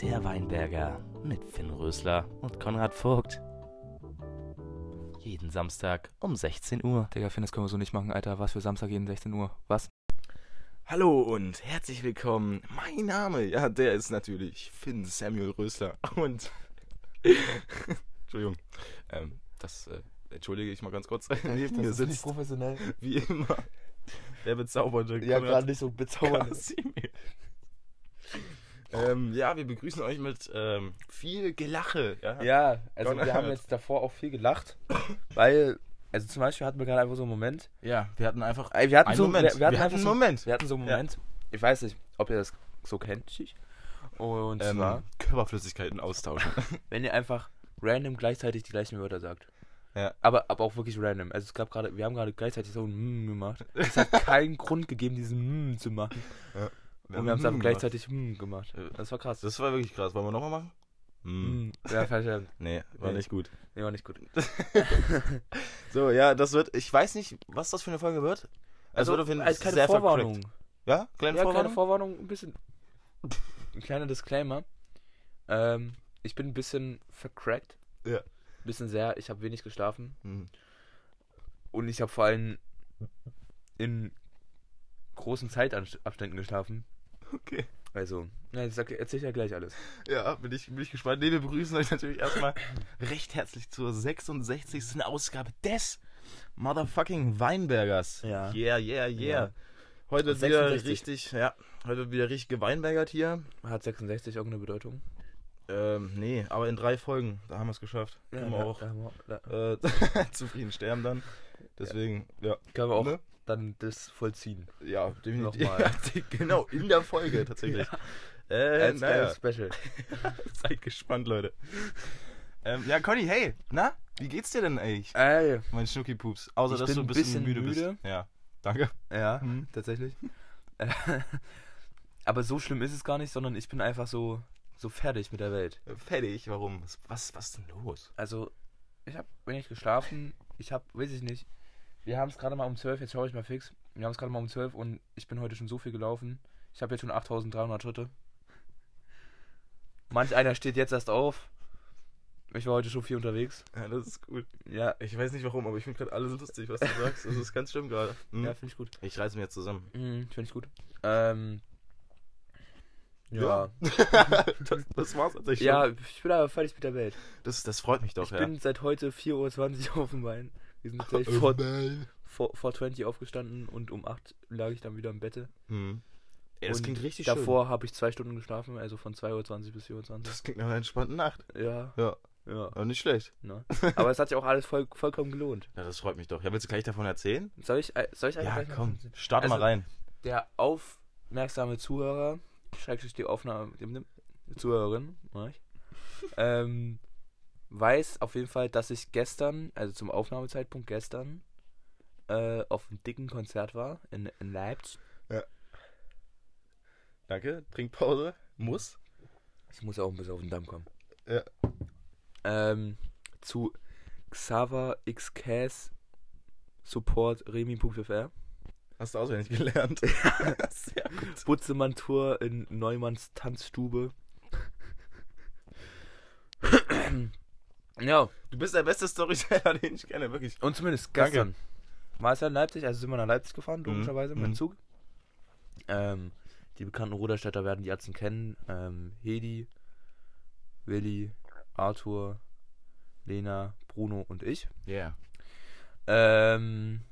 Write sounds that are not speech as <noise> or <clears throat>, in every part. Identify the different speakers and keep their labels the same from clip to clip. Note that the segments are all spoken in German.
Speaker 1: Der Weinberger mit Finn Rösler und Konrad Vogt. Jeden Samstag um 16 Uhr.
Speaker 2: Digga, Finn, das können wir so nicht machen, Alter. Was für Samstag jeden 16 Uhr? Was?
Speaker 1: Hallo und herzlich willkommen. Mein Name, ja, der ist natürlich Finn Samuel Rösler. Und. <laughs> Entschuldigung. Ähm, das äh, entschuldige ich mal ganz kurz. Neben mir sitzt, <laughs>
Speaker 2: professionell.
Speaker 1: wie immer, der bezaubernde
Speaker 2: Ja,
Speaker 1: Konrad
Speaker 2: gerade nicht so bezaubernd.
Speaker 1: Kasimir. ähm, ja, wir begrüßen euch mit ähm, viel Gelache. Ja.
Speaker 2: Ja, also wir
Speaker 1: Konrad.
Speaker 2: haben jetzt davor auch viel gelacht, weil, also zum Beispiel hatten wir gerade einfach so einen Moment.
Speaker 1: Ja, wir hatten einfach
Speaker 2: Ey, Wir hatten
Speaker 1: einen
Speaker 2: so
Speaker 1: Moment.
Speaker 2: Wir, wir hatten
Speaker 1: Wir hatten
Speaker 2: einfach
Speaker 1: einen
Speaker 2: so,
Speaker 1: Moment.
Speaker 2: Wir hatten so einen
Speaker 1: Ja.
Speaker 2: Moment. Ich weiß nicht, ob ihr das so kennt. Und
Speaker 1: ähm,
Speaker 2: zwar,
Speaker 1: Körperflüssigkeiten <laughs> austauschen.
Speaker 2: wenn ihr einfach random gleichzeitig die gleichen Wörter sagt.
Speaker 1: Ja.
Speaker 2: Aber, aber auch wirklich random. Also es gab gerade, wir haben gerade gleichzeitig so ein Mm gemacht. Es
Speaker 1: <laughs>
Speaker 2: hat keinen Grund gegeben, diesen Mm zu machen. Und wir
Speaker 1: Mm
Speaker 2: haben es dann
Speaker 1: gemacht.
Speaker 2: gleichzeitig Mm gemacht.
Speaker 1: Äh,
Speaker 2: Das war krass.
Speaker 1: Das war wirklich krass. Wollen wir nochmal machen? Mm.
Speaker 2: Mm. Ja, verdammt.
Speaker 1: Nee, war
Speaker 2: Nee.
Speaker 1: nicht gut.
Speaker 2: Nee, war nicht <laughs> gut.
Speaker 1: So, ja, das wird. Ich weiß nicht, was das für eine Folge wird. Es
Speaker 2: Also,
Speaker 1: wird auf jeden Fall
Speaker 2: als
Speaker 1: sehr
Speaker 2: kleine
Speaker 1: verkrackt.
Speaker 2: Vorwarnung.
Speaker 1: Ja, kleine
Speaker 2: ja, kleine
Speaker 1: Vorwarnung.
Speaker 2: Vorwarnung, ein bisschen. Ein kleiner Disclaimer. Ähm, ich bin ein bisschen vercrackt.
Speaker 1: Ja.
Speaker 2: Ein bisschen sehr, ich habe wenig geschlafen.
Speaker 1: Mhm.
Speaker 2: Und ich habe vor allem in großen Zeitabständen geschlafen.
Speaker 1: Okay.
Speaker 2: Also, nein, das sag- erzähl ich ja gleich alles.
Speaker 1: Ja, bin ich, bin ich gespannt. Nee, wir begrüßen euch natürlich <clears throat> erstmal recht herzlich zur 66. Ausgabe des Motherfucking Weinbergers.
Speaker 2: Ja.
Speaker 1: Yeah, yeah, yeah.
Speaker 2: Ja.
Speaker 1: Heute wird
Speaker 2: 66.
Speaker 1: wieder richtig, ja, heute wird wieder richtig geweinbergert hier.
Speaker 2: Hat 66 irgendeine Bedeutung?
Speaker 1: Ähm, nee, aber in drei Folgen, da haben wir es geschafft. können wir
Speaker 2: da-
Speaker 1: auch
Speaker 2: Da, haben wir- da
Speaker 1: äh, <laughs> zufrieden sterben dann. Deswegen, ja.
Speaker 2: können wir auch
Speaker 1: Ne?
Speaker 2: dann das vollziehen.
Speaker 1: Ja, definitiv. <laughs>
Speaker 2: Nochmal.
Speaker 1: Ja, die- genau, in der Folge <laughs> tatsächlich. Äh,
Speaker 2: Als
Speaker 1: naja.
Speaker 2: kleines Special.
Speaker 1: <laughs> Seid gespannt, Leute. Ähm, ja, Conny, hey, na? Wie geht's dir denn eigentlich?
Speaker 2: Ey,
Speaker 1: Mein Schnuckipups. Außer,
Speaker 2: Ich
Speaker 1: dass
Speaker 2: bin
Speaker 1: du ein
Speaker 2: ein
Speaker 1: bisschen,
Speaker 2: bisschen
Speaker 1: müde,
Speaker 2: müde.
Speaker 1: bist. Ja, danke.
Speaker 2: ja.
Speaker 1: Mhm.
Speaker 2: <laughs> tatsächlich. Äh, Aber so schlimm ist es gar nicht, sondern ich bin einfach so, so fertig mit der Welt.
Speaker 1: Äh, Fertig, warum? Was, was, was denn los?
Speaker 2: Also, ich habe wenig geschlafen. Ich habe, weiß ich nicht. Wir haben es gerade mal um 12, jetzt schaue ich mal fix. Wir haben es gerade mal um 12 und ich bin heute schon so viel gelaufen. Ich habe jetzt schon 8300 Schritte. Manch einer steht jetzt erst auf. Ich war heute schon viel unterwegs.
Speaker 1: Ja, das ist gut.
Speaker 2: Ja,
Speaker 1: Ich weiß nicht warum, aber ich finde gerade alles lustig, was du sagst. Das ist ganz schlimm gerade. Mhm.
Speaker 2: ja finde ich gut.
Speaker 1: Ich reiß mir jetzt zusammen.
Speaker 2: Mhm, finde ich gut. Ähm, ja.
Speaker 1: <laughs> das, das war's tatsächlich.
Speaker 2: ja,
Speaker 1: schon.
Speaker 2: ich bin aber fertig mit der Welt.
Speaker 1: Das, das freut mich doch,
Speaker 2: Ich
Speaker 1: ja.
Speaker 2: bin seit heute 4.20 Uhr <laughs> auf dem Wein. Wir sind gleich vor, vor, vor 20 aufgestanden und um 8 lag ich dann wieder im Bett.
Speaker 1: Mhm. Ey, das
Speaker 2: und
Speaker 1: klingt richtig schön.
Speaker 2: Davor habe ich zwei Stunden geschlafen, also von 2.20 Uhr bis 4.20
Speaker 1: Das klingt nach einer entspannten Nacht.
Speaker 2: Uhr. Ja,
Speaker 1: Ja,
Speaker 2: ja.
Speaker 1: aber nicht schlecht. <laughs>
Speaker 2: Ne? Aber es hat sich auch alles voll, vollkommen gelohnt.
Speaker 1: Ja, das freut mich doch. Ja, willst du gleich davon erzählen?
Speaker 2: Soll ich, äh, soll ich
Speaker 1: Ja,
Speaker 2: eigentlich gleich mal-
Speaker 1: komm, start mal
Speaker 2: Also-
Speaker 1: rein.
Speaker 2: Der aufmerksame Zuhörer, schrecklich die Aufnahme, die Zuhörerin, ne? ähm, weiß auf jeden Fall, dass ich gestern, also zum Aufnahmezeitpunkt gestern, äh, auf einem dicken Konzert war in, in Leipzig.
Speaker 1: Danke, Trinkpause. Muss.
Speaker 2: Ich muss auch ein bisschen auf den Damm kommen.
Speaker 1: Ja.
Speaker 2: Ähm, zu Xaver XKS Support Remi.fr.
Speaker 1: Hast du auswendig gelernt. <laughs> Sehr gut.
Speaker 2: Butzemann Tour in Neumanns Tanzstube. ja,
Speaker 1: Du bist der beste Storyteller, <laughs> den ich kenne, wirklich.
Speaker 2: und zumindest
Speaker 1: Danke.
Speaker 2: gestern war es ja in Leipzig, also sind wir nach Leipzig gefahren, logischerweise mit
Speaker 1: mhm.
Speaker 2: dem Zug. Ähm, die bekannten Ruderstädter werden die Ärzte kennen. Ähm, Hedi, Willi, Arthur, Lena, Bruno und ich.
Speaker 1: Ja.
Speaker 2: Ähm,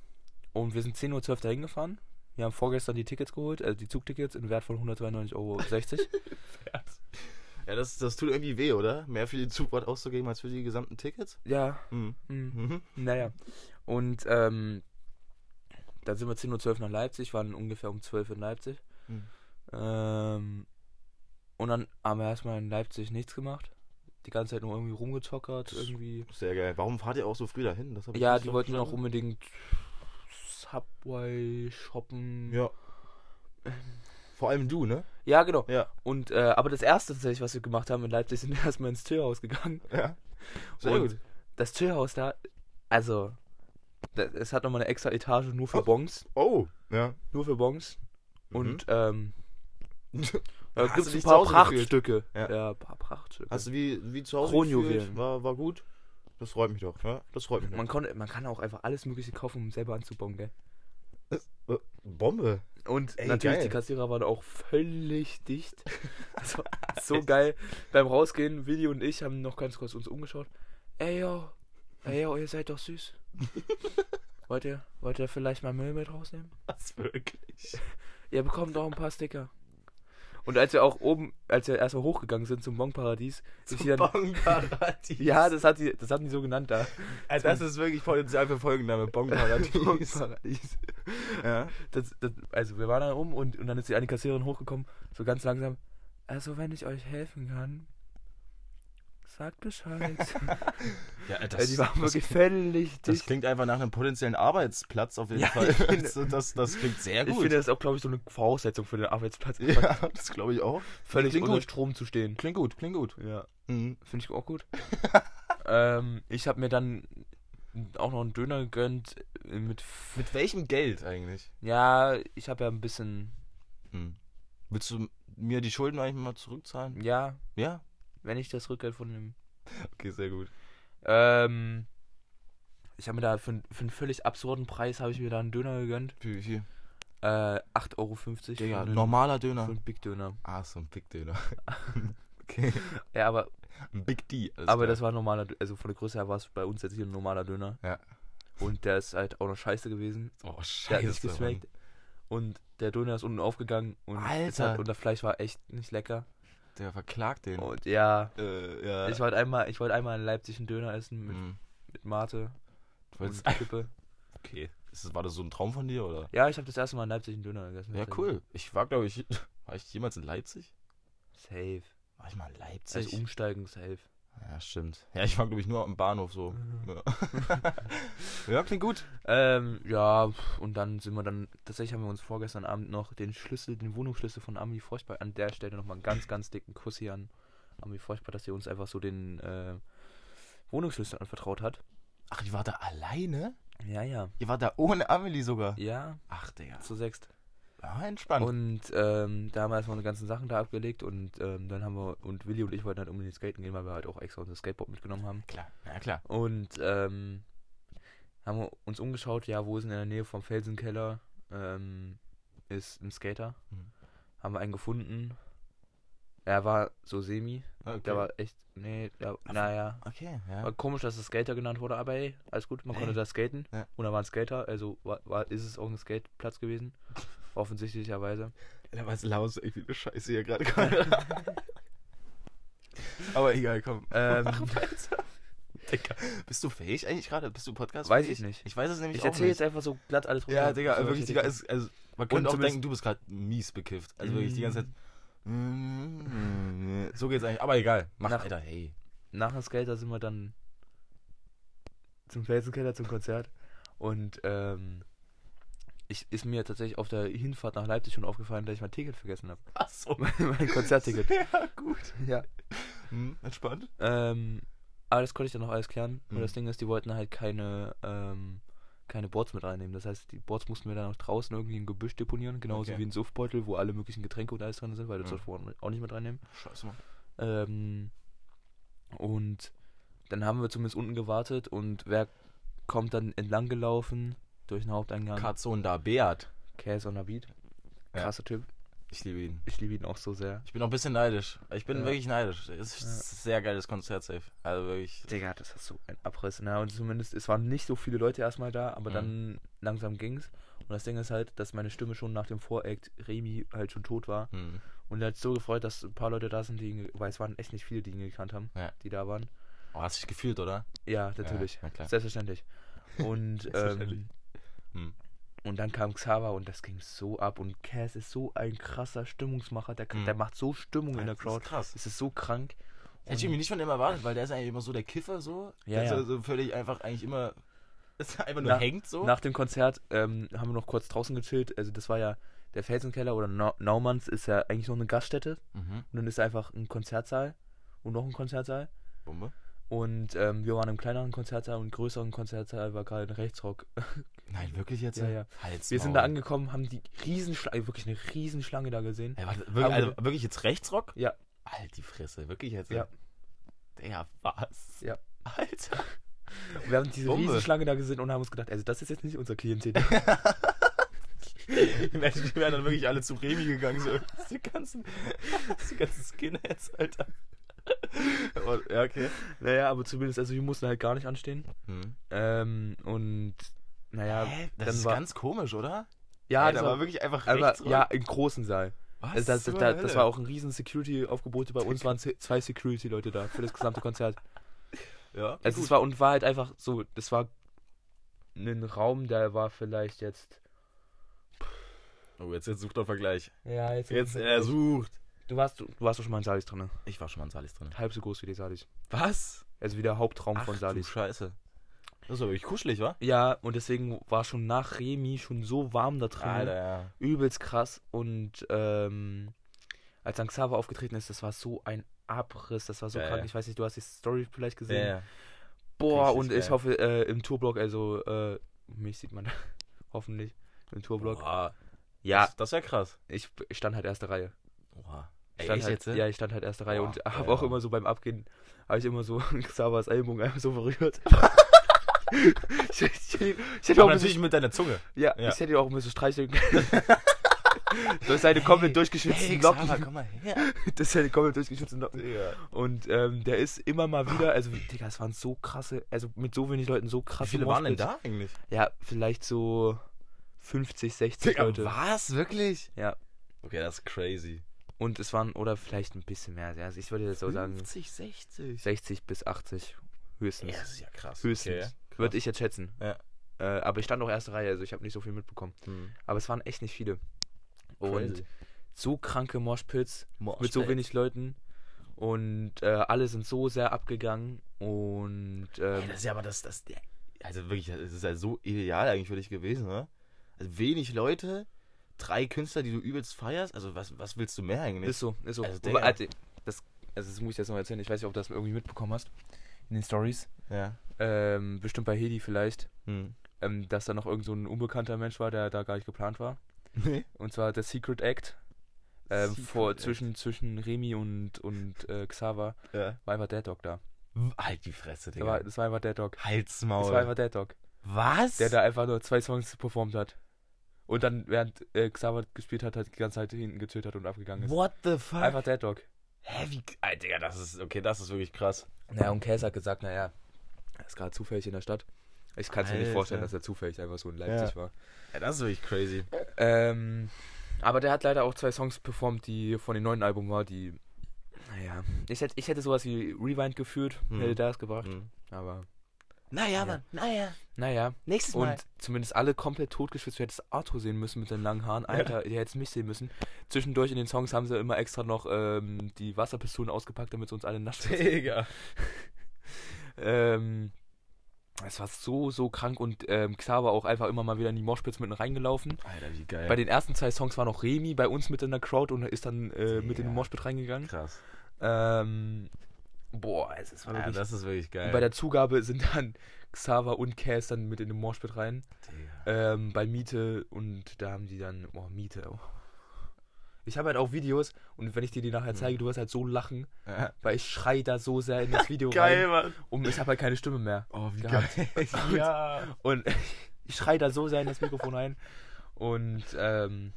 Speaker 2: und wir sind 10.12 Uhr dahin gefahren. Wir haben vorgestern die Tickets geholt, also die Zugtickets in Wert von 192,60 Euro.
Speaker 1: <laughs> Ja, das, das tut irgendwie weh, oder? Mehr für die Zugfahrt auszugeben als für die gesamten Tickets?
Speaker 2: ja,
Speaker 1: Mhm.
Speaker 2: mh,
Speaker 1: Mhm.
Speaker 2: naja. Und ähm, dann sind wir 10.12 Uhr nach Leipzig, waren ungefähr um 12 Uhr in Leipzig.
Speaker 1: Mhm.
Speaker 2: Ähm, und dann haben wir erstmal in Leipzig nichts gemacht. Die ganze Zeit nur irgendwie rumgezockert,
Speaker 1: Das-
Speaker 2: irgendwie.
Speaker 1: Sehr geil. Warum fahrt ihr auch so früh dahin? Das hab ich
Speaker 2: Ja,
Speaker 1: nicht
Speaker 2: die
Speaker 1: so
Speaker 2: wollten noch
Speaker 1: verstanden.
Speaker 2: unbedingt Subway shoppen.
Speaker 1: Ja. Vor allem du, ne? <laughs>
Speaker 2: ja genau.
Speaker 1: Ja.
Speaker 2: Und äh, aber das erste tatsächlich, was wir gemacht haben in Leipzig, <laughs> sind wir erstmal ins Türhaus gegangen.
Speaker 1: Ja. Sehr
Speaker 2: Und
Speaker 1: gut.
Speaker 2: Das Türhaus da, also, da- es hat nochmal eine extra Etage nur für
Speaker 1: Oh.
Speaker 2: Bongs.
Speaker 1: Oh. Ja. <laughs>
Speaker 2: Nur für Bongs. Und ähm, Da
Speaker 1: Hast
Speaker 2: gibt
Speaker 1: du
Speaker 2: es ein
Speaker 1: dich
Speaker 2: paar
Speaker 1: zu Hause gefühlt?
Speaker 2: Prachtstücke.
Speaker 1: Ja.
Speaker 2: ja, ein paar Prachtstücke.
Speaker 1: Hast du wie, wie zu Hause
Speaker 2: Kronjuwelen.
Speaker 1: gefühlt? War, war gut? Das freut mich doch. Ja? Das freut mich doch.
Speaker 2: Man, konnte, man kann auch einfach alles Mögliche kaufen, um selber anzubauen, gell?
Speaker 1: Äh, Bombe.
Speaker 2: Und
Speaker 1: Ey,
Speaker 2: natürlich,
Speaker 1: geil.
Speaker 2: die Kassierer waren auch völlig
Speaker 1: <laughs>
Speaker 2: dicht. Also, so geil. Beim Rausgehen, Willi und ich haben noch ganz kurz uns umgeschaut. Ey, yo, ey, yo, ihr seid
Speaker 1: <laughs>
Speaker 2: doch süß. wollt, ihr, wollt ihr vielleicht mal Müll mit rausnehmen?
Speaker 1: Was
Speaker 2: <laughs>
Speaker 1: wirklich?
Speaker 2: Ihr bekommt auch ein paar Sticker. Und als wir auch oben, als wir erstmal hochgegangen sind zum Bonparadies, ich hier dann,
Speaker 1: Bonparadies.
Speaker 2: ja, das, hat die, das hatten die so
Speaker 1: <laughs>
Speaker 2: genannt da.
Speaker 1: Also das ist wirklich Potenzial für Folgenname.
Speaker 2: <laughs>
Speaker 1: Bonparadies.
Speaker 2: Bonparadies.
Speaker 1: ja.
Speaker 2: das, das, also wir waren dann um und, und dann ist die eine Kassiererin hochgekommen, so ganz langsam. Also wenn ich euch helfen kann,
Speaker 1: <laughs>
Speaker 2: sagt Bescheid.
Speaker 1: ja,
Speaker 2: Äh, die waren wirklich völlig
Speaker 1: Das
Speaker 2: dicht.
Speaker 1: klingt einfach nach einem potenziellen Arbeitsplatz auf jeden
Speaker 2: Ja,
Speaker 1: Fall.
Speaker 2: ich finde-
Speaker 1: Also das, das klingt sehr
Speaker 2: Ich
Speaker 1: gut.
Speaker 2: finde, das ist auch, glaube ich, so eine Voraussetzung für den Arbeitsplatz.
Speaker 1: ja, das glaube ich auch.
Speaker 2: Völlig
Speaker 1: klingt
Speaker 2: unter
Speaker 1: gut.
Speaker 2: Strom zu stehen.
Speaker 1: Klingt gut, klingt gut.
Speaker 2: Ja.
Speaker 1: Mhm.
Speaker 2: Finde ich
Speaker 1: <laughs>
Speaker 2: auch gut. ähm, ich habe mir dann auch noch einen Döner gegönnt äh, mit... F-
Speaker 1: Mit welchem Geld eigentlich?
Speaker 2: Ja, ich habe ja ein bisschen...
Speaker 1: Mhm. Willst du mir die Schulden eigentlich mal zurückzahlen?
Speaker 2: Ja,
Speaker 1: Ja?
Speaker 2: wenn ich das Rückgeld von dem
Speaker 1: Okay, sehr gut.
Speaker 2: Ähm, ich habe mir da für, für einen völlig absurden Preis habe ich mir da einen Döner gegönnt.
Speaker 1: Wie viel?
Speaker 2: Äh, 8,50 Euro.
Speaker 1: Digga,
Speaker 2: für einen,
Speaker 1: normaler
Speaker 2: für
Speaker 1: Döner.
Speaker 2: einen Big Döner.
Speaker 1: Ah, so ein Big <laughs> Döner. okay.
Speaker 2: Ja, aber,
Speaker 1: Ein Big D. alles
Speaker 2: aber
Speaker 1: klar.
Speaker 2: das war ein normaler, Dö- also von der Größe her war es bei uns jetzt hier ein normaler Döner.
Speaker 1: Ja.
Speaker 2: Und der ist halt auch noch scheiße gewesen.
Speaker 1: Oh,
Speaker 2: Der hat
Speaker 1: scheiße.
Speaker 2: nicht geschmeckt. Und der Döner ist unten aufgegangen und, es
Speaker 1: Alter. Genau.
Speaker 2: Hat, und das Fleisch war echt nicht lecker.
Speaker 1: Mann. Der verklagt den.
Speaker 2: Und ja,
Speaker 1: Äh, ja.
Speaker 2: ich wollte einmal, ich wollte einmal in Leipzig einen Döner essen mit,
Speaker 1: Mhm.
Speaker 2: mit Mate
Speaker 1: Du
Speaker 2: und
Speaker 1: wolltest-
Speaker 2: Kippe.
Speaker 1: Okay. Ist das, war das so ein Traum von dir, oder?
Speaker 2: Ja, ich habe das erste Mal in Leipzig einen Döner gegessen.
Speaker 1: Ja, cool. Ich war, glaube ich, <laughs> war ich jemals in Leipzig?
Speaker 2: Safe.
Speaker 1: War ich mal in Leipzig?
Speaker 2: Also umsteigen safe. Mhm.
Speaker 1: Ja, stimmt. Ja, ich war, glaube ich, nur am Bahnhof so. <laughs> Ja. ja, klingt gut.
Speaker 2: Ähm, ja, pf, und dann sind wir dann, tatsächlich haben wir uns vorgestern Abend noch den Schlüssel, den Wohnungsschlüssel von Amelie Feuchtbar, an der Stelle nochmal einen ganz, ganz dicken Kuss hier an Amelie Feuchtbar, dass sie uns einfach so den äh, Wohnungsschlüssel anvertraut hat.
Speaker 1: Ach, ihr war da alleine?
Speaker 2: Ja, ja.
Speaker 1: Ihr war da ohne Amelie sogar.
Speaker 2: Ja,
Speaker 1: Ach, Oh, Digga.
Speaker 2: zu sechst.
Speaker 1: Ja, entspannt.
Speaker 2: Und ähm, da haben wir erstmal unsere ganzen Sachen da abgelegt und ähm, dann haben wir, und Willi und ich wollten halt unbedingt skaten gehen, weil wir halt auch extra unser Skateboard mitgenommen haben.
Speaker 1: klar, ja klar.
Speaker 2: Und ähm, haben wir uns umgeschaut, ja, wo ist in der Nähe vom Felsenkeller ähm, ist ein Skater.
Speaker 1: Mhm.
Speaker 2: Haben wir einen gefunden. Er war so semi,
Speaker 1: Okay,
Speaker 2: der war echt, nee, der, naja.
Speaker 1: okay ja.
Speaker 2: War komisch, dass es Skater genannt wurde, aber ey, alles gut, man konnte da skaten.
Speaker 1: Ja.
Speaker 2: Und da war ein Skater, also war, war, ist es auch ein Skateplatz
Speaker 1: <laughs>
Speaker 2: gewesen. Offensichtlicherweise.
Speaker 1: Der war laus, ey, wie eine Scheiße hier <laughs> gerade kommt. Aber egal, komm.
Speaker 2: Ähm, <laughs>
Speaker 1: Digga, bist du fähig eigentlich gerade? Bist du Podcast?
Speaker 2: Weiß ich nicht.
Speaker 1: Ich weiß es nämlich
Speaker 2: ich
Speaker 1: auch
Speaker 2: erzähle
Speaker 1: nicht.
Speaker 2: jetzt einfach so glatt alles runter.
Speaker 1: Ja, Digga,
Speaker 2: So,
Speaker 1: wirklich,
Speaker 2: was ich
Speaker 1: Digga,
Speaker 2: denke.
Speaker 1: ist, also, man könnte auch
Speaker 2: zumindest-
Speaker 1: denken, du bist gerade mies bekifft. Also wirklich die ganze Zeit.
Speaker 2: Mm.
Speaker 1: So geht's eigentlich. Aber egal. Mach
Speaker 2: Nach-
Speaker 1: Alter, hey.
Speaker 2: nach dem Skater sind wir dann zum Felsenkeller zum Konzert und ähm, ich, ist mir tatsächlich auf der Hinfahrt nach Leipzig schon aufgefallen, dass ich mein Ticket vergessen habe.
Speaker 1: <laughs> Achso.
Speaker 2: mein, <laughs> mein Konzertticket.
Speaker 1: Ja, gut.
Speaker 2: ja.
Speaker 1: Hm, entspannt.
Speaker 2: Ähm, aber das konnte ich dann noch alles klären. Und
Speaker 1: Mhm.
Speaker 2: das Ding ist, die wollten halt keine, ähm, keine Boards mit reinnehmen. Das heißt, die Boards mussten wir dann noch draußen irgendwie im Gebüsch deponieren, genauso
Speaker 1: Okay.
Speaker 2: wie ein Suffbeutel, wo alle möglichen Getränke und alles drin sind, weil das
Speaker 1: Mhm.
Speaker 2: mhm. wir auch nicht mit reinnehmen.
Speaker 1: Scheiße, Mann.
Speaker 2: Ähm, und dann haben wir zumindest unten gewartet und wer kommt dann entlang gelaufen durch den Haupteingang?
Speaker 1: Karzon da, Beat.
Speaker 2: Käse on a Beat.
Speaker 1: Ja.
Speaker 2: Krasser Typ.
Speaker 1: Ich liebe ihn.
Speaker 2: Ich liebe ihn auch so sehr.
Speaker 1: Ich bin auch ein bisschen neidisch. Ich bin
Speaker 2: Ja.
Speaker 1: wirklich neidisch. Es ist
Speaker 2: Ja.
Speaker 1: ein sehr geiles Konzert, safe. Also wirklich.
Speaker 2: Digga, das ist so ein Abriss. ne? Na, und zumindest, es waren nicht so viele Leute erstmal da, aber
Speaker 1: Mhm.
Speaker 2: dann langsam ging's. Und das Ding ist halt, dass meine Stimme schon nach dem Voreact Remi halt schon tot war.
Speaker 1: Hm.
Speaker 2: Und er hat sich so gefreut, dass ein paar Leute da sind, die ihn, ge- weil es waren echt nicht viele, die ihn gekannt haben,
Speaker 1: Ja.
Speaker 2: die da waren.
Speaker 1: Oh, hast dich gefühlt, oder?
Speaker 2: Ja, natürlich.
Speaker 1: na klar.
Speaker 2: Selbstverständlich.
Speaker 1: <laughs>
Speaker 2: Und,
Speaker 1: Selbstverständlich.
Speaker 2: ähm,
Speaker 1: Hm.
Speaker 2: und dann kam Xaver und das ging so ab. Und Cass ist so ein krasser Stimmungsmacher. Der, kann-
Speaker 1: Mhm.
Speaker 2: der macht so Stimmung in der
Speaker 1: Das ist
Speaker 2: Crowd.
Speaker 1: krass.
Speaker 2: Es ist so krank.
Speaker 1: Hätte ich irgendwie nicht von dem erwartet, weil der ist eigentlich immer so der Kiffer so.
Speaker 2: Ja,
Speaker 1: der ist
Speaker 2: ja.
Speaker 1: so völlig einfach eigentlich immer. Ist einfach nur
Speaker 2: Na-
Speaker 1: hängt so.
Speaker 2: Nach dem Konzert ähm, haben wir noch kurz draußen gechillt. Also das war ja der Felsenkeller oder Na Naumanns ist ja eigentlich noch eine Gaststätte.
Speaker 1: Mhm.
Speaker 2: Und dann ist einfach ein Konzertsaal und noch ein Konzertsaal.
Speaker 1: Bombe.
Speaker 2: Und ähm, wir waren im kleineren Konzertsaal und im größeren Konzertsaal war gerade ein Rechtsrock.
Speaker 1: Nein, wirklich jetzt?
Speaker 2: Ja, ja.
Speaker 1: Halt's
Speaker 2: Wir sind
Speaker 1: Maul.
Speaker 2: da angekommen, haben die Riesenschlange, wirklich eine Riesenschlange da gesehen.
Speaker 1: Ey, warte, wirklich,
Speaker 2: Aber-
Speaker 1: also, wirklich jetzt Rechtsrock?
Speaker 2: Ja.
Speaker 1: Alt die Fresse, wirklich jetzt?
Speaker 2: Ja.
Speaker 1: Der was?
Speaker 2: Ja.
Speaker 1: Alter.
Speaker 2: Und wir haben diese
Speaker 1: Bombe.
Speaker 2: Riesenschlange da gesehen und haben uns gedacht, also das ist jetzt nicht unser
Speaker 1: <laughs>
Speaker 2: Klientel.
Speaker 1: Die Menschen die wären dann wirklich alle zu Remi gegangen. So. <laughs> Die ganzen, die ganzen Skinheads, Alter. Aber- ja, okay.
Speaker 2: naja, aber zumindest, also wir mussten halt gar nicht anstehen.
Speaker 1: Hm.
Speaker 2: Ähm, und naja,
Speaker 1: Hä? Das
Speaker 2: dann
Speaker 1: ist
Speaker 2: war,
Speaker 1: ganz komisch, oder?
Speaker 2: ja,
Speaker 1: da
Speaker 2: das
Speaker 1: war
Speaker 2: war,
Speaker 1: wirklich einfach
Speaker 2: aber,
Speaker 1: Rechtsrock.
Speaker 2: ja, im großen Saal.
Speaker 1: Was?
Speaker 2: Also das,
Speaker 1: zur
Speaker 2: das, das,
Speaker 1: Hölle?
Speaker 2: war auch ein riesen Security-Aufgebot. Bei uns waren ze- zwei Security-Leute da für das gesamte Konzert.
Speaker 1: Ja, okay,
Speaker 2: Also
Speaker 1: gut.
Speaker 2: es war und war halt einfach so, das war ein Raum, der war vielleicht jetzt.
Speaker 1: Oh, jetzt, jetzt sucht er einen Vergleich.
Speaker 2: Ja,
Speaker 1: Jetzt, er sucht.
Speaker 2: Du warst, äh, du warst doch schon mal in Salis drin.
Speaker 1: Ich war schon mal in Salis drin.
Speaker 2: Halb so groß wie die Salis.
Speaker 1: Was?
Speaker 2: Also wie der Hauptraum
Speaker 1: Ach,
Speaker 2: von
Speaker 1: du
Speaker 2: Salis.
Speaker 1: Scheiße. Das ist aber wirklich kuschelig, wa?
Speaker 2: Ja, und deswegen war schon nach Remi schon so warm da drin.
Speaker 1: Alter, ja.
Speaker 2: Übelst krass. Und ähm, als dann Xaver aufgetreten ist, das war so ein Abriss, das war so
Speaker 1: Ja,
Speaker 2: krank.
Speaker 1: ja.
Speaker 2: Ich weiß nicht, du hast die Story vielleicht gesehen.
Speaker 1: Ja, ja.
Speaker 2: Boah,
Speaker 1: Richtig
Speaker 2: und ich
Speaker 1: geil.
Speaker 2: hoffe, äh, im Tourblock, also äh, mich sieht man <laughs> hoffentlich im Tourblock.
Speaker 1: Boah,
Speaker 2: Ja,
Speaker 1: Das, das wäre krass.
Speaker 2: ich ich stand halt erste Reihe.
Speaker 1: Boah.
Speaker 2: Ich
Speaker 1: Ey,
Speaker 2: stand
Speaker 1: echt
Speaker 2: halt,
Speaker 1: jetzt? ne?
Speaker 2: Ja, ich stand halt erste Reihe
Speaker 1: Boah,
Speaker 2: und
Speaker 1: geil,
Speaker 2: habe auch
Speaker 1: Mann.
Speaker 2: immer so beim Abgehen, habe ich immer so <laughs> Xavers Ellbogen <laughs> einfach
Speaker 1: <laughs>
Speaker 2: so berührt. ich, ich, ich, hätte auch
Speaker 1: Aber
Speaker 2: ein bisschen,
Speaker 1: natürlich mit deiner Zunge.
Speaker 2: ja,
Speaker 1: ja.
Speaker 2: ich hätte ihn auch ein bisschen streicheln können.
Speaker 1: <laughs>
Speaker 2: durch seine komplett durchgeschwitzten Locken.
Speaker 1: komm mal her.
Speaker 2: durch seine komplett durchgeschwitzten Locken.
Speaker 1: Digga.
Speaker 2: Und ähm, der ist immer mal wieder, also Digga, es waren so krasse, also mit so wenig Leuten so
Speaker 1: Wie
Speaker 2: krasse
Speaker 1: viele waren denn
Speaker 2: Moshpits.
Speaker 1: da eigentlich?
Speaker 2: Ja, vielleicht so 50, 60 Leute.
Speaker 1: was? Wirklich?
Speaker 2: Ja.
Speaker 1: Okay, das ist crazy.
Speaker 2: Und es waren, oder vielleicht ein bisschen mehr. Ja, also ich würde jetzt so sagen,
Speaker 1: 60.
Speaker 2: 60 bis 80 höchstens.
Speaker 1: Ja, das ist ja krass.
Speaker 2: Höchstens. Würde ich jetzt schätzen.
Speaker 1: Ja.
Speaker 2: Äh, aber ich stand auch erste Reihe, also ich habe nicht so viel mitbekommen.
Speaker 1: Hm.
Speaker 2: Aber es waren echt nicht viele. Und
Speaker 1: Crazy.
Speaker 2: so kranke Moshpits
Speaker 1: Mosh
Speaker 2: mit so
Speaker 1: Pit.
Speaker 2: wenig Leuten. Und äh, alle sind so sehr abgegangen. Und
Speaker 1: Ey,
Speaker 2: ähm,
Speaker 1: das ist ja aber das, das, der- also wirklich, das ist ja so ideal eigentlich für dich gewesen, ne? Also wenig Leute, drei Künstler, die du übelst feierst. Also was, was willst du mehr eigentlich?
Speaker 2: Ist so, ist so.
Speaker 1: Also,
Speaker 2: Wobei,
Speaker 1: Digga.
Speaker 2: Alter, das, also das muss ich jetzt noch erzählen. Ich weiß nicht, ob du das irgendwie mitbekommen hast. In den Stories.
Speaker 1: ja.
Speaker 2: Ähm, bestimmt bei Hedi vielleicht.
Speaker 1: Hm.
Speaker 2: <laughs> Ähm, dass da noch irgend so ein unbekannter Mensch war, der da gar nicht geplant war. Und zwar der Secret Act. Ähm,
Speaker 1: Secret
Speaker 2: vor,
Speaker 1: Act.
Speaker 2: Zwischen, zwischen Remy und, und äh, Xaver
Speaker 1: ja.
Speaker 2: war einfach Dead Dog da.
Speaker 1: W- Halt die Fresse,
Speaker 2: Der
Speaker 1: Digga.
Speaker 2: war, das war einfach Dead Dog. Das war
Speaker 1: Halsmaul.
Speaker 2: einfach Dead Dog.
Speaker 1: Was?
Speaker 2: Der da einfach nur zwei Songs performt hat. Und dann, während äh, Xaver gespielt hat, hat die ganze Zeit hinten getötet und abgegegangen ist.
Speaker 1: What the fuck?
Speaker 2: Einfach Dead Dog.
Speaker 1: Hä, wie, Alter, Digga, das ist, okay, das ist wirklich krass.
Speaker 2: Naja, und Käse hat gesagt, naja, er ist gerade zufällig in der Stadt. Ich kann es mir nicht
Speaker 1: Alter.
Speaker 2: vorstellen, dass er zufällig einfach so in Leipzig war.
Speaker 1: Ja, das ist wirklich crazy.
Speaker 2: Ähm, aber der hat leider auch zwei Songs performt, die von dem neuen Album war, die. Naja, ich hätte, ich hätte sowas wie Rewind geführt,
Speaker 1: Mhm.
Speaker 2: hätte das gebracht.
Speaker 1: Mhm.
Speaker 2: Aber
Speaker 1: Naja,
Speaker 2: Mann,
Speaker 1: naja.
Speaker 2: naja,
Speaker 1: Nächstes
Speaker 2: und zumindest alle komplett totgeschwitzt. Du hättest Arthur sehen müssen mit den langen Haaren. Alter, ihr hättet mich sehen müssen. Zwischendurch in den Songs haben sie immer extra noch ähm, die Wasserpistolen ausgepackt, damit sie uns alle naschen.
Speaker 1: Digga.
Speaker 2: <laughs> Ähm, es war so, so krank und ähm, Xaver auch einfach immer mal wieder in die Moshpits mitten reingelaufen.
Speaker 1: Alter, wie geil.
Speaker 2: Bei den ersten zwei Songs war noch Remy bei uns mit in der Crowd und ist dann äh, mit in
Speaker 1: Digga.
Speaker 2: den Moshpit reingegangen.
Speaker 1: krass.
Speaker 2: Ähm, boah, also es war
Speaker 1: Ja,
Speaker 2: wirklich...
Speaker 1: das ist wirklich geil.
Speaker 2: und bei der Zugabe sind dann Xaver und Cass dann mit in den Moshpit rein.
Speaker 1: Digga.
Speaker 2: Ähm, bei Miete und da haben die dann... Boah, Miete. Oh. Ich habe halt auch Videos und wenn ich dir die nachher
Speaker 1: Mhm.
Speaker 2: zeige, du wirst halt so lachen,
Speaker 1: Ja.
Speaker 2: weil ich schrei da so sehr in
Speaker 1: <laughs>
Speaker 2: das Video rein
Speaker 1: Mann.
Speaker 2: und ich habe halt keine Stimme mehr.
Speaker 1: Oh, wie
Speaker 2: Gehabt.
Speaker 1: geil. <laughs>
Speaker 2: <laughs>
Speaker 1: ja.
Speaker 2: Und ich schrei da so sehr in das Mikrofon rein. Und ähm,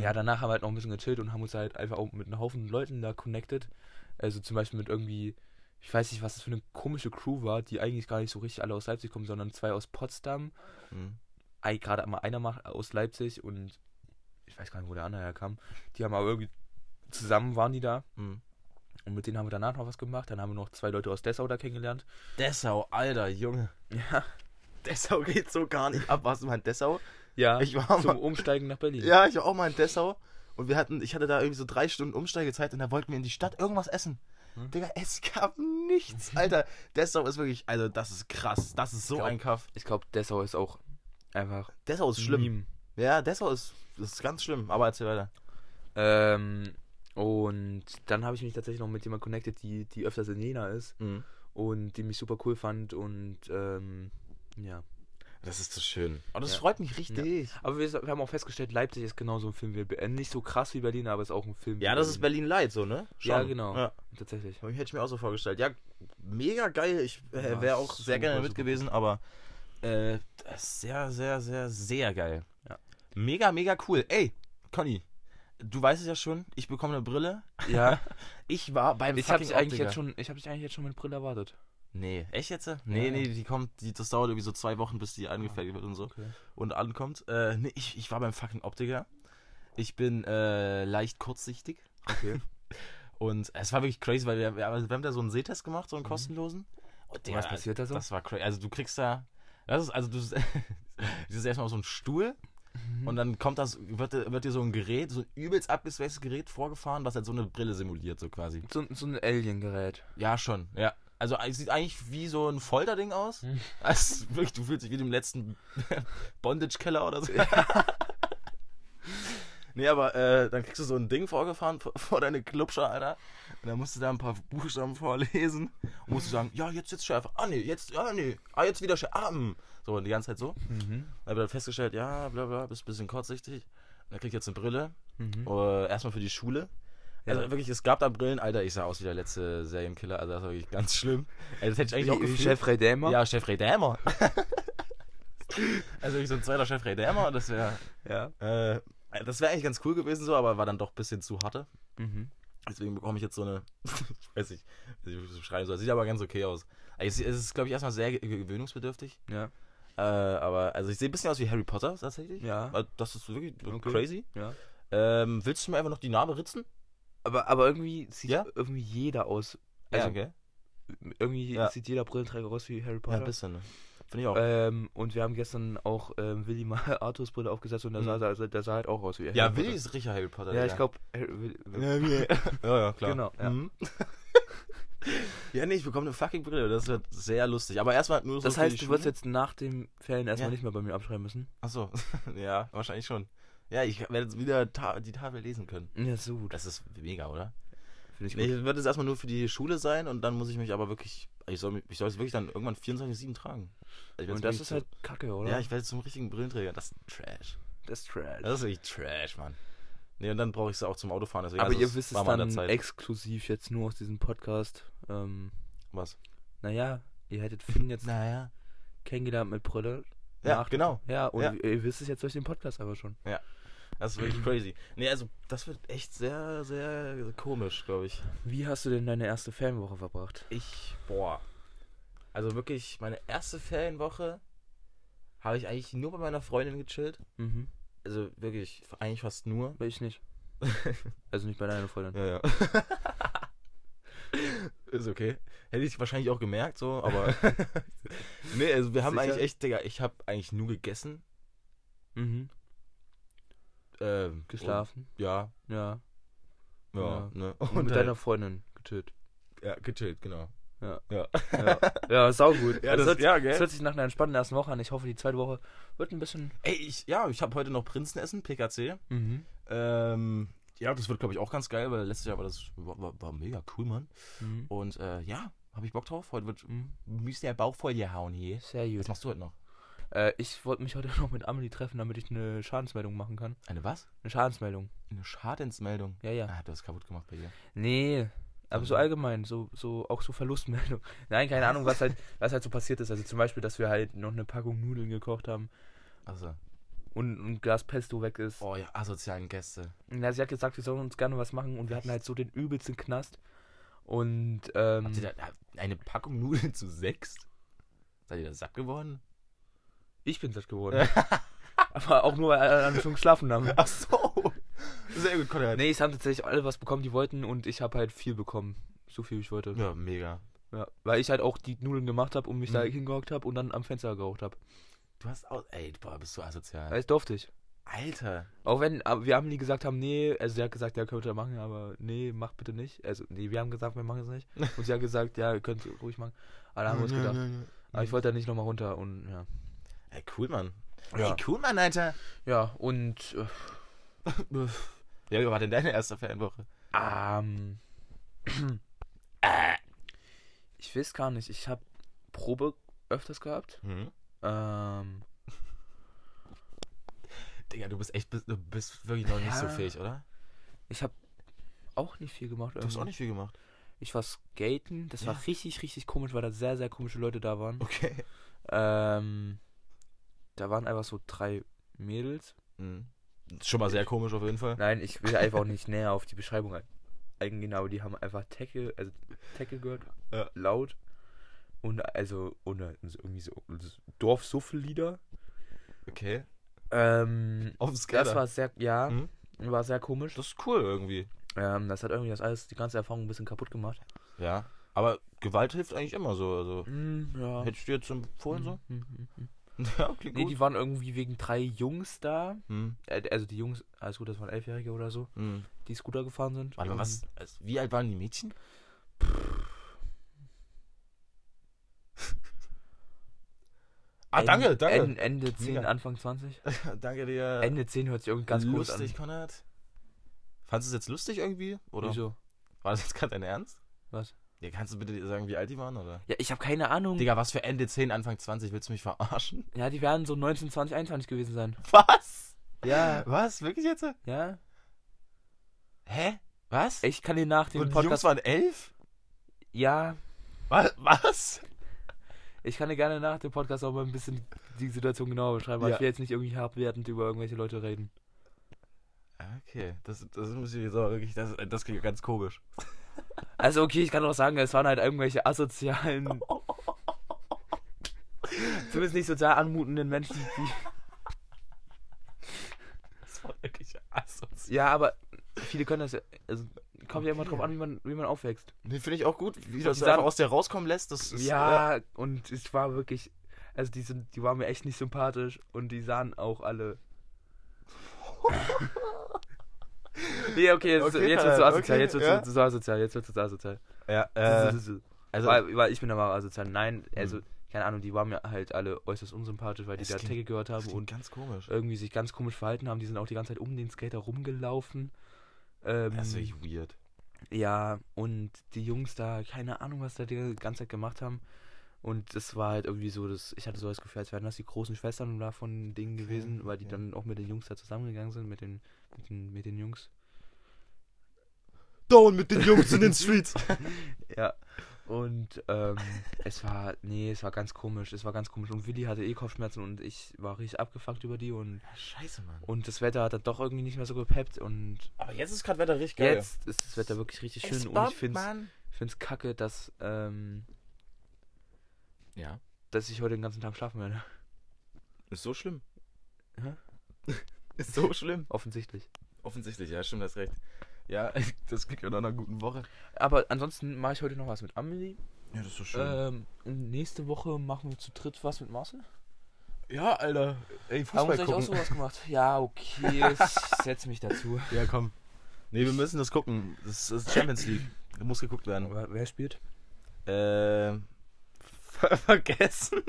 Speaker 2: ja, danach haben wir halt noch ein bisschen gechillt und haben uns halt einfach auch mit einem Haufen Leuten da connected. Also zum Beispiel mit irgendwie, ich weiß nicht, was das für eine komische Crew war, die eigentlich gar nicht so richtig alle aus Leipzig kommen, sondern zwei aus Potsdam.
Speaker 1: Mhm.
Speaker 2: Ei- Gerade einmal einer macht aus Leipzig und ich weiß gar nicht, wo der andere herkam. Die haben aber irgendwie, zusammen waren die da
Speaker 1: Mhm.
Speaker 2: und mit denen haben wir danach noch was gemacht. Dann haben wir noch zwei Leute aus Dessau da kennengelernt.
Speaker 1: Dessau, Alter, Junge.
Speaker 2: Ja.
Speaker 1: Dessau geht so gar nicht ab. Warst du mal in Dessau?
Speaker 2: <laughs> Ja,
Speaker 1: Ich war mal-
Speaker 2: zum Umsteigen nach Berlin.
Speaker 1: Ja, ich war auch mal in Dessau. Und wir hatten, ich hatte da irgendwie so drei Stunden Umsteigezeit und da wollten wir in die Stadt irgendwas essen.
Speaker 2: Hm.
Speaker 1: Digga, es gab nichts. Alter, Dessau ist wirklich, also das ist krass. Das ist so
Speaker 2: Glaub-
Speaker 1: ein Kaff.
Speaker 2: Ich glaube, Dessau ist auch einfach
Speaker 1: Dessau ist schlimm.
Speaker 2: Meme.
Speaker 1: Ja, Dessau ist, ist ganz schlimm. Aber erzähl weiter.
Speaker 2: Ähm, und dann habe ich mich tatsächlich noch mit jemand connected, die, die
Speaker 1: Mhm.
Speaker 2: öfters in Jena ist und die mich super cool fand und ähm, ja.
Speaker 1: Das ist so schön. Oh, das
Speaker 2: Ja.
Speaker 1: freut mich richtig.
Speaker 2: Aber wir, wir haben auch festgestellt, Leipzig ist genauso ein Film wie Berlin. Nicht so krass wie Berlin, aber ist auch ein Film. wie
Speaker 1: Ja, das ist Berlin Light, so, ne?
Speaker 2: Ja, genau.
Speaker 1: Ja.
Speaker 2: Tatsächlich.
Speaker 1: Hab ich- Hätte ich mir auch so vorgestellt. Ja, mega geil. Ich äh,
Speaker 2: Ja,
Speaker 1: wäre auch
Speaker 2: super,
Speaker 1: sehr gerne mit
Speaker 2: super.
Speaker 1: gewesen, aber äh, das ist sehr, sehr, sehr, sehr geil.
Speaker 2: Ja.
Speaker 1: Mega, mega cool. Ey, Conny, du weißt es ja schon, ich bekomme eine Brille.
Speaker 2: <laughs> Ja,
Speaker 1: Ich war beim
Speaker 2: ich habe dich eigentlich jetzt schon, ich habe dich eigentlich jetzt schon mit Brille erwartet.
Speaker 1: Nee, echt jetzt? Nee,
Speaker 2: Ja.
Speaker 1: nee, die kommt, die, das dauert irgendwie so zwei Wochen, bis die angefertigt wird und so.
Speaker 2: Okay.
Speaker 1: Und ankommt. Äh, nee, ich, ich war beim fucking Optiker. Ich bin äh, leicht kurzsichtig.
Speaker 2: Okay.
Speaker 1: Und es war wirklich crazy, weil wir, wir wir haben da so einen Sehtest gemacht, so einen kostenlosen. Und
Speaker 2: Mhm. Und was passiert da so?
Speaker 1: Das war crazy. Also du kriegst da, das ist, also du, <laughs> du sitzt erstmal auf so einem Stuhl
Speaker 2: Mhm.
Speaker 1: und dann kommt das, wird, dir- wird dir so ein Gerät, so ein übelst abgespacedes Gerät vorgefahren, was halt so eine Brille simuliert, so quasi.
Speaker 2: So, so ein Alien-Gerät.
Speaker 1: Ja, schon, ja. Also es sieht eigentlich wie so ein Folterding aus.
Speaker 2: Mhm.
Speaker 1: Also, wirklich, du fühlst dich wie in dem letzten <laughs> Bondage-Keller oder so. <laughs> nee, aber äh, dann kriegst du so ein Ding vorgefahren vor, <laughs> vor deine Klubscher, Alter. Und dann musst du da ein paar Buchstaben vorlesen. Und musst du sagen, ja, jetzt, jetzt schärfer. Ah, nee, jetzt, ah, nee. Ah, jetzt wieder schärfer. Ah, mm. so, und die ganze Zeit so.
Speaker 2: Mhm.
Speaker 1: Dann wird dann festgestellt, ja, bla, bla, bist ein bisschen kurzsichtig. Und dann kriegt jetzt eine Brille.
Speaker 2: Mhm.
Speaker 1: Äh, erstmal für die Schule. Also
Speaker 2: Ja.
Speaker 1: wirklich, es gab da Brillen, Alter, ich sah aus wie der letzte Serienkiller, also das war wirklich ganz schlimm. Ey, das hätte ich eigentlich auch
Speaker 2: Wie, wie
Speaker 1: gefühlt.
Speaker 2: Jeffrey Dahmer?
Speaker 1: Ja, Jeffrey Dahmer. <laughs> also wirklich so ein zweiter Jeffrey Dahmer, das wäre
Speaker 2: ja.
Speaker 1: äh, das wäre eigentlich ganz cool gewesen so, aber war dann doch ein bisschen zu harte.
Speaker 2: Mhm.
Speaker 1: Deswegen bekomme ich jetzt so eine, <laughs> ich weiß nicht, wie ich das beschreiben soll. Sieht aber ganz okay aus. Also Es es ist, glaube ich, erstmal sehr ge- gewöhnungsbedürftig.
Speaker 2: Ja.
Speaker 1: Äh, aber, also ich sehe ein bisschen aus wie Harry Potter tatsächlich.
Speaker 2: Ja.
Speaker 1: Also Das ist wirklich
Speaker 2: Okay.
Speaker 1: crazy.
Speaker 2: Ja.
Speaker 1: Ähm, willst du mir einfach noch die Narbe ritzen?
Speaker 2: Aber, aber irgendwie sieht
Speaker 1: Ja?
Speaker 2: irgendwie jeder aus.
Speaker 1: Also,
Speaker 2: Also irgendwie
Speaker 1: Ja.
Speaker 2: sieht jeder Brillenträger aus wie Harry
Speaker 1: Ja,
Speaker 2: Potter.
Speaker 1: ein bisschen. ne? Finde ich auch.
Speaker 2: ähm, und wir haben gestern auch ähm, Willi mal <laughs> Arthurs Brille aufgesetzt und der,
Speaker 1: Mhm.
Speaker 2: sah, also, der sah halt auch aus wie
Speaker 1: ja,
Speaker 2: Harry
Speaker 1: Willi
Speaker 2: Potter.
Speaker 1: ist richtiger Harry Potter.
Speaker 2: Ja, ich
Speaker 1: Digga.
Speaker 2: glaube. Ja,
Speaker 1: Ja, wie- <laughs> ja, ja, klar.
Speaker 2: Genau, ja.
Speaker 1: Mhm. <laughs> ja, nee, ich bekomme eine fucking Brille. Das wird sehr lustig. Aber erstmal nur so.
Speaker 2: das
Speaker 1: für die
Speaker 2: heißt, du
Speaker 1: Schule.
Speaker 2: wirst jetzt nach dem Ferien erstmal
Speaker 1: Ja.
Speaker 2: nicht mehr bei mir abschreiben müssen.
Speaker 1: Achso. <laughs> ja, wahrscheinlich schon. Ja, ich werde jetzt wieder ta die Tafel lesen können.
Speaker 2: Ja, so gut.
Speaker 1: Das ist mega, oder?
Speaker 2: Finde ich
Speaker 1: Ich
Speaker 2: gut.
Speaker 1: werde jetzt erstmal nur für die Schule sein und dann muss ich mich aber wirklich. Ich soll, mich- ich soll es wirklich dann irgendwann 24-7 tragen. Also Ich werde jetzt
Speaker 2: und das
Speaker 1: wirklich
Speaker 2: ist
Speaker 1: so-
Speaker 2: halt kacke, oder?
Speaker 1: Ja, ich werde zum richtigen Brillenträger. Das ist Trash.
Speaker 2: das ist trash.
Speaker 1: Das ist wirklich Trash, Mann. Nee, und dann brauche ich es auch zum Autofahren. Deswegen,
Speaker 2: Aber
Speaker 1: also,
Speaker 2: ihr wisst es
Speaker 1: war mal an
Speaker 2: dann
Speaker 1: der Zeit.
Speaker 2: exklusiv jetzt nur aus diesem Podcast. Ähm,
Speaker 1: Was?
Speaker 2: naja, ihr hättet Finn jetzt
Speaker 1: Naja.
Speaker 2: kennengelernt mit Brille.
Speaker 1: Ja,
Speaker 2: Nach-
Speaker 1: genau.
Speaker 2: Ja, und
Speaker 1: Ja.
Speaker 2: ihr wisst es jetzt durch den Podcast aber schon.
Speaker 1: Das ist wirklich crazy. Nee, also das wird echt sehr, sehr komisch, glaube ich.
Speaker 2: Wie hast du denn deine erste Fanwoche verbracht?
Speaker 1: Ich, boah. Also wirklich, meine erste Ferienwoche habe ich eigentlich nur bei meiner Freundin gechillt.
Speaker 2: Mhm.
Speaker 1: Also wirklich, eigentlich fast nur.
Speaker 2: Will
Speaker 1: <laughs>
Speaker 2: ich nicht. Also nicht bei deiner Freundin.
Speaker 1: Ja, ja. <laughs> ist okay. Hätte ich wahrscheinlich auch gemerkt, so, <laughs> aber. nee, also wir haben
Speaker 2: Sicher?
Speaker 1: eigentlich echt, Digga, ich habe eigentlich nur gegessen.
Speaker 2: Mhm.
Speaker 1: Ähm,
Speaker 2: Geschlafen.
Speaker 1: Und, ja,
Speaker 2: Ja.
Speaker 1: ja,
Speaker 2: Ja.
Speaker 1: ne.
Speaker 2: Und, mit deiner Freundin getötet.
Speaker 1: Ja, gechillt, genau.
Speaker 2: Ja.
Speaker 1: Ja,
Speaker 2: Ja, ja saugut.
Speaker 1: <laughs> ja das,
Speaker 2: das, hört,
Speaker 1: ja,
Speaker 2: das
Speaker 1: gell?
Speaker 2: hört sich nach einer entspannten ersten Woche an. Ich hoffe, die zweite Woche wird ein bisschen.
Speaker 1: Ey, ich, ja, ich habe heute noch Prinzenessen, PKC.
Speaker 2: Mhm.
Speaker 1: Ähm, ja, das wird, glaube ich, auch ganz geil, weil letztes Jahr war das war, war, war mega cool, Mann.
Speaker 2: Mhm.
Speaker 1: Und äh, ja, habe ich Bock drauf. Heute wird
Speaker 2: Mhm.
Speaker 1: müsst ihr Bauch voll gehauen hier.
Speaker 2: Sehr
Speaker 1: Was
Speaker 2: gut.
Speaker 1: machst du heute noch?
Speaker 2: Äh, ich wollte mich heute <laughs> noch mit Amelie treffen, damit ich eine Schadensmeldung machen kann.
Speaker 1: Eine was?
Speaker 2: Eine Schadensmeldung.
Speaker 1: Eine Schadensmeldung.
Speaker 2: Ja, ja.
Speaker 1: Ah, Ähm. du hast kaputt gemacht bei dir.
Speaker 2: Nee, aber so allgemein, so, so auch so Verlustmeldung. <laughs> Nein, keine
Speaker 1: <laughs>
Speaker 2: Ahnung, was halt, was halt so passiert ist. Also zum Beispiel, dass wir halt noch eine Packung Nudeln gekocht haben
Speaker 1: Also,
Speaker 2: und ein Glas Pesto weg ist.
Speaker 1: oh ja, asozialen Gäste.
Speaker 2: Na, sie hat gesagt, wir sollen uns gerne was machen und wir hatten halt so den übelsten Knast. Und ähm,
Speaker 1: Habt ihr da habt- eine Packung Nudeln zu sechs? Seid ihr da satt
Speaker 2: <laughs>
Speaker 1: geworden?
Speaker 2: ich bin
Speaker 1: <laughs>
Speaker 2: satt geworden. <laughs> aber auch nur, äh, weil alle anderen schon geschlafen haben.
Speaker 1: Ach so. Sehr gut, Konrad.
Speaker 2: Nee, es haben tatsächlich alle was bekommen, die wollten und ich habe halt viel bekommen. So viel ich wollte.
Speaker 1: Ja, mega.
Speaker 2: Ja, weil ich halt auch die Nudeln gemacht habe und mich
Speaker 1: Mhm.
Speaker 2: da hingehockt habe und dann am Fenster geraucht habe.
Speaker 1: Du hast auch. Ey, boah, bist du asozial.
Speaker 2: Das durfte ich.
Speaker 1: Alter.
Speaker 2: Auch wenn aber wir haben die gesagt haben, nee, also sie hat gesagt, ja, könnt ihr machen, aber nee, macht bitte nicht. Also nee, wir haben gesagt, wir machen es nicht. Und sie hat gesagt, ja, ihr könnt ruhig machen. Aber da haben wir uns gedacht, aber ich wollte da nicht nochmal runter und ja.
Speaker 1: Ey, cool, Mann.
Speaker 2: Ja,
Speaker 1: Ey, cool, Mann, Alter.
Speaker 2: ja und äh,
Speaker 1: Ja, wie war denn deine erste Fanwoche?
Speaker 2: ähm, <clears throat> äh, ich weiß gar nicht, ich habe Probe öfters gehabt.
Speaker 1: Mhm.
Speaker 2: Ähm,
Speaker 1: Digga, du bist echt, du bist wirklich noch nicht so
Speaker 2: Ja.
Speaker 1: fähig, oder?
Speaker 2: Ich habe auch nicht viel gemacht.
Speaker 1: Du hast auch
Speaker 2: irgendwie.
Speaker 1: nicht viel gemacht.
Speaker 2: Ich war skaten. Das
Speaker 1: Ja.
Speaker 2: war richtig, richtig komisch, weil da sehr, sehr komische Leute da waren.
Speaker 1: Okay.
Speaker 2: Ähm, da waren einfach so drei Mädels.
Speaker 1: Mhm. Schon mal sehr komisch auf jeden Fall.
Speaker 2: Nein, ich will
Speaker 1: <laughs>
Speaker 2: einfach nicht näher auf die Beschreibung ein- eingehen, aber die haben einfach Tackle, also Tackle gehört,
Speaker 1: Ja.
Speaker 2: laut und also und äh, so irgendwie so Dorfsuffelieder.
Speaker 1: Okay.
Speaker 2: Ähm,
Speaker 1: Auf dem Skater.
Speaker 2: das war sehr, ja,
Speaker 1: Mhm.
Speaker 2: war sehr komisch.
Speaker 1: das ist cool irgendwie.
Speaker 2: Ähm, das hat irgendwie das alles, die ganze Erfahrung ein bisschen kaputt gemacht.
Speaker 1: Ja. Aber Gewalt hilft eigentlich immer so. Also,
Speaker 2: Mm, ja.
Speaker 1: hättest du jetzt empfohlen so?
Speaker 2: Mhm, mhm.
Speaker 1: <laughs> Ja, okay,
Speaker 2: Nee,
Speaker 1: gut.
Speaker 2: die waren irgendwie wegen drei Jungs da.
Speaker 1: Mhm.
Speaker 2: Äh, Also die Jungs, alles gut, das waren Elfjährige oder so,
Speaker 1: Mhm.
Speaker 2: die Scooter gefahren sind.
Speaker 1: Warte mal, was? Also, wie alt waren die Mädchen? <laughs> ah,
Speaker 2: End-
Speaker 1: danke, danke.
Speaker 2: En, Ende 10,
Speaker 1: Mega.
Speaker 2: Anfang 20.
Speaker 1: <laughs> danke dir.
Speaker 2: Ende 10 hört sich irgendwie ganz kurz an.
Speaker 1: lustig, Konrad. Fandest du es jetzt lustig irgendwie? Oder
Speaker 2: Wieso?
Speaker 1: war das jetzt gerade dein Ernst?
Speaker 2: Was?
Speaker 1: Ja, kannst du bitte sagen, wie alt die waren, oder?
Speaker 2: Ja, ich habe keine Ahnung.
Speaker 1: Digga, was für Ende 10, Anfang 20? Willst du mich verarschen? <laughs>
Speaker 2: Ja, die werden so 19, 20, 21 gewesen sein.
Speaker 1: Was?
Speaker 2: Ja.
Speaker 1: Was? Wirklich jetzt?
Speaker 2: Ja?
Speaker 1: Hä? Was?
Speaker 2: Ich kann dir nach dem
Speaker 1: Und die Jungs
Speaker 2: Podcast.
Speaker 1: waren elf?
Speaker 2: Ja,
Speaker 1: Was? Was?
Speaker 2: ich kann dir gerne nach dem Podcast auch mal ein bisschen die Situation genauer beschreiben, weil
Speaker 1: Ja.
Speaker 2: ich will jetzt nicht irgendwie abwertend über irgendwelche Leute reden.
Speaker 1: Ah, Okay, das, das muss ich jetzt aber wirklich, das, das klingt ganz komisch.
Speaker 2: Also okay, ich kann auch sagen, es waren halt
Speaker 1: <laughs>
Speaker 2: irgendwelche asozialen. zumindest nicht sozial anmutenden Menschen, die.
Speaker 1: Das war wirklich asozial.
Speaker 2: Ja, aber viele können das ja. Also, kommt ja immer drauf an, wie man, wie man aufwächst.
Speaker 1: Den finde ich auch gut, wie du
Speaker 2: Und
Speaker 1: das
Speaker 2: die sahen-
Speaker 1: einfach aus der rauskommen lässt. Das ist,
Speaker 2: Ja, und es war wirklich. Also die, sind, die waren mir echt nicht sympathisch und die sahen auch alle. <laughs> nee, okay, jetzt,
Speaker 1: Okay,
Speaker 2: jetzt wird
Speaker 1: Kanal,
Speaker 2: so asozial,
Speaker 1: okay,
Speaker 2: jetzt wird
Speaker 1: ja.
Speaker 2: so, so asozial, jetzt wird so asozial.
Speaker 1: ja, äh, also,
Speaker 2: weil, weil ich bin aber asozial. Nein, also, keine Ahnung, die waren mir halt alle äußerst unsympathisch, weil die
Speaker 1: Es
Speaker 2: da
Speaker 1: klingt-
Speaker 2: Tackle gehört
Speaker 1: das
Speaker 2: haben
Speaker 1: klingt
Speaker 2: und
Speaker 1: ganz komisch.
Speaker 2: irgendwie sich ganz komisch verhalten haben. Die sind auch die ganze Zeit um den Skater rumgelaufen. Ähm,
Speaker 1: Das ist wirklich weird.
Speaker 2: ja, und die Jungs da, keine Ahnung, was da die ganze Zeit gemacht haben. Und das war halt irgendwie so, das, ich hatte so das Gefühl, als wären das die großen Schwestern da von Dingen gewesen, weil die
Speaker 1: ja.
Speaker 2: dann auch mit den Jungs da zusammengegangen sind, mit den, mit den, mit den Jungs.
Speaker 1: Down mit den Jungs <laughs> in den Streets.
Speaker 2: Ja. Und ähm, es war, nee, es war ganz komisch, es war ganz komisch. Und Willi hatte eh Kopfschmerzen und ich war richtig abgefuckt über die und,
Speaker 1: Ah, Scheiße, Mann.
Speaker 2: und das Wetter hat dann doch irgendwie nicht mehr so gepeppt und
Speaker 1: Aber jetzt ist gerade Wetter richtig
Speaker 2: jetzt ist das Wetter wirklich richtig schön und ich find's, ich find's kacke, dass, ähm,
Speaker 1: Ja.
Speaker 2: dass ich heute den ganzen Tag schlafen werde. <laughs>
Speaker 1: Ist so schlimm.
Speaker 2: Hä?
Speaker 1: <laughs> Ist so schlimm.
Speaker 2: Offensichtlich.
Speaker 1: Offensichtlich, ja, stimmt, hast recht. Ja, <laughs> das klingt ja nach einer guten Woche.
Speaker 2: Aber ansonsten mache ich heute noch was mit Amelie.
Speaker 1: Ja, das ist so
Speaker 2: Ähm, und nächste Woche machen wir zu dritt was mit Marcel.
Speaker 1: Äh, ja, Alter. Ey,
Speaker 2: Haben wir
Speaker 1: Fußball
Speaker 2: uns eigentlich auch
Speaker 1: gucken.
Speaker 2: sowas gemacht?
Speaker 1: <laughs>
Speaker 2: Ja, okay, ich setz mich dazu.
Speaker 1: Ja, komm. Nee, wir müssen das gucken. Das ist Champions League. Das muss geguckt werden.
Speaker 2: Aber wer spielt?
Speaker 1: Ähm. ver- <laughs> Vergessen.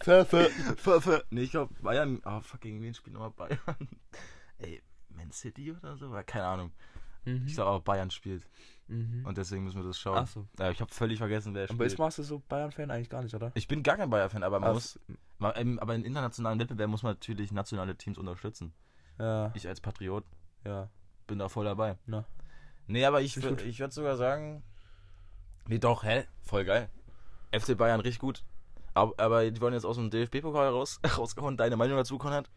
Speaker 1: Ver, ver, ver, ver. Nee, ich glaube Bayern. Oh, fuck, gegen wen spielt nochmal Bayern? <laughs> Ey, Man City oder so? Keine Ahnung.
Speaker 2: Mhm.
Speaker 1: Ich glaube aber Bayern spielt.
Speaker 2: mhm.
Speaker 1: Und deswegen müssen wir das schauen.
Speaker 2: Ach so.
Speaker 1: Ja, ich habe völlig vergessen, wer
Speaker 2: Aber
Speaker 1: spielt.
Speaker 2: ist Marcel so Bayern-Fan eigentlich gar nicht, oder?
Speaker 1: Ich bin gar kein Bayern-Fan, aber man
Speaker 2: Ach.
Speaker 1: muss. Man, ähm, aber in internationalen Wettbewerben muss man natürlich nationale Teams unterstützen.
Speaker 2: Ja.
Speaker 1: Ich als Patriot
Speaker 2: ja.
Speaker 1: bin da voll dabei.
Speaker 2: Na.
Speaker 1: Nee, aber ich,
Speaker 2: Ist
Speaker 1: wür-
Speaker 2: gut.
Speaker 1: ich würde sogar sagen. Nee, doch, hä? Voll geil. FC Bayern richtig gut. Aber, aber die wollen jetzt aus dem DFB-Pokal raus, <laughs> rausgehauen. Deine Meinung dazu,
Speaker 2: <laughs>
Speaker 1: Konrad?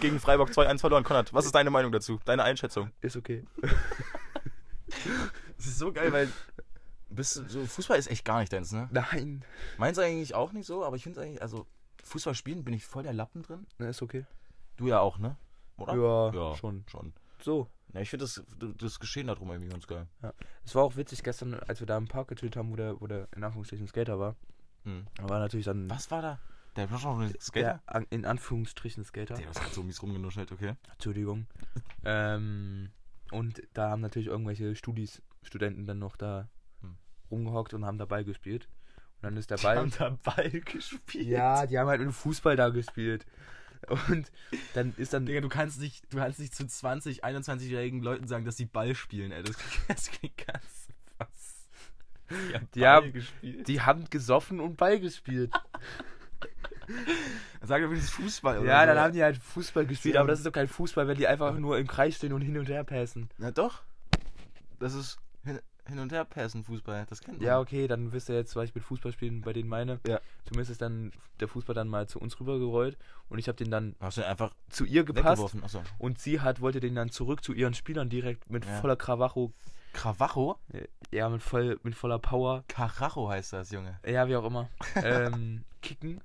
Speaker 1: Gegen Freiburg 2-1 verloren, Konrad. Was ist deine Meinung dazu? Deine Einschätzung?
Speaker 2: Ist okay.
Speaker 1: Es ist so geil, weil. Bist du, so, Fußball ist echt gar nicht deins, ne?
Speaker 2: Nein.
Speaker 1: Meins eigentlich auch nicht so, aber ich finde eigentlich, also Fußball spielen bin ich voll der Lappen drin.
Speaker 2: Na, Ne, ist okay.
Speaker 1: Du ja auch, ne? Oder?
Speaker 2: Ja,
Speaker 1: Ja.
Speaker 2: schon.
Speaker 1: Schon.
Speaker 2: So.
Speaker 1: Ja, ich finde das, das Geschehen darum irgendwie ganz geil.
Speaker 2: Es war auch witzig gestern, als wir da im Park gechillt haben, wo der, wo der in Anführungsstrichen Skater war.
Speaker 1: Hm.
Speaker 2: Da war natürlich dann
Speaker 1: Was war da? Der war schon auf dem Skater?
Speaker 2: der an, in Anführungsstrichen Skater.
Speaker 1: Der ist halt so mies rumgenuschelt, okay.
Speaker 2: Entschuldigung. ähm, und da haben natürlich irgendwelche Studis, Studenten dann noch da
Speaker 1: Hm.
Speaker 2: rumgehockt und haben da Ball gespielt. Und dann ist der Ball.
Speaker 1: da Ball gespielt.
Speaker 2: Ja, die haben halt mit dem Fußball da gespielt. Und dann ist dann.
Speaker 1: Digga, du kannst nicht, du kannst nicht zu 20, 21-jährigen Leuten sagen, dass sie Ball spielen, ey. Das klingt, das klingt ganz was. Die haben
Speaker 2: Die haben-
Speaker 1: gespielt.
Speaker 2: Die haben gesoffen und Ball gespielt.
Speaker 1: Sag doch wenigstens Fußball. oder
Speaker 2: Ja,
Speaker 1: so.
Speaker 2: dann haben die halt Fußball gespielt,
Speaker 1: Ja.
Speaker 2: aber das ist doch kein Fußball, wenn die einfach nur im Kreis stehen und hin und her passen.
Speaker 1: Na doch. Das ist hin, hin und her passen Fußball. Das kennt man.
Speaker 2: Ja, okay, dann wisst ihr jetzt, was ich mit Fußball spielen bei denen meine.
Speaker 1: Ja.
Speaker 2: Zumindest ist dann der Fußball dann mal zu uns rübergerollt und ich habe den dann
Speaker 1: Hast du ihn einfach
Speaker 2: zu ihr gepasst
Speaker 1: weggeworfen? Achso.
Speaker 2: und sie hat wollte den dann zurück zu ihren Spielern direkt mit
Speaker 1: Ja.
Speaker 2: voller Kravacho,
Speaker 1: Cravajo?
Speaker 2: ja, mit voll mit voller Power,
Speaker 1: Carajo heißt das, Junge.
Speaker 2: ja, wie
Speaker 1: <laughs>
Speaker 2: auch immer, ähm, kicken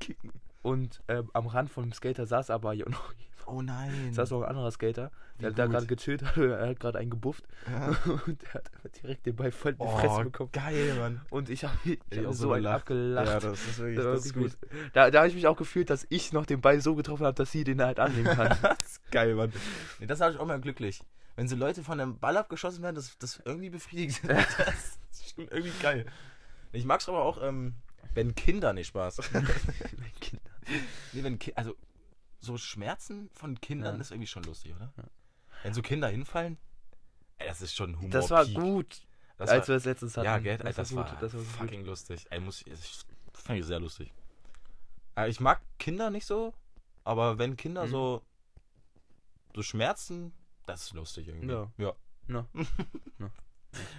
Speaker 1: Kicken.
Speaker 2: und ähm, am Rand von dem Skater saß aber
Speaker 1: <laughs>
Speaker 2: ja noch
Speaker 1: Oh nein.
Speaker 2: saß noch ein anderer Skater, der
Speaker 1: Wie
Speaker 2: da
Speaker 1: gut.
Speaker 2: gerade gechillt <laughs> hat, er hat gerade einen gebufft
Speaker 1: Ja.
Speaker 2: <laughs> und der hat aber direkt den Ball voll in die Fresse
Speaker 1: Oh,
Speaker 2: bekommen.
Speaker 1: geil, Mann.
Speaker 2: Und ich habe
Speaker 1: Hätte
Speaker 2: ich
Speaker 1: ich
Speaker 2: hab
Speaker 1: auch
Speaker 2: so einen
Speaker 1: gelacht.
Speaker 2: abgelacht.
Speaker 1: Ja, das ist wirklich,
Speaker 2: Das war
Speaker 1: das ist
Speaker 2: wirklich
Speaker 1: gut.
Speaker 2: gut. Da, da habe ich mich auch gefühlt, dass ich noch den Ball so getroffen habe, dass sie den halt annehmen
Speaker 1: <laughs>
Speaker 2: kann.
Speaker 1: das ist geil, Mann. Nee, das war ich auch mal glücklich. Wenn so Leute von einem Ball abgeschossen werden, das, das irgendwie
Speaker 2: <laughs>
Speaker 1: befriedigt. Das ist schon irgendwie geil. Ich mag's aber auch, ähm, wenn Kinder nicht Spaß.
Speaker 2: Mein Kind.
Speaker 1: nee, wenn Ki also so Schmerzen von Kindern
Speaker 2: Ja.
Speaker 1: ist irgendwie schon lustig, oder?
Speaker 2: Ja.
Speaker 1: Wenn so Kinder hinfallen, ey, das ist schon Humor.
Speaker 2: Das war
Speaker 1: Peak.
Speaker 2: gut,
Speaker 1: Das
Speaker 2: als
Speaker 1: war,
Speaker 2: wir das letztens hatten.
Speaker 1: ja, gell, Alter,
Speaker 2: das,
Speaker 1: das
Speaker 2: war
Speaker 1: war,
Speaker 2: gut. das war so gut.
Speaker 1: fucking lustig. Ey, muss ich, ich fand ich sehr lustig. Aber ich mag Kinder nicht so, aber wenn Kinder
Speaker 2: Mhm.
Speaker 1: so, so schmerzen, das ist lustig irgendwie.
Speaker 2: Ja.
Speaker 1: ja. <laughs>
Speaker 2: Na. Na.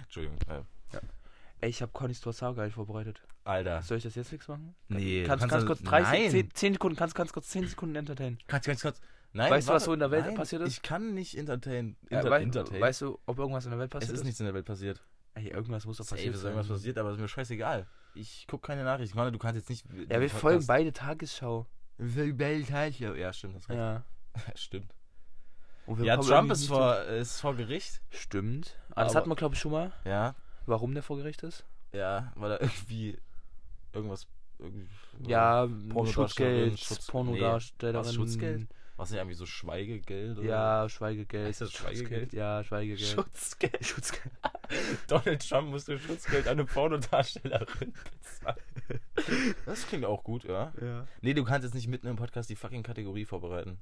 Speaker 1: Entschuldigung. Äh,
Speaker 2: Ey, ich habe Connys Dorsal gar nicht vorbereitet.
Speaker 1: Alter.
Speaker 2: Soll ich das jetzt fix machen?
Speaker 1: Nee.
Speaker 2: äh, kannst du
Speaker 1: du
Speaker 2: ganz kurz 30
Speaker 1: Nein.
Speaker 2: 10, 10 Sekunden, kannst ganz kurz 10 Sekunden entertainen.
Speaker 1: Kannst, kannst, kannst. Nein,
Speaker 2: Weißt du, was
Speaker 1: warte.
Speaker 2: so in der Welt
Speaker 1: Nein,
Speaker 2: passiert ist?
Speaker 1: Ich kann nicht entertain.
Speaker 2: Äh,
Speaker 1: Inter
Speaker 2: wei-
Speaker 1: entertain.
Speaker 2: Weißt du, ob irgendwas in der Welt
Speaker 1: es
Speaker 2: passiert
Speaker 1: ist nichts in der Welt passiert.
Speaker 2: Ey, irgendwas muss doch
Speaker 1: Safe
Speaker 2: passiert
Speaker 1: ist
Speaker 2: sein.
Speaker 1: irgendwas passiert, aber ist mir scheißegal. Ich guck keine Nachrichten. Warte, du kannst jetzt nicht.
Speaker 2: Ja, wir folgen beide Tagesschau.
Speaker 1: beide. Ja, stimmt. Das
Speaker 2: Ja.
Speaker 1: <laughs> Stimmt.
Speaker 2: Und wir
Speaker 1: ja,
Speaker 2: kommen
Speaker 1: Trump
Speaker 2: irgendwie
Speaker 1: ist
Speaker 2: nicht
Speaker 1: vor, ist vor Gericht.
Speaker 2: durch- Stimmt. Ah, das
Speaker 1: Aber-
Speaker 2: hatten wir, glaube ich, schon mal.
Speaker 1: Ja.
Speaker 2: Warum der vor Gericht ist?
Speaker 1: Ja, weil er irgendwie irgendwas. Irgendwie,
Speaker 2: Ja,
Speaker 1: Pornodarstellerin,
Speaker 2: Schutzgeld,
Speaker 1: Schutz-
Speaker 2: Pornodarstellerin.
Speaker 1: nee, was, Schutzgeld? Was nicht irgendwie so Schweigegeld oder
Speaker 2: Ja, Schweigegeld.
Speaker 1: Heißt das Schweigegeld?
Speaker 2: Schutzgeld, Ja, Schweigegeld.
Speaker 1: <laughs> Schutzgeld.
Speaker 2: Schutzgeld.
Speaker 1: Donald Trump musste Schutzgeld an eine Pornodarstellerin bezahlen.
Speaker 2: <laughs>
Speaker 1: Das klingt auch gut, ja.
Speaker 2: Ja.
Speaker 1: Nee, du kannst jetzt nicht mitten im Podcast die fucking Kategorie vorbereiten.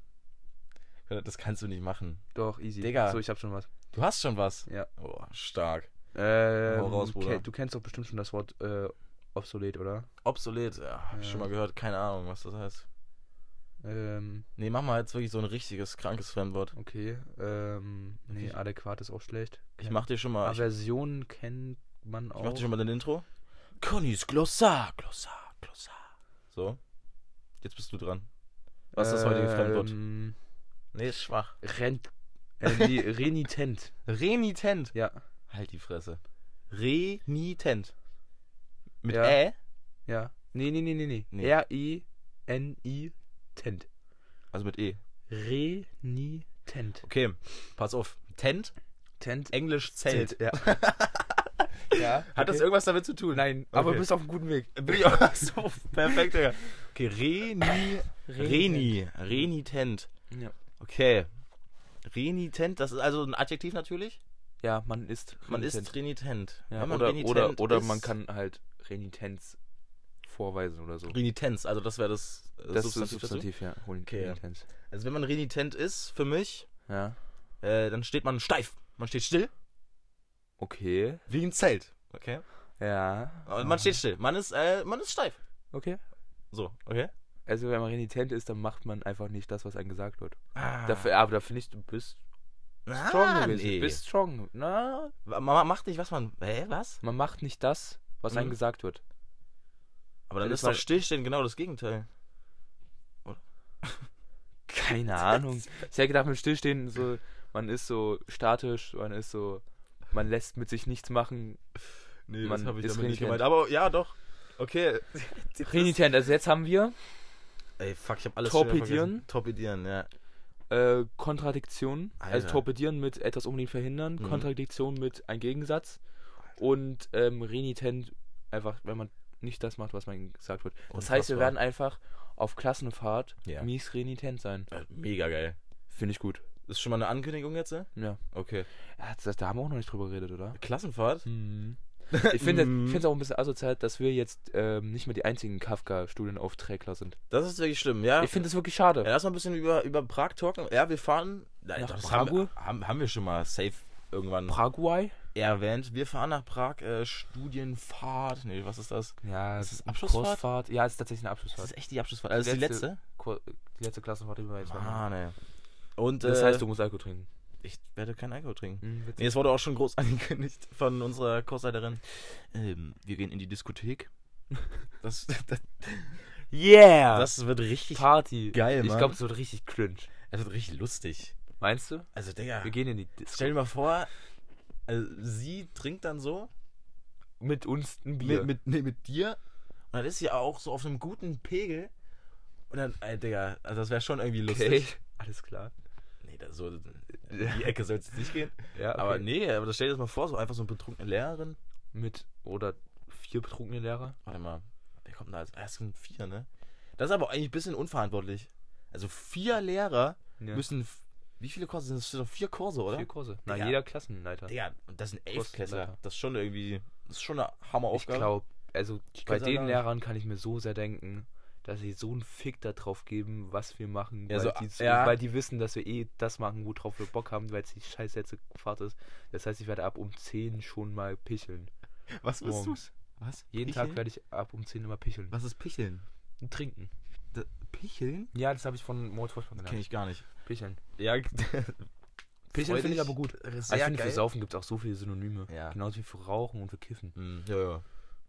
Speaker 1: Das kannst du nicht machen.
Speaker 2: Doch, easy.
Speaker 1: Digga.
Speaker 2: So, ich hab schon was.
Speaker 1: Du hast schon was.
Speaker 2: Ja.
Speaker 1: Oh, stark.
Speaker 2: Ähm,
Speaker 1: Hau raus, Bruder.
Speaker 2: ke- Du kennst doch bestimmt schon das Wort äh, obsolet, oder?
Speaker 1: Obsolet, ja, hab ich
Speaker 2: Ja.
Speaker 1: schon mal gehört. Keine Ahnung, was das heißt.
Speaker 2: Ähm,
Speaker 1: Nee, mach mal jetzt wirklich so ein richtiges, krankes Fremdwort.
Speaker 2: okay. Ähm, nee,
Speaker 1: Ich-
Speaker 2: adäquat ist auch schlecht.
Speaker 1: Ich mach dir schon mal. Ich,
Speaker 2: Aversion kennt man
Speaker 1: ich
Speaker 2: auch.
Speaker 1: mach dir schon mal dein Intro. Connys Glossar, Glossar, Glossar. So. Jetzt bist du dran. Was ist das heutige Fremdwort?
Speaker 2: Ähm,
Speaker 1: Nee, ist schwach.
Speaker 2: Rent. Äh,
Speaker 1: <laughs>
Speaker 2: nee, renitent.
Speaker 1: Renitent.
Speaker 2: Ja,
Speaker 1: Halt die Fresse. Renitent. Mit
Speaker 2: Ja.
Speaker 1: Ä?
Speaker 2: ja. Nee, nee, nee, nee, nee.
Speaker 1: Nee.
Speaker 2: R-I-N-I-Tent.
Speaker 1: Also mit E.
Speaker 2: Renitent.
Speaker 1: Okay, pass auf. Tent,
Speaker 2: Tent.
Speaker 1: Englisch Zelt. <laughs>
Speaker 2: Ja. ja
Speaker 1: Hat das irgendwas damit zu tun?
Speaker 2: Nein, aber
Speaker 1: Okay.
Speaker 2: bist auf einem guten Weg.
Speaker 1: Bin ich auch <laughs> so perfekt, Digga. Okay, Reni. Reni. Renitent.
Speaker 2: Ja.
Speaker 1: Okay. Renitent, das ist also ein Adjektiv natürlich.
Speaker 2: Ja, man ist.
Speaker 1: Man ist renitent.
Speaker 2: Ja,
Speaker 1: Wenn man
Speaker 2: oder,
Speaker 1: renitent
Speaker 2: oder, oder
Speaker 1: ist-
Speaker 2: man kann halt Renitenz vorweisen oder so.
Speaker 1: Renitenz, also das wäre das, äh,
Speaker 2: Das ist
Speaker 1: Substantiv dazu.
Speaker 2: Substantiv, ja.
Speaker 1: Okay, ja.
Speaker 2: Renitenz.
Speaker 1: Also wenn man renitent ist, für mich,
Speaker 2: Ja.
Speaker 1: äh, dann steht man steif. Man steht still,
Speaker 2: Okay.
Speaker 1: wie ein Zelt. Okay.
Speaker 2: Ja.
Speaker 1: Und man steht still. Man ist, äh, man ist steif.
Speaker 2: Okay.
Speaker 1: So, okay.
Speaker 2: Also, wenn man renitent ist, dann macht man einfach nicht das, was einem gesagt wird.
Speaker 1: Ah.
Speaker 2: Dafür, aber da finde ich, du bist strong
Speaker 1: ah,
Speaker 2: gewesen.
Speaker 1: nee.
Speaker 2: Du bist strong. Na,
Speaker 1: Man man macht nicht, was man. Hä, was?
Speaker 2: man macht nicht das, was einem
Speaker 1: Mhm.
Speaker 2: gesagt wird.
Speaker 1: Aber dann
Speaker 2: Das
Speaker 1: ist
Speaker 2: war-
Speaker 1: doch Stillstehen genau das Gegenteil. <laughs>
Speaker 2: Keine Ahnung. Ich hätte gedacht, mit Stillstehen, so, man ist so statisch, man ist so, man lässt mit sich nichts machen.
Speaker 1: Nee,
Speaker 2: Man
Speaker 1: hab
Speaker 2: ist renitent.
Speaker 1: Aber ja, doch. Okay.
Speaker 2: Renitent, also jetzt haben wir
Speaker 1: <laughs> Ey, fuck, ich hab alles
Speaker 2: Torpedieren?
Speaker 1: schon wieder vergessen. Torpedieren, ja.
Speaker 2: äh, Kontradiktion, also
Speaker 1: Alter.
Speaker 2: torpedieren mit etwas unbedingt verhindern,
Speaker 1: Mhm.
Speaker 2: Kontradiktion mit ein Gegensatz und ähm, renitent einfach, wenn man nicht das macht, was man gesagt wird. Das heißt, wir
Speaker 1: Unfassbar.
Speaker 2: werden einfach auf Klassenfahrt
Speaker 1: Ja.
Speaker 2: mies renitent sein.
Speaker 1: Äh, Mega geil.
Speaker 2: Finde ich gut.
Speaker 1: Ist schon mal eine Ankündigung jetzt? äh?
Speaker 2: Ja.
Speaker 1: Okay.
Speaker 2: ja das, da haben wir auch noch nicht drüber geredet, oder?
Speaker 1: Klassenfahrt?
Speaker 2: <laughs> Ich finde
Speaker 1: Mhm.
Speaker 2: es auch ein bisschen asozial, dass wir jetzt ähm, nicht mehr die einzigen Kafka-Studienaufträgler sind.
Speaker 1: Das ist wirklich schlimm, ja.
Speaker 2: Ich finde es wirklich
Speaker 1: ja,
Speaker 2: schade.
Speaker 1: lass mal ein bisschen über, über Prag talken. Ja, wir fahren. Nein,
Speaker 2: Nach
Speaker 1: das haben, wir-
Speaker 2: Prag?
Speaker 1: haben, haben wir schon mal safe irgendwann
Speaker 2: Paraguay?
Speaker 1: erwähnt. Wir fahren nach Prag, äh, Studienfahrt. Nee, was ist das?
Speaker 2: Ja,
Speaker 1: Ist das
Speaker 2: eine
Speaker 1: Abschlussfahrt?
Speaker 2: Kursfahrt. Ja, es ist tatsächlich eine
Speaker 1: Das
Speaker 2: Abschlussfahrt.
Speaker 1: ist echt die Abschlussfahrt. Also
Speaker 2: Die
Speaker 1: die
Speaker 2: letzte.
Speaker 1: letzte?
Speaker 2: Kur- Die letzte Klassenfahrt, die wir jetzt machen.
Speaker 1: Mann, ey. Und
Speaker 2: Das
Speaker 1: äh,
Speaker 2: heißt, du musst Alkohol trinken.
Speaker 1: ich werde keinen Alkohol trinken.
Speaker 2: Mhm,
Speaker 1: Nee,
Speaker 2: witzig.
Speaker 1: es wurde auch schon groß <laughs> angekündigt von unserer Kursleiterin. Ähm, wir gehen in die Diskothek. <laughs> Das, das,
Speaker 2: Yeah!
Speaker 1: das wird richtig
Speaker 2: Party.
Speaker 1: geil,
Speaker 2: Ich
Speaker 1: Mann.
Speaker 2: glaube, es wird richtig cringe.
Speaker 1: Das wird richtig lustig.
Speaker 2: Meinst du?
Speaker 1: Also, Digga,
Speaker 2: Wir gehen in die Disco.
Speaker 1: stell dir mal vor, also, sie trinkt dann so
Speaker 2: mit uns ein Bier.
Speaker 1: mit, mit, nee, mit dir und dann ist sie auch so auf einem guten Pegel und dann, ey, Digga, also das wäre schon irgendwie
Speaker 2: okay.
Speaker 1: lustig.
Speaker 2: <laughs> Alles klar.
Speaker 1: Nee, das, <laughs> so, in die Ecke soll es nicht gehen.
Speaker 2: Ja, okay.
Speaker 1: Aber nee, aber das stell dir das mal vor, so einfach so eine betrunkene Lehrerin.
Speaker 2: Mit oder vier betrunkene Lehrer.
Speaker 1: Warte mal, wer kommt denn da als erst sind vier, ne? Das ist aber eigentlich ein bisschen unverantwortlich. Also vier Lehrer
Speaker 2: Ja.
Speaker 1: müssen, f- wie viele Kurse sind das? sind doch vier Kurse, oder?
Speaker 2: Vier Kurse. Na,
Speaker 1: Digga.
Speaker 2: jeder Klassenleiter.
Speaker 1: Digga, und das sind Elfklässler.
Speaker 2: Kursleiter.
Speaker 1: Das ist schon irgendwie, das ist schon eine
Speaker 2: Ich
Speaker 1: Hammeraufgabe.
Speaker 2: glaube, also
Speaker 1: Ich
Speaker 2: bei
Speaker 1: kann's auch gar
Speaker 2: den
Speaker 1: nicht.
Speaker 2: Lehrern kann ich mir so sehr denken, dass sie so einen Fick da drauf geben, was wir machen,
Speaker 1: Ja,
Speaker 2: weil,
Speaker 1: so,
Speaker 2: die, zu-
Speaker 1: ja.
Speaker 2: weil die wissen, dass wir eh das machen, worauf wir Bock haben, weil es die scheiß letzte Fahrt ist. Das heißt, ich werde ab um 10 schon mal picheln.
Speaker 1: was bist du?
Speaker 2: Morgens.
Speaker 1: Was?
Speaker 2: Jeden Tag werde ich ab um 10 immer picheln.
Speaker 1: Was ist Picheln?
Speaker 2: Und trinken.
Speaker 1: D- Picheln?
Speaker 2: Ja, das habe ich von Moritz Vossmann gelernt.
Speaker 1: Kenne ich gar nicht.
Speaker 2: Picheln.
Speaker 1: Ja,
Speaker 2: Picheln finde ich aber gut. Aber also ich
Speaker 1: Sehr
Speaker 2: finde, für
Speaker 1: geil.
Speaker 2: Saufen gibt es auch so viele Synonyme.
Speaker 1: Ja.
Speaker 2: Genauso wie für Rauchen und für Kiffen.
Speaker 1: Hm, ja, ja.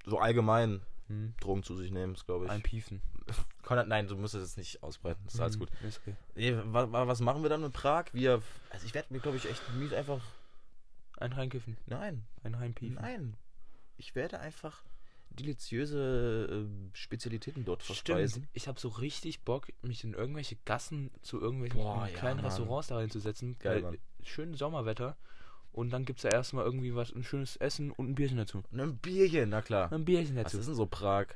Speaker 1: So allgemein
Speaker 2: Hm.
Speaker 1: Drogen zu sich nehmen, ist, glaube ich.
Speaker 2: Ein Piefen.
Speaker 1: Konrad, nein, du musst es jetzt nicht ausbreiten. Das ist alles
Speaker 2: Hm,
Speaker 1: gut.
Speaker 2: Ist okay.
Speaker 1: Nee, wa wa was machen wir dann mit Prag? Wir. Also ich werde mir, glaube ich, echt müde einfach.
Speaker 2: Ein Reinkiffen.
Speaker 1: Nein.
Speaker 2: Ein Reinpiefen.
Speaker 1: Nein. Ich werde einfach deliziöse äh, Spezialitäten dort
Speaker 2: Stimmt.
Speaker 1: verspeisen.
Speaker 2: Ich habe so richtig Bock, mich in irgendwelche Gassen zu irgendwelchen
Speaker 1: Boah, ja,
Speaker 2: kleinen
Speaker 1: Mann.
Speaker 2: Restaurants da reinzusetzen.
Speaker 1: Geil,
Speaker 2: weil
Speaker 1: Mann.
Speaker 2: schön Sommerwetter. Und dann gibt es da erstmal irgendwie was, ein schönes Essen und ein Bierchen dazu.
Speaker 1: Und ein Bierchen, na klar.
Speaker 2: Ein Bierchen
Speaker 1: Was
Speaker 2: dazu.
Speaker 1: ist denn so Prag?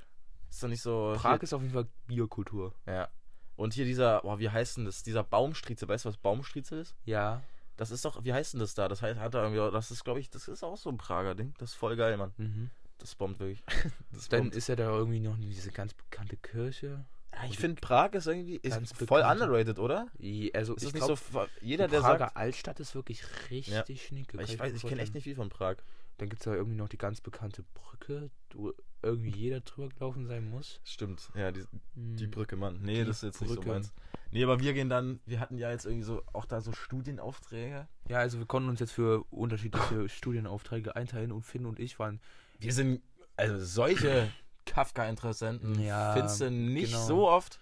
Speaker 1: Ist doch nicht so.
Speaker 2: Prag ist auf jeden Fall Bierkultur.
Speaker 1: Ja. Und hier dieser, boah, wie heißt denn das? Dieser Baumstriezel, weißt du, was Baumstriezel ist?
Speaker 2: Ja.
Speaker 1: Das ist doch, wie heißt denn das da? Das heißt, hat er irgendwie, das ist, glaube ich, das ist auch so ein Prager Ding. Das ist voll geil, Mann.
Speaker 2: Mhm.
Speaker 1: Das bombt <laughs> wirklich. Das
Speaker 2: Dann
Speaker 1: bombt.
Speaker 2: ist ja da irgendwie noch diese ganz bekannte Kirche.
Speaker 1: Ja, ich finde, Prag ist irgendwie ist
Speaker 2: Ganz
Speaker 1: voll
Speaker 2: bekannte-
Speaker 1: underrated, oder?
Speaker 2: I- Also
Speaker 1: Ist
Speaker 2: ich
Speaker 1: das
Speaker 2: glaube,
Speaker 1: nicht so, jeder,
Speaker 2: die
Speaker 1: der
Speaker 2: Prager
Speaker 1: sagt,
Speaker 2: Altstadt ist wirklich richtig schnicke.
Speaker 1: ich weiß, ich kenne echt nicht viel von Prag.
Speaker 2: Dann gibt es da irgendwie noch die ganz bekannte Brücke, wo irgendwie jeder drüber gelaufen sein muss.
Speaker 1: Stimmt, ja, die, die
Speaker 2: Hm.
Speaker 1: Brücke, Mann. Nee,
Speaker 2: Die
Speaker 1: das ist jetzt nicht so
Speaker 2: Brücke.
Speaker 1: meins. Nee, aber wir gehen dann, wir hatten ja jetzt irgendwie so, auch da so Studienaufträge.
Speaker 2: Ja, also wir konnten uns jetzt für
Speaker 1: <coughs>
Speaker 2: unterschiedliche Studienaufträge einteilen und Finn und ich waren
Speaker 1: Wir sind, also
Speaker 2: <laughs>
Speaker 1: solche Kafka-Interessenten
Speaker 2: Ja,
Speaker 1: Hm. findest du nicht
Speaker 2: genau.
Speaker 1: so oft.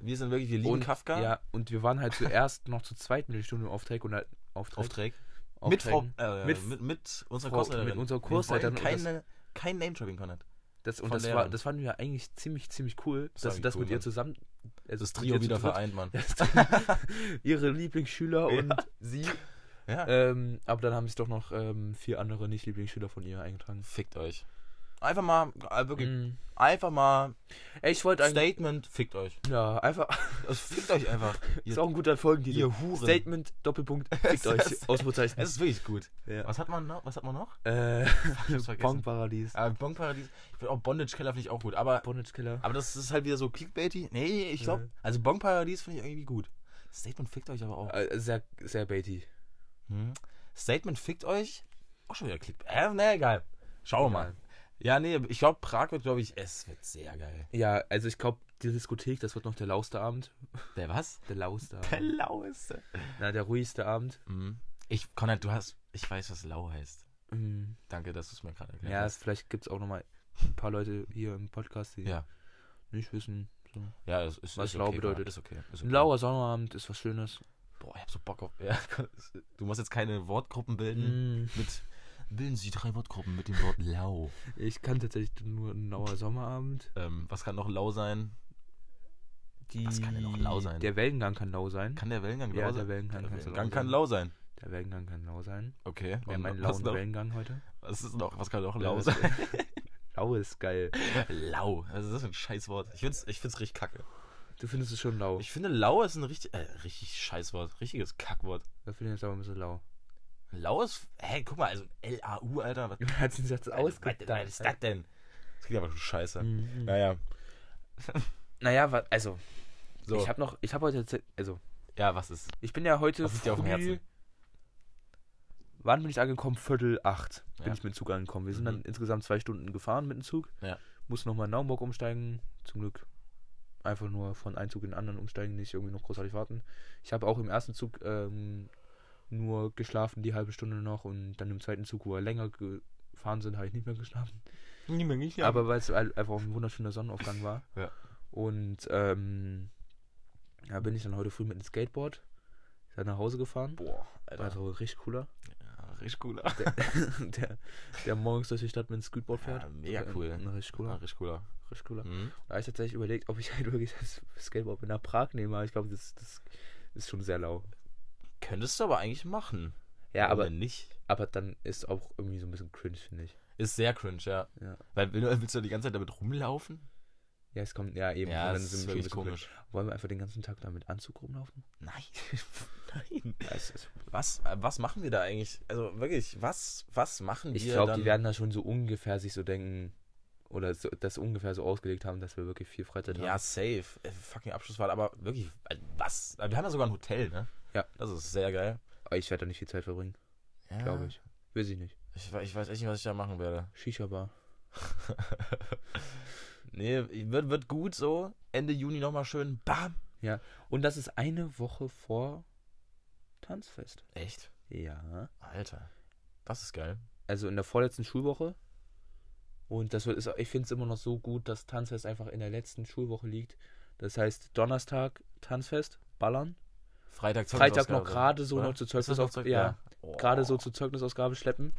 Speaker 1: Wir sind wirklich, wir lieben
Speaker 2: und,
Speaker 1: Kafka.
Speaker 2: Ja, und wir waren halt zuerst noch zu zweit mit den Studienaufträgen und halt Auftrag,
Speaker 1: Aufträg. Mit, Frau,
Speaker 2: Aufträgen.
Speaker 1: äh,
Speaker 2: Mit-
Speaker 1: mit, mit, unserer
Speaker 2: Frau-
Speaker 1: Kursleiterin.
Speaker 2: mit unserer
Speaker 1: Wir
Speaker 2: Kursleiterin
Speaker 1: wollen
Speaker 2: und das-
Speaker 1: Keine, kein Name-Dropping, Konrad.
Speaker 2: Das, und
Speaker 1: von
Speaker 2: das, war,
Speaker 1: Lehrern.
Speaker 2: das fanden wir eigentlich ziemlich, ziemlich cool,
Speaker 1: Das war
Speaker 2: dass wir das
Speaker 1: cool,
Speaker 2: mit ihr
Speaker 1: Mann.
Speaker 2: zusammen. Also
Speaker 1: Das
Speaker 2: mit
Speaker 1: Trio
Speaker 2: ihr zu
Speaker 1: wieder
Speaker 2: dritt-
Speaker 1: vereint, Mann.
Speaker 2: <laughs> ihre Lieblingsschüler
Speaker 1: Ja.
Speaker 2: und sie.
Speaker 1: Ja.
Speaker 2: Ähm, aber dann haben sich doch noch ähm, vier andere Nicht-Lieblingsschüler von ihr eingetragen.
Speaker 1: Fickt euch. Einfach mal, äh, wirklich,
Speaker 2: Mhm.
Speaker 1: einfach mal
Speaker 2: Ey, ich wollte eigentlich.
Speaker 1: Statement, fickt euch.
Speaker 2: Ja, einfach. <laughs>
Speaker 1: Es fickt euch einfach.
Speaker 2: Ist auch ein guter Folgentitel.
Speaker 1: ihr Huren.
Speaker 2: Statement,
Speaker 1: <laughs>
Speaker 2: Doppelpunkt, fickt euch. Ausrufezeichen.
Speaker 1: Es ist wirklich gut.
Speaker 2: Ja.
Speaker 1: Was hat man noch? Was hat man noch?
Speaker 2: Äh,
Speaker 1: hab's vergessen.
Speaker 2: Bonparadies.
Speaker 1: Äh, Bonparadies. Ich finde auch Bondage Keller finde ich auch gut, aber,
Speaker 2: Bondage Killer.
Speaker 1: aber das ist halt wieder so clickbaity. Nee, ich glaube,
Speaker 2: Ja.
Speaker 1: also Bonparadies finde ich irgendwie gut. Statement fickt euch aber auch.
Speaker 2: Äh, Sehr, sehr baity.
Speaker 1: Hm. Statement fickt euch. Auch schon wieder Clickbait. Äh, nee, egal. Schauen wir
Speaker 2: Egal.
Speaker 1: mal. Ja, nee, ich glaube, Prag wird, glaube ich, es wird sehr geil.
Speaker 2: Ja, also ich glaube, die Diskothek, das wird noch der lauste Abend.
Speaker 1: Der was?
Speaker 2: <laughs> Der lauste
Speaker 1: Der
Speaker 2: Abend.
Speaker 1: laueste.
Speaker 2: Na, der ruhigste Abend.
Speaker 1: Mhm. Ich, Konrad, du hast, ich weiß, was lau heißt.
Speaker 2: Mhm.
Speaker 1: Danke, dass du es mir gerade erklärt
Speaker 2: Ja, es,
Speaker 1: hast.
Speaker 2: vielleicht gibt es auch nochmal ein paar Leute hier im Podcast, die
Speaker 1: Ja.
Speaker 2: nicht wissen. So.
Speaker 1: Ja, es ist,
Speaker 2: Was
Speaker 1: ist
Speaker 2: lau
Speaker 1: okay, Konrad,
Speaker 2: bedeutet.
Speaker 1: Ist okay. Ist
Speaker 2: Ein
Speaker 1: okay.
Speaker 2: lauer Sommerabend ist was Schönes.
Speaker 1: Boah, ich hab so Bock auf. <laughs> Ja, du musst jetzt keine Wortgruppen bilden.
Speaker 2: Mhm.
Speaker 1: Mit. Bilden Sie drei Wortgruppen mit dem Wort lau.
Speaker 2: Ich kann tatsächlich nur ein lauer Sommerabend.
Speaker 1: Ähm, was kann noch lau sein?
Speaker 2: Die,
Speaker 1: Was kann denn noch lau sein?
Speaker 2: Der Wellengang kann lau sein.
Speaker 1: Kann der Wellengang
Speaker 2: Ja,
Speaker 1: lau
Speaker 2: der
Speaker 1: sein?
Speaker 2: Wellengang kann so lau
Speaker 1: Gang kann
Speaker 2: sein.
Speaker 1: lau sein.
Speaker 2: der Wellengang kann lau sein.
Speaker 1: Okay.
Speaker 2: Wir haben
Speaker 1: und
Speaker 2: einen
Speaker 1: Oh, was,
Speaker 2: lauen
Speaker 1: noch?
Speaker 2: Wellengang heute.
Speaker 1: was ist noch? Was kann noch lau
Speaker 2: Äh,
Speaker 1: sein?
Speaker 2: <laughs> Lau ist geil.
Speaker 1: <laughs> Lau. Also das ist ein scheiß Wort. Ich find's, ich find's richtig kacke.
Speaker 2: Du findest es schon lau.
Speaker 1: Ich finde lau ist ein richtig, äh, richtig scheiß Wort. Richtiges Kackwort.
Speaker 2: Da finde ich es aber ein bisschen lau. <laughs>
Speaker 1: Lau ist, hä, guck mal, also L-A-U, Alter. Was,
Speaker 2: Er hat sich jetzt
Speaker 1: was, was ist das denn? Das klingt aber schon scheiße.
Speaker 2: Mhm.
Speaker 1: Naja.
Speaker 2: Naja, wa- also,
Speaker 1: So.
Speaker 2: ich habe noch, ich habe heute, tats- also,
Speaker 1: ja, was ist?
Speaker 2: ich bin ja heute
Speaker 1: Was liegt dir auf dem
Speaker 2: früh-
Speaker 1: Herzen?
Speaker 2: wann bin ich angekommen? Viertel acht bin
Speaker 1: Ja.
Speaker 2: ich mit dem Zug angekommen. Wir sind
Speaker 1: Mhm.
Speaker 2: dann insgesamt zwei Stunden gefahren mit dem Zug.
Speaker 1: Ja.
Speaker 2: Muss nochmal in Naumburg umsteigen. Zum Glück einfach nur von einem Zug in den anderen umsteigen, nicht irgendwie noch großartig warten. Ich habe auch im ersten Zug ähm, nur geschlafen, die halbe Stunde noch. Und dann im zweiten Zug, wo wir länger gefahren sind, habe ich nicht mehr geschlafen.
Speaker 1: Niemand nicht.
Speaker 2: Aber weil es halt einfach auch ein wunderschöner Sonnenaufgang war.
Speaker 1: Ja.
Speaker 2: Und ähm, da bin ich dann heute früh mit dem Skateboard dann nach Hause gefahren.
Speaker 1: Boah,
Speaker 2: War so richtig cooler. <laughs>
Speaker 1: Ja, richtig cool.
Speaker 2: Der, der, der morgens durch die Stadt mit dem Skateboard fährt.
Speaker 1: Ja, mega cool.
Speaker 2: Ein, ein richtig
Speaker 1: Ja,
Speaker 2: cooler.
Speaker 1: richtig cooler.
Speaker 2: Richtig cooler.
Speaker 1: Mhm.
Speaker 2: Da habe ich tatsächlich überlegt, ob ich <laughs> halt wirklich das Skateboard mit nach Prag nehme. Aber ich glaube, das, das ist schon sehr lau.
Speaker 1: Könntest du aber eigentlich machen.
Speaker 2: Ja,
Speaker 1: Warum
Speaker 2: aber,
Speaker 1: denn nicht.
Speaker 2: aber dann ist auch irgendwie so ein bisschen cringe, finde ich.
Speaker 1: Ist sehr cringe, ja.
Speaker 2: Ja.
Speaker 1: Weil will- willst du die ganze Zeit damit rumlaufen?
Speaker 2: Ja, es kommt, ja, eben. Und
Speaker 1: Ja,
Speaker 2: dann
Speaker 1: das
Speaker 2: sind
Speaker 1: ist
Speaker 2: wir schon ein
Speaker 1: wirklich
Speaker 2: bisschen cringe.
Speaker 1: komisch.
Speaker 2: Wollen wir einfach den ganzen Tag da mit Anzug rumlaufen?
Speaker 1: Nein. <laughs> Nein.
Speaker 2: Ja, es, es,
Speaker 1: Was, äh, was machen wir da eigentlich? Also wirklich, was, was machen wir
Speaker 2: ich glaube,
Speaker 1: dann?
Speaker 2: die werden da schon so ungefähr sich so denken oder so, das ungefähr so ausgelegt haben, dass wir wirklich viel Freizeit
Speaker 1: ja,
Speaker 2: haben.
Speaker 1: safe. Äh, Fucking Abschlussfahrt, aber wirklich, äh, was? Äh, Wir haben ja sogar ein Hotel, ne?
Speaker 2: Ja.
Speaker 1: Das ist sehr geil.
Speaker 2: Aber ich werde da nicht viel Zeit verbringen,
Speaker 1: Ja.
Speaker 2: glaube ich. Weiß ich nicht.
Speaker 1: ich. we- Ich weiß echt nicht, was ich da machen werde. <laughs>
Speaker 2: Shisha-Bar.
Speaker 1: nee, wird, wird gut so. Ende Juni nochmal schön. Bam.
Speaker 2: Und das ist eine Woche vor Tanzfest.
Speaker 1: Echt?
Speaker 2: Ja.
Speaker 1: Alter. Das ist geil.
Speaker 2: Also in der vorletzten Schulwoche. Und das wird, ist, ich finde es immer noch so gut, dass Tanzfest einfach in der letzten Schulwoche liegt. Das heißt, Donnerstag Tanzfest, ballern.
Speaker 1: Freitag,
Speaker 2: Freitag noch gerade so
Speaker 1: oder?
Speaker 2: noch zur
Speaker 1: Ist das noch
Speaker 2: Zeugnisausgabe.
Speaker 1: Zeug-
Speaker 2: Ja,
Speaker 1: Oh.
Speaker 2: gerade so zur Zeugnisausgabe schleppen.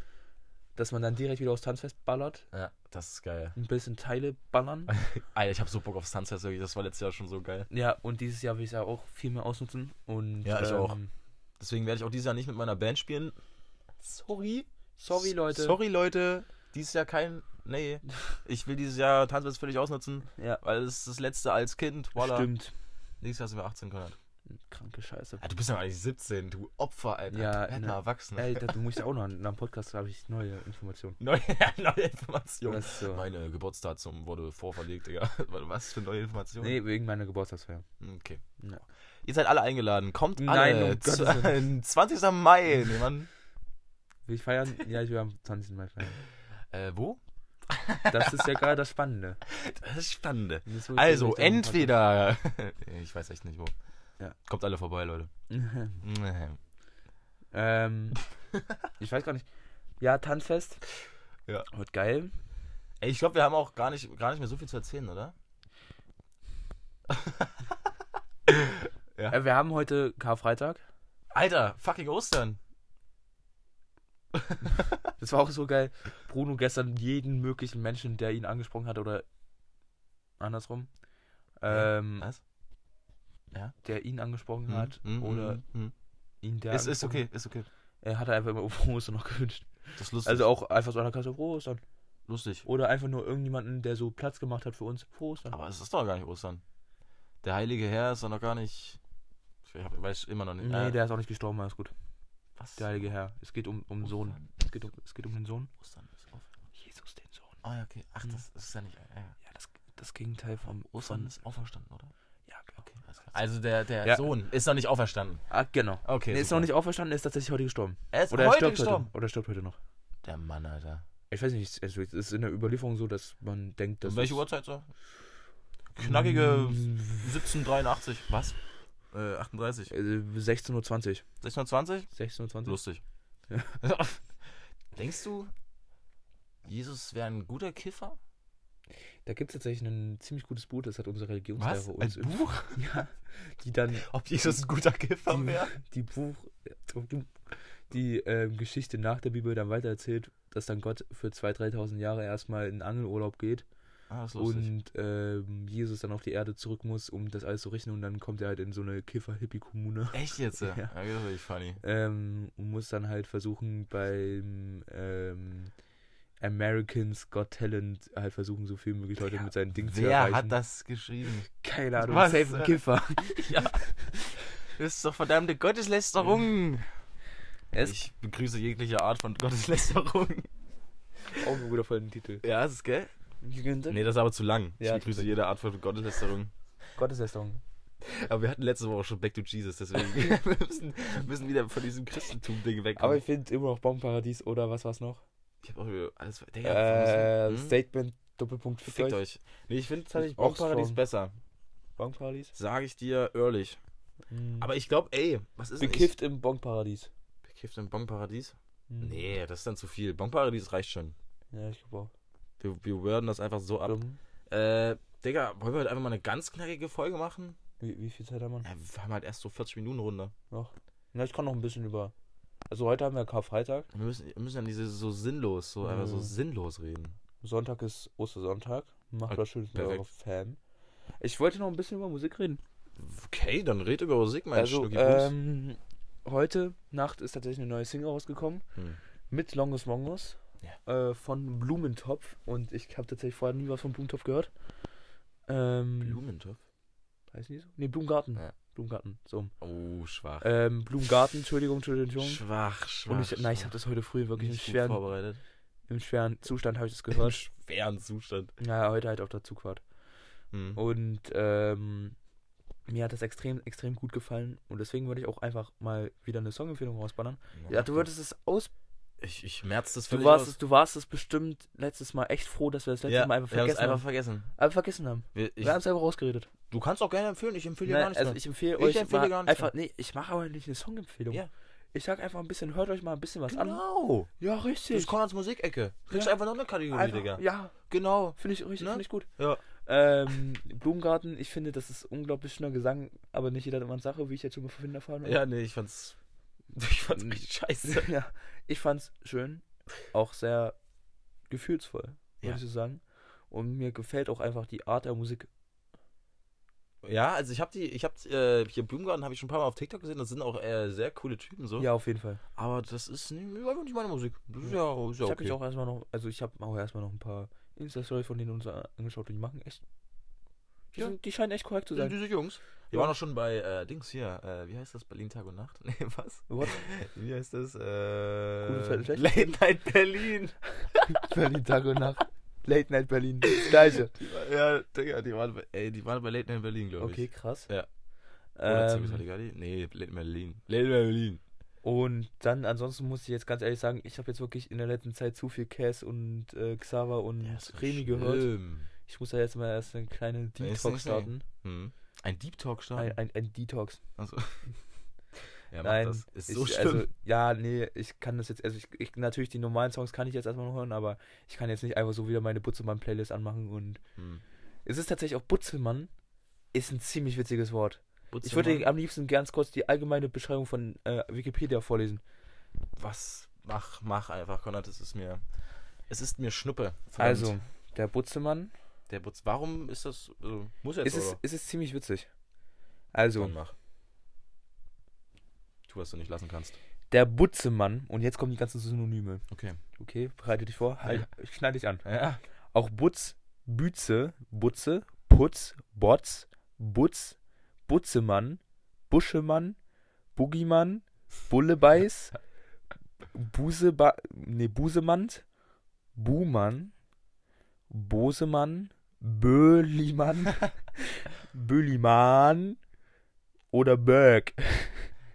Speaker 2: Dass man dann direkt wieder aufs Tanzfest ballert.
Speaker 1: Ja, das ist geil.
Speaker 2: ein bisschen Teile
Speaker 1: <laughs>
Speaker 2: ballern.
Speaker 1: Alter, ich hab so Bock auf Sunset, wirklich. Das war letztes Jahr schon so geil.
Speaker 2: Ja, und dieses Jahr will ich es ja auch viel mehr ausnutzen. Und, ähm,
Speaker 1: Ja, ich auch. Deswegen werde ich auch dieses Jahr nicht mit meiner Band spielen. Sorry.
Speaker 2: Sorry, Leute.
Speaker 1: Sorry, Leute. Dieses Jahr kein.
Speaker 2: <laughs>
Speaker 1: Nee. Ich will dieses Jahr Tanzfest völlig ausnutzen,
Speaker 2: Ja,
Speaker 1: weil es ist das letzte als Kind. Voila.
Speaker 2: stimmt.
Speaker 1: Nächstes Jahr sind wir 18, Konrad.
Speaker 2: Kranke Scheiße.
Speaker 1: Ja, du bist ja eigentlich 17, du Opfer, Alter.
Speaker 2: Ja,
Speaker 1: du
Speaker 2: ne.
Speaker 1: ne. Erwachsene.
Speaker 2: Ey, da, du musst ja auch noch, nach dem Podcast habe ich neue Informationen.
Speaker 1: <laughs> Neue, neue Information.
Speaker 2: Das ist so.
Speaker 1: Meine Geburtsdatum wurde vorverlegt, Digga. <laughs> Was für neue Information?
Speaker 2: Nee, wegen meiner Geburtstagsfeier.
Speaker 1: Okay.
Speaker 2: Ja.
Speaker 1: Ihr seid alle eingeladen. Kommt
Speaker 2: Nein,
Speaker 1: alle.
Speaker 2: um Gottes
Speaker 1: Z- <laughs> 20. Mai. Nee, Mann.
Speaker 2: Will ich feiern? Ja, ich will am 20. Mai feiern.
Speaker 1: Äh, wo?
Speaker 2: Das ist ja gerade das Spannende.
Speaker 1: Das ist Spannende.
Speaker 2: Das ist
Speaker 1: <laughs>
Speaker 2: wirklich
Speaker 1: Also,
Speaker 2: der richtige
Speaker 1: entweder. <laughs> ich weiß echt nicht wo.
Speaker 2: Ja.
Speaker 1: Kommt alle vorbei, Leute.
Speaker 2: Podcast. <laughs> ähm, ich weiß gar nicht. Ja, Tanzfest.
Speaker 1: Ja.
Speaker 2: Wird geil.
Speaker 1: Ey, ich glaube, wir haben auch gar nicht, gar nicht mehr so viel zu erzählen, oder? Ja.
Speaker 2: Äh, wir haben heute Karfreitag.
Speaker 1: Alter, fucking Ostern.
Speaker 2: Das war auch so geil. Bruno gestern jeden möglichen Menschen, der ihn angesprochen hat oder andersrum,
Speaker 1: Ja,
Speaker 2: ähm,
Speaker 1: was?
Speaker 2: der ihn angesprochen hat
Speaker 1: Hm, hm,
Speaker 2: oder
Speaker 1: hm, hm.
Speaker 2: ihn der
Speaker 1: Ist, ist
Speaker 2: angesprochen
Speaker 1: okay, ist okay.
Speaker 2: hat, Er hat einfach immer frohe Ostern noch gewünscht.
Speaker 1: Das ist lustig.
Speaker 2: Also auch einfach so an der Kasse frohe Ostern.
Speaker 1: lustig.
Speaker 2: Oder einfach nur irgendjemanden, der so Platz gemacht hat für uns. Frohe Ostern.
Speaker 1: Aber es ist doch gar nicht Ostern. Der heilige Herr ist doch noch gar nicht. Ich hab- weiß immer noch nicht.
Speaker 2: nee,
Speaker 1: Äh,
Speaker 2: der ist auch nicht gestorben, alles gut.
Speaker 1: was?
Speaker 2: Der heilige Herr. Es geht um,
Speaker 1: Oh
Speaker 2: um Sohn.
Speaker 1: Ostern.
Speaker 2: Es geht um, es geht um den Sohn.
Speaker 1: Ostern ist auf.
Speaker 2: Jesus, den Sohn.
Speaker 1: Ah ja, okay. Ach,
Speaker 2: Mhm.
Speaker 1: das ist ja nicht. äh, Ja, ja.
Speaker 2: Ja, das, das Gegenteil vom
Speaker 1: Ostern
Speaker 2: von-
Speaker 1: ist auferstanden, oder?
Speaker 2: Ja, genau.
Speaker 1: Okay. alles klar. Also der, der
Speaker 2: Ja.
Speaker 1: Sohn ist noch nicht auferstanden.
Speaker 2: Ah, genau.
Speaker 1: Okay.
Speaker 2: Nee, ist noch nicht auferstanden, ist tatsächlich heute gestorben.
Speaker 1: Er ist
Speaker 2: Oder er
Speaker 1: heute
Speaker 2: stirbt
Speaker 1: gestorben.
Speaker 2: heute. Oder er stirbt heute noch.
Speaker 1: Der Mann, Alter.
Speaker 2: Ich weiß nicht, also es ist in der Überlieferung so, dass man denkt, dass.
Speaker 1: um welche
Speaker 2: es- Hm,
Speaker 1: Uhrzeit so? Knackige 1783. Was? Äh, 38.
Speaker 2: Äh, 16.20 Uhr.
Speaker 1: 1620?
Speaker 2: 16.20 Uhr? <laughs>
Speaker 1: Lustig. Denkst du, Jesus wäre ein guter Kiffer?
Speaker 2: Da gibt es tatsächlich ein ziemlich gutes Buch, das hat unsere Religionslehrer
Speaker 1: Ein
Speaker 2: uns.
Speaker 1: Buch?
Speaker 2: Ja, die dann
Speaker 1: Ob Jesus ein guter Kiffer
Speaker 2: Die- <laughs>
Speaker 1: wäre?
Speaker 2: die Buch. Die ähm, Geschichte nach der Bibel dann weitererzählt, dass dann Gott für 2.000, 3.000 Jahre erstmal in Angelurlaub geht
Speaker 1: Ah, das ist lustig.
Speaker 2: und ähm, Jesus dann auf die Erde zurück muss, um das alles zu richten und dann kommt er halt in so eine Kiffer-Hippie-Kommune.
Speaker 1: Echt jetzt? Ja.
Speaker 2: Ja.
Speaker 1: ja. Das ist wirklich funny.
Speaker 2: ähm, und muss dann halt versuchen beim ähm, Americans Got Talent halt versuchen, so viel möglich Leute
Speaker 1: Ja,
Speaker 2: mit seinen Ding zu
Speaker 1: Wer
Speaker 2: erreichen.
Speaker 1: hat das geschrieben?
Speaker 2: Keine Ahnung,
Speaker 1: Was?
Speaker 2: safe ein <laughs> Kiffer.
Speaker 1: ja. Das ist doch verdammte Gotteslästerung.
Speaker 2: Es ist
Speaker 1: Ich begrüße jegliche Art von Gotteslästerung.
Speaker 2: auch ein guter vollen Titel.
Speaker 1: <laughs> Ja, ist es, gell?
Speaker 2: Nee.
Speaker 1: Nee, das ist aber zu lang.
Speaker 2: Ja,
Speaker 1: ich begrüße jede Art von Gotteslästerung.
Speaker 2: Gotteslästerung.
Speaker 1: Aber wir hatten letzte Woche schon Back to Jesus, <laughs> deswegen wir müssen, müssen wieder von diesem Christentum-Ding
Speaker 2: Aber
Speaker 1: wegkommen.
Speaker 2: ich finde immer noch Bombenparadies oder was war's noch?
Speaker 1: ich hab auch wieder alles. Digga, wir
Speaker 2: Äh,
Speaker 1: müssen- hm?
Speaker 2: Statement, Doppelpunkt, fickt
Speaker 1: Fickt
Speaker 2: euch.
Speaker 1: euch. Nee, ich finde tatsächlich
Speaker 2: Auch
Speaker 1: Bombenparadies
Speaker 2: strong.
Speaker 1: besser.
Speaker 2: Bombenparadies?
Speaker 1: Sage ich dir ehrlich.
Speaker 2: Mhm.
Speaker 1: Aber ich glaube, ey, was ist denn
Speaker 2: Bekifft im Bombenparadies.
Speaker 1: Ich, bekifft im Bombenparadies?
Speaker 2: Mhm.
Speaker 1: Nee, das ist dann zu viel. Bombenparadies reicht schon.
Speaker 2: Ja, ich glaube auch.
Speaker 1: Wir, wir werden das einfach so ab.
Speaker 2: Ähm,
Speaker 1: Äh, Digga, wollen wir heute einfach mal eine ganz knackige Folge machen?
Speaker 2: Wie, wie viel Zeit haben wir
Speaker 1: Ja, wir haben halt erst so 40 Minuten Runde.
Speaker 2: noch? Na, ich kann noch ein bisschen über. Also heute haben wir Karfreitag.
Speaker 1: Wir müssen, wir müssen dann diese so sinnlos, so einfach so
Speaker 2: Mhm.
Speaker 1: sinnlos reden.
Speaker 2: Sonntag ist Ostersonntag. Macht
Speaker 1: Ah,
Speaker 2: was Schönes mit
Speaker 1: perfekt.
Speaker 2: eurem Fan. Ich wollte noch ein bisschen über Musik reden.
Speaker 1: Okay, dann red über Musik, mein
Speaker 2: also,
Speaker 1: Schnucki Fuß.
Speaker 2: ähm, heute Nacht ist tatsächlich eine neue Single rausgekommen.
Speaker 1: Hm.
Speaker 2: Mit Longus Mongus. Äh, von Blumentopf. Und ich habe tatsächlich vorher nie was von Blumentopf gehört. Ähm,
Speaker 1: Blumentopf?
Speaker 2: Heißen die so? Nee, Blumengarten.
Speaker 1: Ja.
Speaker 2: Blumengarten, so.
Speaker 1: Oh, schwach.
Speaker 2: Ähm, Blumengarten, Entschuldigung, Entschuldigung. Entschuldigung.
Speaker 1: schwach, schwach.
Speaker 2: Und ich, nein, ich
Speaker 1: schwach.
Speaker 2: habe das heute früh wirklich im
Speaker 1: Nicht gut
Speaker 2: schweren,
Speaker 1: vorbereitet. <laughs>
Speaker 2: im schweren Zustand habe ich das
Speaker 1: Im <laughs>
Speaker 2: gehört.
Speaker 1: schweren Zustand.
Speaker 2: naja, heute halt auf der Zugfahrt.
Speaker 1: Hm.
Speaker 2: Und ähm, mir hat das extrem, extrem gut gefallen. Und deswegen würde ich auch einfach mal wieder eine Songempfehlung rausballern.
Speaker 1: Oh,
Speaker 2: Ja, du würdest es aus.
Speaker 1: Ich, ich merz das
Speaker 2: Du
Speaker 1: völlig
Speaker 2: warst,
Speaker 1: aus.
Speaker 2: es, du warst es bestimmt letztes Mal echt froh, dass wir das letzte
Speaker 1: ja,
Speaker 2: Mal einfach
Speaker 1: wir haben's
Speaker 2: vergessen
Speaker 1: einfach
Speaker 2: haben.
Speaker 1: vergessen.
Speaker 2: Einfach vergessen haben.
Speaker 1: Wir, ich,
Speaker 2: wir haben es einfach rausgeredet.
Speaker 1: du kannst auch gerne empfehlen, ich empfehle dir
Speaker 2: Nein,
Speaker 1: gar nichts.
Speaker 2: also
Speaker 1: mehr.
Speaker 2: ich empfehle
Speaker 1: Ich
Speaker 2: euch
Speaker 1: empfehle
Speaker 2: mal
Speaker 1: gar nichts
Speaker 2: einfach. Nee, ich mache aber nicht eine Songempfehlung.
Speaker 1: Ja.
Speaker 2: Ich sag einfach ein bisschen, hört euch mal ein bisschen was an.
Speaker 1: genau.
Speaker 2: Ja,
Speaker 1: Das
Speaker 2: richtig.
Speaker 1: ist Konrads Musikecke. Kriegst
Speaker 2: Ja.
Speaker 1: einfach noch eine Kategorie,
Speaker 2: Einfach-
Speaker 1: Digga.
Speaker 2: ja,
Speaker 1: Genau.
Speaker 2: finde ich richtig,
Speaker 1: Ne?
Speaker 2: finde ich gut.
Speaker 1: Ja.
Speaker 2: Ähm, Blumengarten, ich finde, das ist unglaublich schöner Gesang, aber nicht jeder hat immer eine Sache, wie ich jetzt schon mal vorhin erfahren habe.
Speaker 1: Ja, nee, ich
Speaker 2: <laughs>
Speaker 1: fand's. Hm. Ich fand's richtig scheiße.
Speaker 2: ja. Ich fand's schön, auch sehr gefühlsvoll, würde
Speaker 1: Ja.
Speaker 2: ich so sagen. Und mir gefällt auch einfach die Art der Musik.
Speaker 1: Ja, also ich hab die, ich hab äh, hier Blumengarten habe ich schon ein paar Mal auf TikTok gesehen, das sind auch äh, sehr coole Typen so.
Speaker 2: Ja, auf jeden Fall.
Speaker 1: Aber das ist nie- einfach nicht meine Musik. Das ist ja, ist ja
Speaker 2: Ich habe
Speaker 1: okay.
Speaker 2: mich auch erstmal noch, also ich habe auch erstmal noch ein paar Insta-Stories von denen uns a- angeschaut und die machen echt. Die,
Speaker 1: Ja. Äh,
Speaker 2: sind, die scheinen echt korrekt zu
Speaker 1: sind
Speaker 2: sein.
Speaker 1: diese Jungs. Wir
Speaker 2: Ja.
Speaker 1: waren auch schon bei äh, Dings hier, äh, wie heißt das? Berlin Tag und Nacht? <laughs> Nee, was?
Speaker 2: What?
Speaker 1: Wie heißt das? Äh,
Speaker 2: Zeit, schlechte
Speaker 1: Late Night Berlin.
Speaker 2: <laughs> Berlin Tag
Speaker 1: <laughs>
Speaker 2: und Nacht. Late Night Berlin. Das gleiche.
Speaker 1: Die war, ja, Digga, die waren bei, ey, die waren bei Late Night Berlin, glaube
Speaker 2: Okay,
Speaker 1: ich.
Speaker 2: krass.
Speaker 1: Ja. Oder Zirkus
Speaker 2: Ähm,
Speaker 1: Halligalli? Nee, Late Night Berlin. Late Night Berlin.
Speaker 2: und dann ansonsten muss ich jetzt ganz ehrlich sagen, ich habe jetzt wirklich in der letzten Zeit zu viel Cass und äh, Xaver und Remy gehört.
Speaker 1: schlimm.
Speaker 2: Ich muss da jetzt mal erst eine kleine
Speaker 1: Nee, ist
Speaker 2: Detox
Speaker 1: nicht schlimm.
Speaker 2: starten.
Speaker 1: Hm. Ein Deep Talk starten?
Speaker 2: Ein, ein, ein Detox.
Speaker 1: Also. <laughs> ja,
Speaker 2: Nein,
Speaker 1: das. Ist so
Speaker 2: ich,
Speaker 1: schlimm.
Speaker 2: Also, ja, nee, ich kann das jetzt, also ich, ich, natürlich die normalen Songs kann ich jetzt erstmal noch hören, aber ich kann jetzt nicht einfach so wieder meine Butzelmann-Playlist anmachen und
Speaker 1: hm.
Speaker 2: es ist tatsächlich auch Butzelmann ist ein ziemlich witziges Wort. Ich
Speaker 1: Butzelmann,
Speaker 2: würde am liebsten ganz kurz die allgemeine Beschreibung von äh, Wikipedia vorlesen.
Speaker 1: Was? Mach, mach einfach, Konrad, es ist mir. Es ist mir Schnuppe. Verdammt.
Speaker 2: Also, der Butzelmann
Speaker 1: Der Butz. Warum ist das. Also, muss jetzt
Speaker 2: ist es,
Speaker 1: oder?
Speaker 2: ist es ziemlich witzig.
Speaker 1: Dann
Speaker 2: Also,
Speaker 1: mach. Tu, was du nicht lassen kannst.
Speaker 2: der Butzemann, und jetzt kommen die ganzen Synonyme.
Speaker 1: Okay.
Speaker 2: Okay, bereite dich vor. Halt, Ich schneide dich an.
Speaker 1: Ja.
Speaker 2: Auch Butz, Bütze, Butze, Putz, Botz, Butz, Butzemann, Buschemann, Bugimann,
Speaker 1: <laughs>
Speaker 2: Bullebeiß, Buseba nee, Busemant, Buhmann, Bosemann,
Speaker 1: <laughs>
Speaker 2: Böhlimann, Böhlimann oder Böck.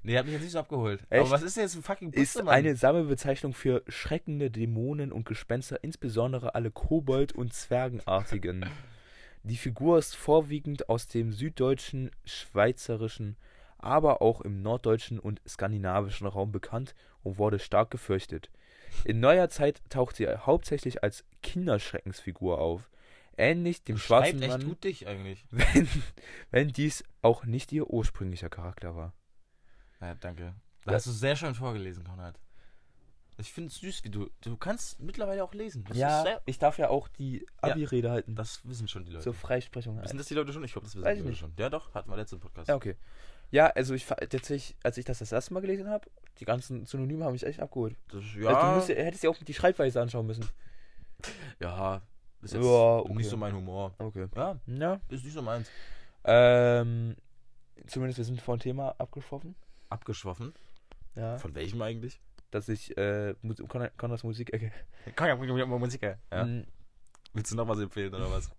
Speaker 1: Nee, hat mich jetzt nicht so abgeholt.
Speaker 2: Echt?
Speaker 1: Aber was ist denn jetzt ein fucking
Speaker 2: ist
Speaker 1: Butzemann?
Speaker 2: eine Sammelbezeichnung für schreckende Dämonen und Gespenster, insbesondere alle Kobold- und Zwergenartigen. Die Figur ist vorwiegend aus dem süddeutschen, schweizerischen, aber auch im norddeutschen und skandinavischen Raum bekannt und wurde stark gefürchtet. In neuer Zeit taucht sie hauptsächlich als Kinderschreckensfigur auf. Ähnlich dem schwarzen
Speaker 1: Schreibt echt
Speaker 2: Mann,
Speaker 1: gut dich eigentlich.
Speaker 2: wenn, wenn dies auch nicht ihr ursprünglicher Charakter war.
Speaker 1: Ja, danke.
Speaker 2: Ja.
Speaker 1: Das hast du sehr schön vorgelesen, Konrad. Ich finde es süß, wie du. Du kannst mittlerweile auch lesen. Das ist sehr,
Speaker 2: ich darf ja auch die
Speaker 1: Ja.
Speaker 2: Abi-Rede halten.
Speaker 1: Das wissen schon die Leute.
Speaker 2: Zur Freisprechung.
Speaker 1: Wissen das die Leute schon? Ich glaube, das wissen
Speaker 2: Weiß
Speaker 1: die
Speaker 2: ich
Speaker 1: Leute
Speaker 2: nicht.
Speaker 1: schon. Ja, doch, hatten wir letzten Podcast.
Speaker 2: halt. Ja, okay. Ja, also ich fa- tatsächlich, als ich das das erste Mal gelesen habe, die ganzen Synonyme haben mich echt abgeholt.
Speaker 1: Das, ist-
Speaker 2: Also du
Speaker 1: ja,
Speaker 2: müsst, ja- hättest dir auch die Schreibweise anschauen müssen.
Speaker 1: ja, ist jetzt
Speaker 2: Ja, okay.
Speaker 1: nicht so mein Humor.
Speaker 2: Okay.
Speaker 1: Ja,
Speaker 2: Ja.
Speaker 1: ist nicht so meins.
Speaker 2: Ähm, zumindest wir sind vom Thema abgeschworfen.
Speaker 1: Abgeschwoffen.
Speaker 2: Ja.
Speaker 1: Von welchem eigentlich?
Speaker 2: Dass ich, äh, Mus- Kon- Konrads Musik, okay.
Speaker 1: Kann ja Musik, ja.
Speaker 2: Mm,
Speaker 1: Willst du noch was Äh, empfehlen oder was?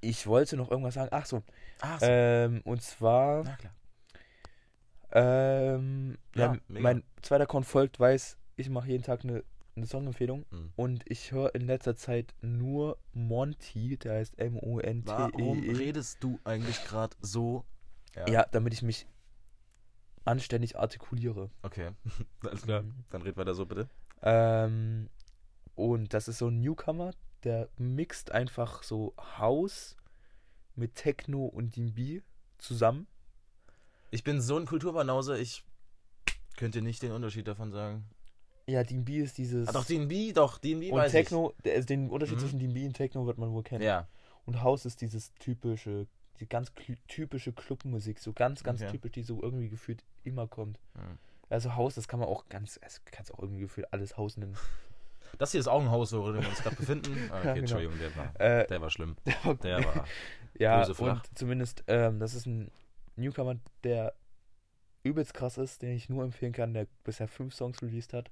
Speaker 2: Ich wollte noch irgendwas sagen. Ach so.
Speaker 1: Ach
Speaker 2: Ähm, und zwar.
Speaker 1: Na klar.
Speaker 2: Ähm, ja,
Speaker 1: Ja, mega.
Speaker 2: mein zweiter Konfolgt weiß, ich mache jeden Tag eine, eine Songempfehlung
Speaker 1: Mhm.
Speaker 2: und ich höre in letzter Zeit nur Monty, der heißt E
Speaker 1: Warum
Speaker 2: M-O-N-T-E.
Speaker 1: redest du eigentlich gerade so?
Speaker 2: Ja, damit ich mich anständig artikuliere.
Speaker 1: Okay. <laughs> Alles klar.
Speaker 2: Mhm.
Speaker 1: Dann red weiter so bitte.
Speaker 2: Ähm, und das ist so ein Newcomer, der mixt einfach so House mit Techno und DB zusammen.
Speaker 1: Ich bin so ein Kulturbanause, ich könnte nicht den Unterschied davon sagen.
Speaker 2: Ja, DB ist dieses.
Speaker 1: Ah, doch, DB, doch, DB
Speaker 2: und
Speaker 1: weiß
Speaker 2: Techno, der- also den Unterschied
Speaker 1: Mhm.
Speaker 2: zwischen DB und Techno wird man wohl kennen.
Speaker 1: ich. Ja.
Speaker 2: Und House ist dieses typische, die ganz klü- typische Clubmusik, so ganz, ganz
Speaker 1: Okay.
Speaker 2: typisch, die so irgendwie gefühlt immer kommt.
Speaker 1: Mhm.
Speaker 2: Also House, das kann man auch ganz, also kannst auch irgendwie gefühlt alles House nennen. <laughs>
Speaker 1: Das hier ist auch ein Haus, worin wir uns gerade befinden. Ah, Okay,
Speaker 2: genau.
Speaker 1: Entschuldigung, der war,
Speaker 2: Äh,
Speaker 1: der war schlimm.
Speaker 2: der,
Speaker 1: <laughs> Der war.
Speaker 2: <laughs> ja,
Speaker 1: böse Flach.
Speaker 2: und zumindest, ähm, das ist ein Newcomer, der übelst krass ist, den ich nur empfehlen kann, der bisher fünf Songs released hat.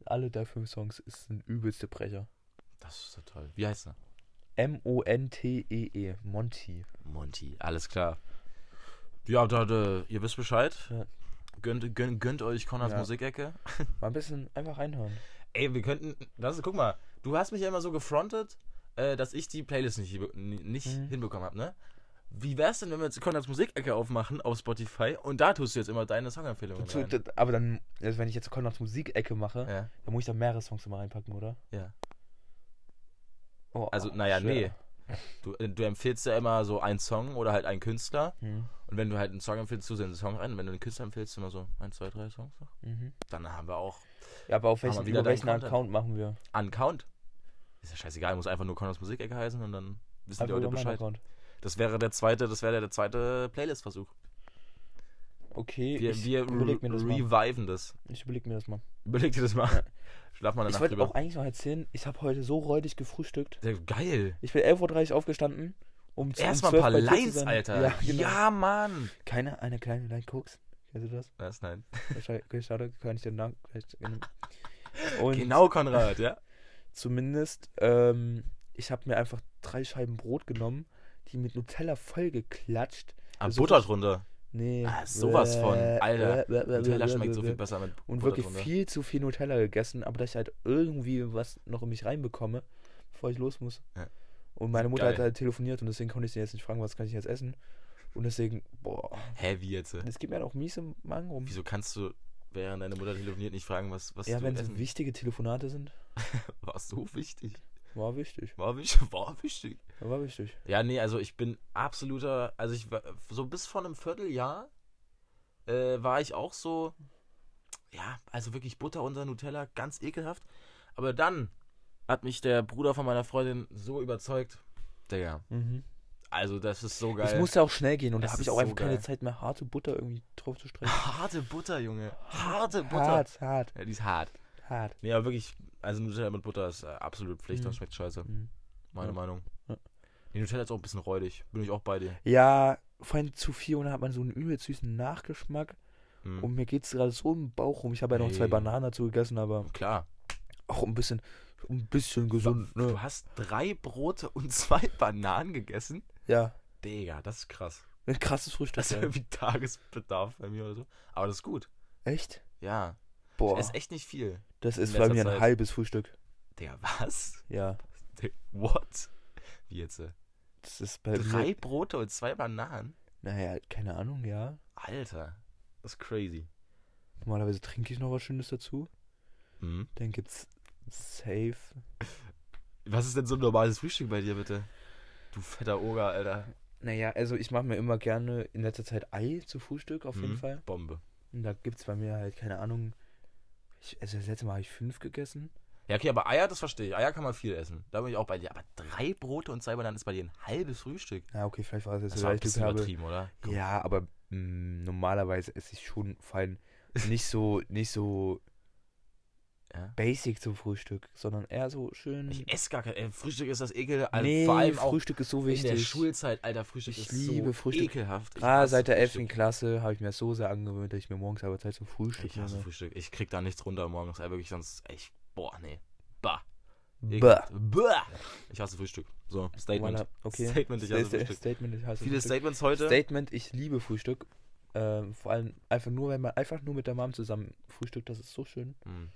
Speaker 2: Und alle der fünf Songs ist ein übelste Brecher.
Speaker 1: <laughs> Das ist so toll. Wie heißt er?
Speaker 2: M-O-N-T-E-E, E Monty.
Speaker 1: Monty, alles klar. Ja, da, da, ihr wisst Bescheid.
Speaker 2: Ja.
Speaker 1: Gönnt, gönnt, gönnt euch Connors
Speaker 2: Ja.
Speaker 1: Musikecke.
Speaker 2: Mal ein bisschen einfach reinhören.
Speaker 1: Ey, wir könnten. Das, guck mal, du hast mich ja immer so gefrontet, äh, dass ich die Playlist nicht, hiebe- n- nicht
Speaker 2: Mhm.
Speaker 1: hinbekommen habe, ne? Wie wär's denn, wenn wir jetzt Konrads Musikecke aufmachen auf Spotify und da tust du jetzt immer deine Songempfehlungen
Speaker 2: Zu,
Speaker 1: rein?
Speaker 2: d- aber dann, also wenn ich jetzt Konrads Musikecke mache,
Speaker 1: ja.
Speaker 2: Da muss ich doch mehrere Songs immer reinpacken, oder?
Speaker 1: Ja.
Speaker 2: Oh,
Speaker 1: Also, naja, nee.
Speaker 2: schwer.
Speaker 1: Du, äh, du empfiehlst ja immer so einen Song oder halt einen Künstler.
Speaker 2: Hm.
Speaker 1: Und wenn du halt einen Song empfiehlst, tust du den Song rein. Und wenn du einen Künstler empfiehlst, immer so ein, zwei, drei Songs. noch.
Speaker 2: Mhm.
Speaker 1: Dann haben wir auch
Speaker 2: Ja, aber auf
Speaker 1: Haben wir
Speaker 2: welchen,
Speaker 1: wieder
Speaker 2: über
Speaker 1: deinen
Speaker 2: welchen
Speaker 1: Content.
Speaker 2: Account machen wir?
Speaker 1: Uncount. Ist ja scheißegal, muss einfach nur Connors Musikecke heißen und dann wissen die Leute
Speaker 2: über meinen
Speaker 1: Bescheid.
Speaker 2: Account.
Speaker 1: Das wäre der zweite, das wäre der zweite Playlist-Versuch.
Speaker 2: Okay,
Speaker 1: Wir,
Speaker 2: ich,
Speaker 1: wir
Speaker 2: überleg mir
Speaker 1: re-
Speaker 2: das mal.
Speaker 1: reviven das.
Speaker 2: ich überleg mir das mal.
Speaker 1: Überleg dir das mal.
Speaker 2: Ja.
Speaker 1: Schlaf mal eine
Speaker 2: Ich
Speaker 1: Nacht
Speaker 2: wollte
Speaker 1: drüber.
Speaker 2: auch eigentlich noch erzählen, ich habe heute so räudig gefrühstückt.
Speaker 1: Ja, geil.
Speaker 2: Ich bin 11.30 Uhr aufgestanden, um zu- um
Speaker 1: Erstmal ein
Speaker 2: 12
Speaker 1: paar
Speaker 2: bei dir zu
Speaker 1: Lines,
Speaker 2: sein.
Speaker 1: Alter.
Speaker 2: Ja, genau.
Speaker 1: Mann.
Speaker 2: Keine, eine kleine Line Koks. Kennst du das?
Speaker 1: Was? Nein.
Speaker 2: Okay, Schade, kann ich den Namen vielleicht nennen. Und
Speaker 1: Genau, Konrad,
Speaker 2: <laughs>
Speaker 1: ja.
Speaker 2: zumindest, ähm, ich habe mir einfach drei Scheiben Brot genommen, die mit Nutella vollgeklatscht
Speaker 1: Am
Speaker 2: Also-
Speaker 1: Butter drunter.
Speaker 2: Nee.
Speaker 1: Ah, sowas von.
Speaker 2: Äh,
Speaker 1: Alter,
Speaker 2: äh, äh, äh,
Speaker 1: Nutella
Speaker 2: äh,
Speaker 1: schmeckt so
Speaker 2: äh,
Speaker 1: viel
Speaker 2: äh.
Speaker 1: besser mit
Speaker 2: Und
Speaker 1: Butter
Speaker 2: wirklich
Speaker 1: drunter.
Speaker 2: viel zu viel Nutella gegessen, aber dass ich halt irgendwie was noch in mich reinbekomme, bevor ich los muss.
Speaker 1: Ja.
Speaker 2: Und meine Mutter hat
Speaker 1: Geil.
Speaker 2: halt telefoniert und deswegen konnte ich sie jetzt nicht fragen, was kann ich jetzt essen. Und deswegen, boah,
Speaker 1: Hä, wie jetzt?
Speaker 2: das gibt mir halt auch miese Magen rum.
Speaker 1: Wieso kannst du, während deine Mutter telefoniert, nicht fragen, was, was
Speaker 2: Ja,
Speaker 1: du
Speaker 2: wenn
Speaker 1: essen?
Speaker 2: es wichtige Telefonate sind,
Speaker 1: <laughs> War so wichtig.
Speaker 2: war wichtig.
Speaker 1: War wichtig. War wichtig.
Speaker 2: War wichtig.
Speaker 1: Ja, nee, also ich bin absoluter, also ich war so bis vor einem Vierteljahr äh, war ich auch so, ja, also wirklich Butter unter Nutella, ganz ekelhaft. Aber dann hat mich der Bruder von meiner Freundin so überzeugt. Digga,
Speaker 2: Mhm.
Speaker 1: also das ist so geil.
Speaker 2: Es musste auch schnell gehen und
Speaker 1: Das
Speaker 2: da habe ich
Speaker 1: ist
Speaker 2: auch
Speaker 1: so
Speaker 2: einfach keine
Speaker 1: geil.
Speaker 2: Zeit mehr, harte Butter irgendwie drauf zu strecken.
Speaker 1: harte Butter, Junge. Harte Butter.
Speaker 2: Hart, hart,
Speaker 1: Ja, die ist hart.
Speaker 2: hart.
Speaker 1: Nee, aber wirklich, also Nutella mit Butter ist äh, absolut Pflicht,
Speaker 2: Mhm.
Speaker 1: das schmeckt scheiße.
Speaker 2: Mhm.
Speaker 1: Meine
Speaker 2: Ja.
Speaker 1: Meinung.
Speaker 2: Ja.
Speaker 1: Die Nutella ist auch ein bisschen räudig, bin ich auch bei dir.
Speaker 2: Ja, vor allem zu viel und dann hat man so einen übel süßen Nachgeschmack.
Speaker 1: Mhm.
Speaker 2: Und mir geht's gerade so im Bauch rum. Ich habe ja noch zwei
Speaker 1: Hey.
Speaker 2: Bananen dazu gegessen, aber
Speaker 1: Klar.
Speaker 2: auch ein bisschen, ein bisschen gesund,
Speaker 1: Du
Speaker 2: ne?
Speaker 1: hast drei Brote und zwei Bananen gegessen?
Speaker 2: Ja,
Speaker 1: Digga, das ist krass.
Speaker 2: ein krasses
Speaker 1: Das
Speaker 2: Frühstück.
Speaker 1: ist
Speaker 2: Ja.
Speaker 1: irgendwie Tagesbedarf bei mir oder so. Aber das ist gut.
Speaker 2: Echt?
Speaker 1: Ja.
Speaker 2: Boah,
Speaker 1: Ich esse echt nicht viel.
Speaker 2: das ist
Speaker 1: in
Speaker 2: bei
Speaker 1: letzter
Speaker 2: mir ein
Speaker 1: Zeit.
Speaker 2: halbes Frühstück.
Speaker 1: Digga, was?
Speaker 2: Ja,
Speaker 1: Dig- What? Wie jetzt? äh?
Speaker 2: das ist bei
Speaker 1: Drei
Speaker 2: mir.
Speaker 1: Brote und zwei Bananen?
Speaker 2: Naja, keine Ahnung, ja.
Speaker 1: Alter. Das ist crazy.
Speaker 2: Normalerweise trinke ich noch was Schönes dazu.
Speaker 1: Mhm.
Speaker 2: Dann gibt's safe.
Speaker 1: Was ist denn so ein normales Frühstück bei dir, bitte? Du fetter Oger, Alter.
Speaker 2: Naja, also ich mache mir immer gerne in letzter Zeit Ei zu Frühstück, auf jeden
Speaker 1: Mhm.
Speaker 2: Fall.
Speaker 1: Bombe.
Speaker 2: Und da gibt's bei mir halt, keine Ahnung. Ich, also das letzte Mal habe ich fünf gegessen.
Speaker 1: Ja, okay, aber Eier, das verstehe ich. Eier kann man viel essen. Da bin ich auch bei dir. Aber drei Brote und zwei Bananen ist bei dir ein halbes Frühstück.
Speaker 2: Ja, okay, vielleicht war es jetzt
Speaker 1: Das
Speaker 2: so
Speaker 1: war ein
Speaker 2: leicht
Speaker 1: bisschen
Speaker 2: habe.
Speaker 1: übertrieben, oder?
Speaker 2: Ja, aber mh, normalerweise esse ich schon
Speaker 1: <laughs>
Speaker 2: fein. Nicht so, nicht so
Speaker 1: Ja.
Speaker 2: basic zum Frühstück, sondern eher so schön.
Speaker 1: Ich esse gar kein. Ey, Frühstück ist das Ekel. Also
Speaker 2: Mhm. nee,
Speaker 1: vor allem auch
Speaker 2: Frühstück ist so
Speaker 1: in
Speaker 2: wichtig.
Speaker 1: der Schulzeit, Alter. Frühstück
Speaker 2: Ich
Speaker 1: ist so
Speaker 2: liebe Frühstück.
Speaker 1: ekelhaft. Ich
Speaker 2: ah,
Speaker 1: hasse
Speaker 2: seit der 11.
Speaker 1: Frühstück.
Speaker 2: Klasse habe ich mir das so sehr angewöhnt, dass ich mir morgens aber Zeit zum Frühstück
Speaker 1: Ich hasse
Speaker 2: nehme.
Speaker 1: Frühstück. Ich krieg da nichts runter morgens. Ey, wirklich sonst. ey, Ich, boah, nee. Bah. Ekelhaft. Bäh. Ich hasse Frühstück. So, Statement.
Speaker 2: Voilà, okay.
Speaker 1: Statement, ich hasse Frühstück.
Speaker 2: Statement, ich hasse
Speaker 1: Viele
Speaker 2: Frühstück.
Speaker 1: Statements heute.
Speaker 2: Statement, ich liebe Frühstück. Ähm, vor allem einfach nur, wenn man einfach nur mit der Mom zusammen frühstückt, das ist so schön.
Speaker 1: Hm.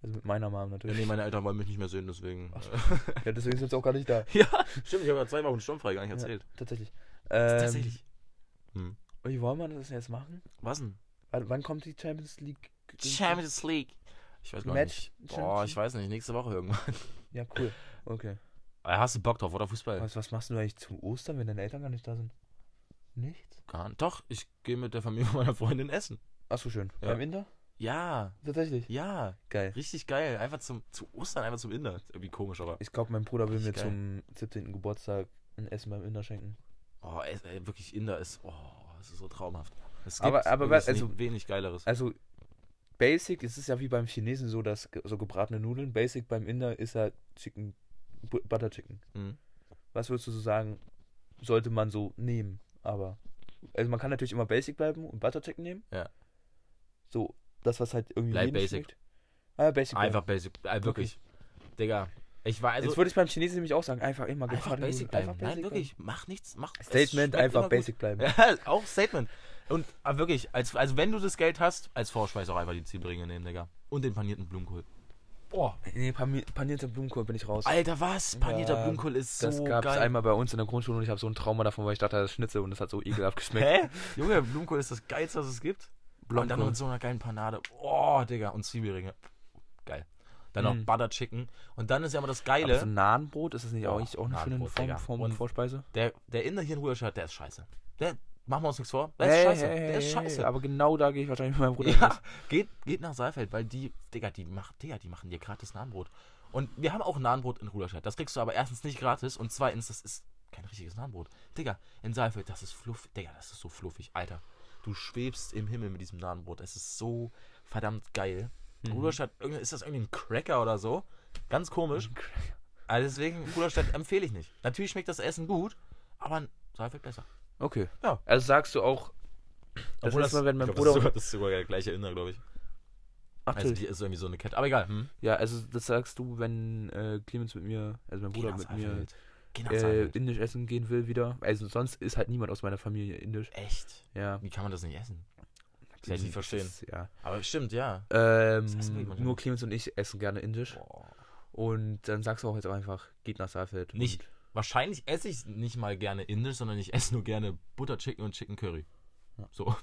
Speaker 2: Also mit meiner Mom natürlich.
Speaker 1: Nee, meine Eltern wollen mich nicht mehr sehen, deswegen.
Speaker 2: Ach so.
Speaker 1: äh, <laughs>
Speaker 2: Ja, deswegen sind sie auch gar nicht da.
Speaker 1: ja, stimmt, ich habe ja zwei Wochen sturmfrei gar nicht
Speaker 2: Ja,
Speaker 1: erzählt.
Speaker 2: tatsächlich. Ähm,
Speaker 1: Tatsächlich. Hm.
Speaker 2: Wie wollen wir das denn jetzt machen?
Speaker 1: Was denn?
Speaker 2: Wann wann kommt die Champions League?
Speaker 1: Champions League. Ich weiß gar
Speaker 2: Match?
Speaker 1: nicht. Boah, ich weiß nicht, nächste Woche irgendwann.
Speaker 2: Ja, cool. Okay.
Speaker 1: Aber Hast du Bock drauf, oder Fußball?
Speaker 2: Was, was machst du eigentlich zu Ostern, wenn deine Eltern gar nicht da sind? Nichts?
Speaker 1: Gar nicht. Doch, ich gehe mit der Familie <laughs> meiner Freundin essen.
Speaker 2: Achso, schön.
Speaker 1: Ja.
Speaker 2: Beim Inter?
Speaker 1: Ja,
Speaker 2: Tatsächlich.
Speaker 1: ja.
Speaker 2: Geil.
Speaker 1: Richtig geil. Einfach zum, zu Ostern, einfach zum Inder. Irgendwie komisch, aber.
Speaker 2: Ich glaube, mein Bruder will mir
Speaker 1: Richtig
Speaker 2: zum 17. Geburtstag ein Essen beim Inter schenken.
Speaker 1: Oh, es- ey, wirklich Inder ist. Oh, es ist so traumhaft. Es
Speaker 2: Aber- aber
Speaker 1: wirklich
Speaker 2: was- also-
Speaker 1: we- wenig Geileres.
Speaker 2: Also, basic ist es ja wie beim Chinesen so, dass ge- so gebratene Nudeln. Basic beim Inder ist ja Chicken, Bu- Butter Chicken.
Speaker 1: Mhm.
Speaker 2: Was würdest du so sagen, sollte man so nehmen? Aber, also man kann natürlich immer Basic bleiben und Butter Chicken nehmen.
Speaker 1: Ja.
Speaker 2: So, das, was halt irgendwie
Speaker 1: Bleib
Speaker 2: jedem
Speaker 1: basic.
Speaker 2: schmeckt. Ah, Basic. bleiben.
Speaker 1: Einfach basic. Äh, wirklich. Digga. Ich war also.
Speaker 2: Jetzt würde ich beim Chinesen nämlich auch sagen, einfach immer
Speaker 1: Einfach
Speaker 2: gebratene
Speaker 1: basic
Speaker 2: Nudeln,
Speaker 1: bleiben.
Speaker 2: einfach
Speaker 1: Nein,
Speaker 2: basic
Speaker 1: wirklich. Mach nichts. Mach, es
Speaker 2: bleiben. Statement,
Speaker 1: schmeckt
Speaker 2: einfach
Speaker 1: immer gut.
Speaker 2: basic
Speaker 1: <laughs>
Speaker 2: bleiben.
Speaker 1: Ja, auch Statement. Und aber wirklich, als, also wenn du das Geld hast, als Vorspeise auch einfach die Zwiebelringe nehmen, Digga. Und den panierten Blumenkohl. Boah.
Speaker 2: Nee, pan panierte Blumenkohl bin ich raus.
Speaker 1: Alter, was? Panierter
Speaker 2: Ja,
Speaker 1: Blumenkohl ist
Speaker 2: das
Speaker 1: so
Speaker 2: gab es
Speaker 1: geil.
Speaker 2: einmal bei uns in der Grundschule und ich habe so ein Trauma davon, weil ich dachte, das ist Schnitzel und das hat so ekelhaft geschmeckt.
Speaker 1: Hä? Junge, Blumenkohl ist das Geilste, was es gibt. Und dann
Speaker 2: Blumenkohl.
Speaker 1: mit so einer geilen Panade. Oh, Digga. Und Zwiebelringe. Geil. Dann noch
Speaker 2: Mm.
Speaker 1: Butter Chicken. Und dann ist ja immer das
Speaker 2: Aber
Speaker 1: Geile.
Speaker 2: so ein Nahenbrot, ist das nicht auch,
Speaker 1: Boah,
Speaker 2: eigentlich auch eine schöne
Speaker 1: Nahenbrot,
Speaker 2: Form,
Speaker 1: Digga.
Speaker 2: Form
Speaker 1: Und-
Speaker 2: Vorspeise?
Speaker 1: Der, der Inder hier in Ruhrstadt, der ist scheiße. Der, machen wir uns nichts vor. Der ist scheiße. der ist scheiße.
Speaker 2: Aber genau da gehe ich wahrscheinlich mit meinem Bruder
Speaker 1: Ja, geht, geht nach Saalfeld, weil die, Digga, die, macht, Digga, die machen dir gratis Nahenbrot. Und wir haben auch Nahenbrot in Ruderstadt. Das kriegst du aber erstens nicht gratis und zweitens, das ist kein richtiges Nahenbrot. Digga, in Saalfeld, das ist fluffig. Digga, das ist so fluffig. Alter, du schwebst im Himmel mit diesem Nahenbrot. Es ist so verdammt geil.
Speaker 2: Mhm.
Speaker 1: In Ruderstadt, irgendwie- ist das irgendwie ein Cracker oder so? Ganz
Speaker 2: Mhm.
Speaker 1: komisch. <laughs> Also deswegen, Ruderstadt empfehle ich nicht. Natürlich schmeckt das Essen gut, aber in Saalfeld besser.
Speaker 2: Okay.
Speaker 1: Ja.
Speaker 2: Also sagst du auch, das
Speaker 1: Obwohl
Speaker 2: letzte Mal, wenn mein
Speaker 1: ich glaub, Das
Speaker 2: Bruder...
Speaker 1: ist sogar, das ist sogar der gleiche Inner, glaube ich.
Speaker 2: ach,
Speaker 1: Also,
Speaker 2: natürlich.
Speaker 1: die ist irgendwie so eine Kette. Aber egal. Hm?
Speaker 2: ja, also das sagst du, wenn äh, Clemens mit mir, also mein Bruder mit mir,
Speaker 1: halt- Geh nach
Speaker 2: äh,
Speaker 1: Saalfeld.
Speaker 2: indisch essen gehen will wieder. Also sonst ist halt niemand aus meiner Familie indisch.
Speaker 1: Echt?
Speaker 2: Ja.
Speaker 1: Wie kann man das nicht essen? Ich hätte nicht verstehen.
Speaker 2: Das ist- Ja.
Speaker 1: Aber stimmt, ja. essen will
Speaker 2: Ähm,
Speaker 1: man ja
Speaker 2: nur
Speaker 1: nicht.
Speaker 2: Clemens und ich essen gerne indisch. Und dann sagst du auch jetzt auch einfach, geht nach Saalfeld.
Speaker 1: Nicht. Wahrscheinlich esse ich nicht mal gerne indisch, sondern ich esse nur gerne Butter Chicken und Chicken Curry.
Speaker 2: Ja.
Speaker 1: So.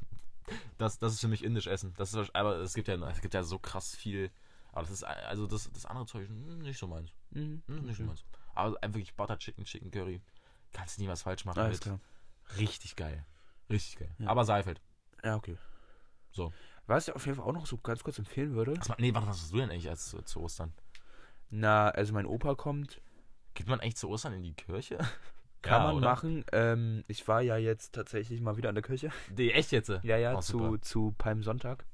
Speaker 1: Das, das ist für mich indisch essen. Das ist, wahrsch- aber es gibt ja, es gibt ja so krass viel. Aber das ist, also das, das andere Zeug ist hm, nicht so meins.
Speaker 2: Und, mhm.
Speaker 1: Hm, Nicht so meins. Aber einfach wirklich Butter Chicken, Chicken Curry. Kannst du nie was falsch machen.
Speaker 2: Alles
Speaker 1: mit.
Speaker 2: klar.
Speaker 1: Richtig geil. Richtig geil.
Speaker 2: Ja.
Speaker 1: Aber Seifeld.
Speaker 2: Ja, okay.
Speaker 1: So.
Speaker 2: Was ich auf jeden Fall auch noch so ganz kurz empfehlen würde.
Speaker 1: Was, ma- nee, warte, was machst du denn eigentlich als, zu, zu Ostern?
Speaker 2: Na, also mein Opa kommt.
Speaker 1: Geht man eigentlich zu Ostern in die Kirche?
Speaker 2: Kann
Speaker 1: Ja,
Speaker 2: man
Speaker 1: oder?
Speaker 2: machen. Ähm, ich war ja jetzt tatsächlich mal wieder an der Kirche.
Speaker 1: Nee, echt jetzt?
Speaker 2: Ja, ja,
Speaker 1: Oh,
Speaker 2: zu,
Speaker 1: super.
Speaker 2: zu Palmsonntag.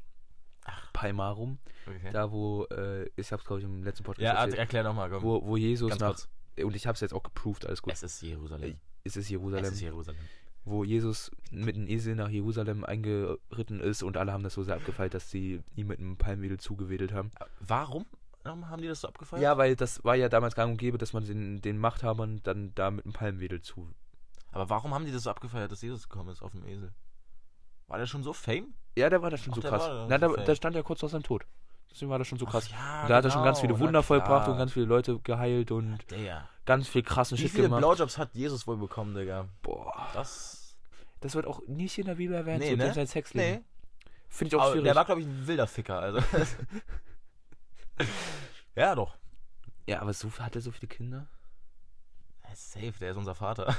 Speaker 2: Palmarum.
Speaker 1: Okay.
Speaker 2: Da, wo, äh, ich hab's glaube ich im letzten Podcast
Speaker 1: Ja, er-
Speaker 2: erzählt,
Speaker 1: also erklär nochmal, komm.
Speaker 2: also wo, wo Jesus
Speaker 1: Ganz
Speaker 2: nach.
Speaker 1: kurz.
Speaker 2: Und ich hab's jetzt auch geproved, alles gut.
Speaker 1: Es ist Jerusalem.
Speaker 2: Es ist
Speaker 1: Es
Speaker 2: Jerusalem.
Speaker 1: ist Jerusalem.
Speaker 2: wo Jesus mit einem Esel nach Jerusalem eingeritten ist und alle haben das so sehr abgefeilt, dass sie ihn mit einem Palmwedel zugewedelt haben.
Speaker 1: Warum Warum haben die das so abgefeuert?
Speaker 2: Ja, weil das war ja damals gang und gäbe, dass man den, den Machthabern dann da mit einem Palmwedel zu.
Speaker 1: Aber warum haben die das so abgefeuert, dass Jesus gekommen ist auf dem Esel? War der schon so fame?
Speaker 2: Ja, da war das schon
Speaker 1: Ach,
Speaker 2: so
Speaker 1: der
Speaker 2: krass.
Speaker 1: war da
Speaker 2: Na, da,
Speaker 1: so fame.
Speaker 2: da stand ja kurz vor seinem Tod. Deswegen war das schon so krass.
Speaker 1: Ach ja,
Speaker 2: da hat er schon ganz viele
Speaker 1: genau,
Speaker 2: Wunder
Speaker 1: na klar.
Speaker 2: vollbracht und ganz viele Leute geheilt und
Speaker 1: Der.
Speaker 2: ganz viel krassen
Speaker 1: Wie
Speaker 2: Shit
Speaker 1: viele
Speaker 2: gemacht.
Speaker 1: Blowjobs hat Jesus wohl bekommen, Digga?
Speaker 2: Boah.
Speaker 1: Das.
Speaker 2: Das wird auch nicht in der Bibel erwähnt,
Speaker 1: Nee,
Speaker 2: so
Speaker 1: ne?
Speaker 2: der sein Sexleben.
Speaker 1: Nee.
Speaker 2: Finde ich auch
Speaker 1: Aber
Speaker 2: schwierig.
Speaker 1: der war, glaube ich, ein wilder Ficker.
Speaker 2: <laughs>
Speaker 1: Also. <laughs> ja, doch.
Speaker 2: ja, aber so, hat er so viele Kinder?
Speaker 1: Er ist Safe, der ist unser Vater.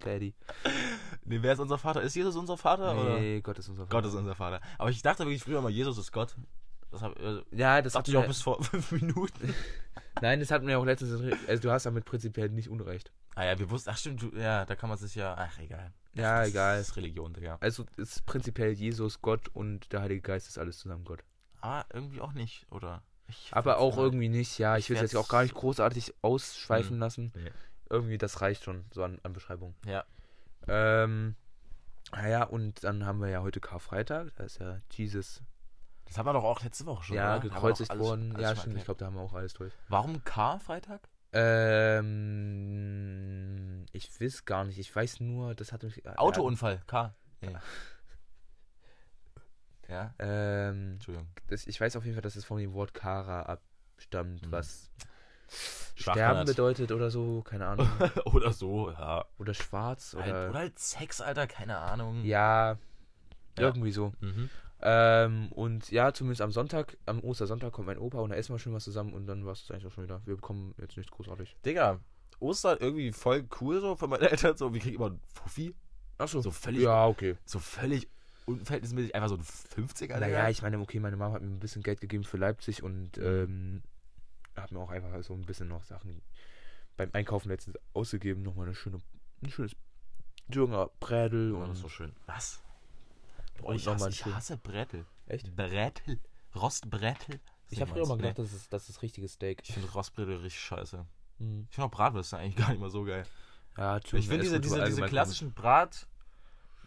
Speaker 2: Daddy.
Speaker 1: Nee, wer ist unser Vater? Ist Jesus unser Vater? Oder?
Speaker 2: Nee, Gott ist unser Vater.
Speaker 1: Gott ist unser Vater. Aber ich dachte wirklich früher mal, Jesus ist Gott. Das hab, äh,
Speaker 2: Ja, das hat
Speaker 1: dachte ich
Speaker 2: mir-
Speaker 1: auch bis vor <laughs> fünf Minuten.
Speaker 2: Nein, das hatten wir auch letztens. in Re- Also, du hast damit prinzipiell nicht unrecht.
Speaker 1: Ah ja, wir wussten, ach stimmt, du, ja, da kann man sich ja, ach egal.
Speaker 2: Ja,
Speaker 1: Das
Speaker 2: egal.
Speaker 1: ist Religion, Digga.
Speaker 2: Also, es ist prinzipiell Jesus, Gott und der Heilige Geist ist alles zusammen Gott.
Speaker 1: Aber irgendwie auch nicht, oder? Ich
Speaker 2: Aber
Speaker 1: find's
Speaker 2: auch
Speaker 1: immer-
Speaker 2: irgendwie nicht, ja. Ich will es
Speaker 1: werd's-
Speaker 2: jetzt auch gar nicht großartig ausschweifen
Speaker 1: Hm.
Speaker 2: lassen.
Speaker 1: Nee.
Speaker 2: Irgendwie, das reicht schon so an, an Beschreibung.
Speaker 1: Ja.
Speaker 2: Ähm, naja, und dann haben wir ja heute Karfreitag. Da ist ja Jesus
Speaker 1: Das haben wir doch auch letzte Woche schon.
Speaker 2: ja,
Speaker 1: oder? Da haben wir doch
Speaker 2: gekreuzigt
Speaker 1: alles-
Speaker 2: worden.
Speaker 1: alles
Speaker 2: ja,
Speaker 1: schon
Speaker 2: stimmt. Ich
Speaker 1: erklärt.
Speaker 2: glaube, da haben wir auch alles durch.
Speaker 1: Warum Karfreitag?
Speaker 2: Ähm, ich weiß gar nicht. Ich weiß nur, das hat mich. äh,
Speaker 1: Autounfall, K. Nee. Ja,
Speaker 2: Ähm,
Speaker 1: Entschuldigung. <laughs>
Speaker 2: das, ich weiß auf jeden Fall, dass es von dem Wort Kara abstammt,
Speaker 1: Mhm.
Speaker 2: was
Speaker 1: Schwachmann
Speaker 2: Sterben
Speaker 1: hat-
Speaker 2: bedeutet oder so, keine
Speaker 1: <laughs>
Speaker 2: Ahnung.
Speaker 1: oder so, ja.
Speaker 2: oder schwarz
Speaker 1: Halt,
Speaker 2: oder.
Speaker 1: oder halt Sex, Alter, keine Ahnung.
Speaker 2: Ja,
Speaker 1: Ja.
Speaker 2: irgendwie so.
Speaker 1: Mhm.
Speaker 2: Ähm, und ja, zumindest am Sonntag, am Ostersonntag kommt mein Opa und da essen wir schön was zusammen und dann war es eigentlich auch schon wieder. Wir bekommen jetzt nichts großartig.
Speaker 1: Digga, Ostern irgendwie voll cool so von meinen Eltern. So, wir kriegen immer einen Fuffi.
Speaker 2: Achso.
Speaker 1: So völlig,
Speaker 2: Ja, okay.
Speaker 1: so völlig unverhältnismäßig einfach so ein 50er,
Speaker 2: Naja,
Speaker 1: Digga.
Speaker 2: ich meine, okay, meine Mama hat mir ein bisschen Geld gegeben für Leipzig
Speaker 1: Mhm.
Speaker 2: und ähm, hat mir auch einfach so ein bisschen noch Sachen beim Einkaufen letztens ausgegeben. Nochmal eine schöne, ein schönes Dürnger Brädel
Speaker 1: Oh,
Speaker 2: und.
Speaker 1: das ist so schön. Was? Boah,
Speaker 2: Und
Speaker 1: ich,
Speaker 2: noch
Speaker 1: hasse,
Speaker 2: mal
Speaker 1: ich
Speaker 2: schön.
Speaker 1: hasse Brettel.
Speaker 2: Echt?
Speaker 1: Brettel. Rostbrettel.
Speaker 2: Ich habe früher mal gedacht, das ist, das ist richtiges Steak.
Speaker 1: ne? Ich finde Rostbrettel richtig scheiße.
Speaker 2: Mhm.
Speaker 1: Ich finde auch Bratwürste eigentlich gar nicht mal so geil.
Speaker 2: Ja,
Speaker 1: Ich finde diese, diese, diese klassischen Brat,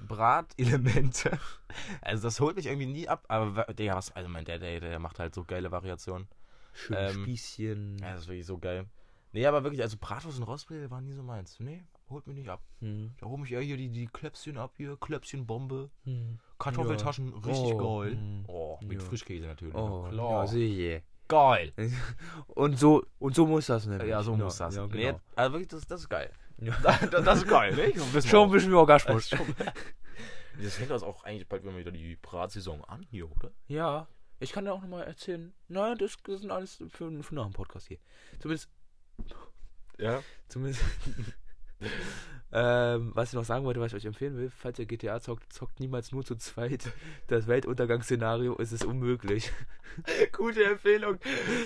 Speaker 1: Bratelemente. <laughs> Also das holt mich irgendwie nie ab. Aber wa- Digga, was, also mein Dad, ey, der macht halt so geile Variationen.
Speaker 2: Schöne
Speaker 1: ähm,
Speaker 2: Spießchen.
Speaker 1: Ja, das ist wirklich so geil. Nee, aber wirklich, also Bratwurst und Rostbrille waren nie so meins. Nee, holt mich nicht ab.
Speaker 2: Mhm.
Speaker 1: Da hol mich eher hier die, die Klöpschen ab hier, Klöpschenbombe.
Speaker 2: Mhm.
Speaker 1: Kartoffeltaschen, richtig
Speaker 2: Oh,
Speaker 1: geil.
Speaker 2: mm,
Speaker 1: Oh, mit
Speaker 2: ja.
Speaker 1: Frischkäse natürlich.
Speaker 2: Oh,
Speaker 1: na
Speaker 2: klar.
Speaker 1: klar.
Speaker 2: Ja, sehe.
Speaker 1: geil.
Speaker 2: Und so, und so muss das nämlich.
Speaker 1: Ja, so muss das.
Speaker 2: Ja, genau.
Speaker 1: Nee, also wirklich, das, das ist geil. <laughs>
Speaker 2: Ja. <laughs>
Speaker 1: Das, das ist <laughs> geil, ne? Wissen wir
Speaker 2: Schon
Speaker 1: auch.
Speaker 2: ein bisschen wie Orgasmus.
Speaker 1: Das fängt uns auch eigentlich bald wieder die Bratsaison an hier, oder?
Speaker 2: <laughs> ja, ich kann dir auch nochmal erzählen. Nein, das, das sind alles für, für nach dem Podcast hier. Zumindest,
Speaker 3: Ja.
Speaker 2: zumindest. <laughs> ähm, was ich noch sagen wollte, was ich euch empfehlen will, falls ihr GTA zockt, zockt niemals nur zu zweit. Das Weltuntergangsszenario ist es <laughs> unmöglich.
Speaker 3: Gute Empfehlung.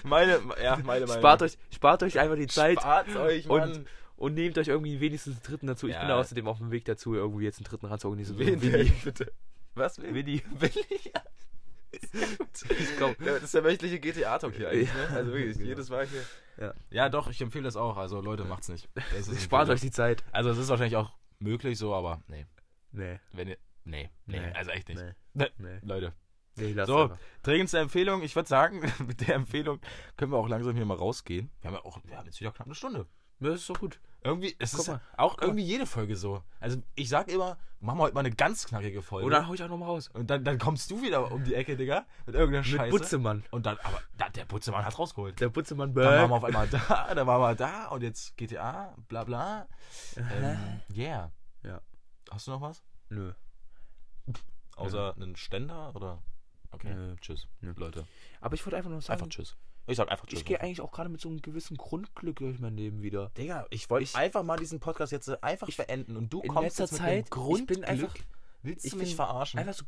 Speaker 3: Meine, ja, meine Meinung.
Speaker 2: Spart euch, spart euch einfach die Zeit
Speaker 3: Spart's euch,
Speaker 1: <laughs>
Speaker 2: Und-
Speaker 3: Mann.
Speaker 2: und nehmt euch irgendwie wenigstens einen dritten dazu. Ich
Speaker 1: Ja.
Speaker 2: bin da außerdem auf dem Weg dazu, irgendwie jetzt einen dritten ranzuholen. So
Speaker 3: Wen
Speaker 2: Winnie.
Speaker 3: denn, bitte? Was? Wen?
Speaker 2: Winnie.
Speaker 3: Willi?
Speaker 2: Ich glaub-
Speaker 3: Ja, das ist der wöchentliche GTA-Talk hier eigentlich, ne? Also wirklich,
Speaker 2: Genau.
Speaker 3: jedes Mal hier.
Speaker 1: Ja, doch, ich empfehle das auch. Also, Leute, macht's nicht.
Speaker 3: <laughs>
Speaker 1: Das ist
Speaker 2: Spart euch die Zeit.
Speaker 1: Also, es ist wahrscheinlich auch möglich so, aber nee.
Speaker 2: Nee.
Speaker 1: Wenn ihr. Nee, nee,
Speaker 2: Nee.
Speaker 1: also echt nicht.
Speaker 2: Nee.
Speaker 1: Nee. Leute.
Speaker 2: Nee, lass
Speaker 1: So.
Speaker 2: einfach.
Speaker 1: Dringendste Empfehlung. Ich würde sagen, <laughs> mit der Empfehlung können wir auch langsam hier mal rausgehen. Wir haben ja auch. Wir haben jetzt wieder knapp eine Stunde.
Speaker 2: Ja, Das ist doch gut.
Speaker 1: Irgendwie, es
Speaker 2: Guck
Speaker 1: ist
Speaker 2: mal,
Speaker 1: ja auch irgendwie jede Folge so. Also, ich sag immer, machen wir heute mal eine ganz knackige Folge.
Speaker 2: Und dann hau ich auch nochmal raus.
Speaker 1: Und dann, dann kommst du wieder um die Ecke, Digga, mit irgendeiner
Speaker 2: Mit
Speaker 1: Scheiße.
Speaker 2: Butzemann.
Speaker 1: Und dann, aber da, der Putzemann hat rausgeholt.
Speaker 2: Der Butzemann
Speaker 1: Dann waren wir
Speaker 2: Burger.
Speaker 1: auf einmal da, <laughs> dann waren wir da und jetzt GTA, bla bla. Ähm, yeah.
Speaker 2: Ja.
Speaker 1: Hast du noch was?
Speaker 2: Nö.
Speaker 1: Außer einen Ständer oder? Okay.
Speaker 2: Nö.
Speaker 1: Tschüss,
Speaker 2: Nö.
Speaker 1: Leute.
Speaker 2: Aber ich wollte einfach nur sagen,
Speaker 1: Einfach tschüss. Ähm, Ich sag einfach tschüss.
Speaker 2: ich gehe eigentlich auch gerade mit so einem gewissen Grundglück durch mein Leben wieder.
Speaker 1: Digga, ich wollte einfach mal diesen Podcast jetzt äh, einfach beenden und du
Speaker 2: in
Speaker 1: kommst
Speaker 2: letzter
Speaker 1: jetzt mit
Speaker 2: Zeit,
Speaker 1: dem Grundglück.
Speaker 2: ich bin einfach-
Speaker 1: willst
Speaker 2: ich
Speaker 1: du mich
Speaker 2: bin
Speaker 1: verarschen?
Speaker 2: Einfach so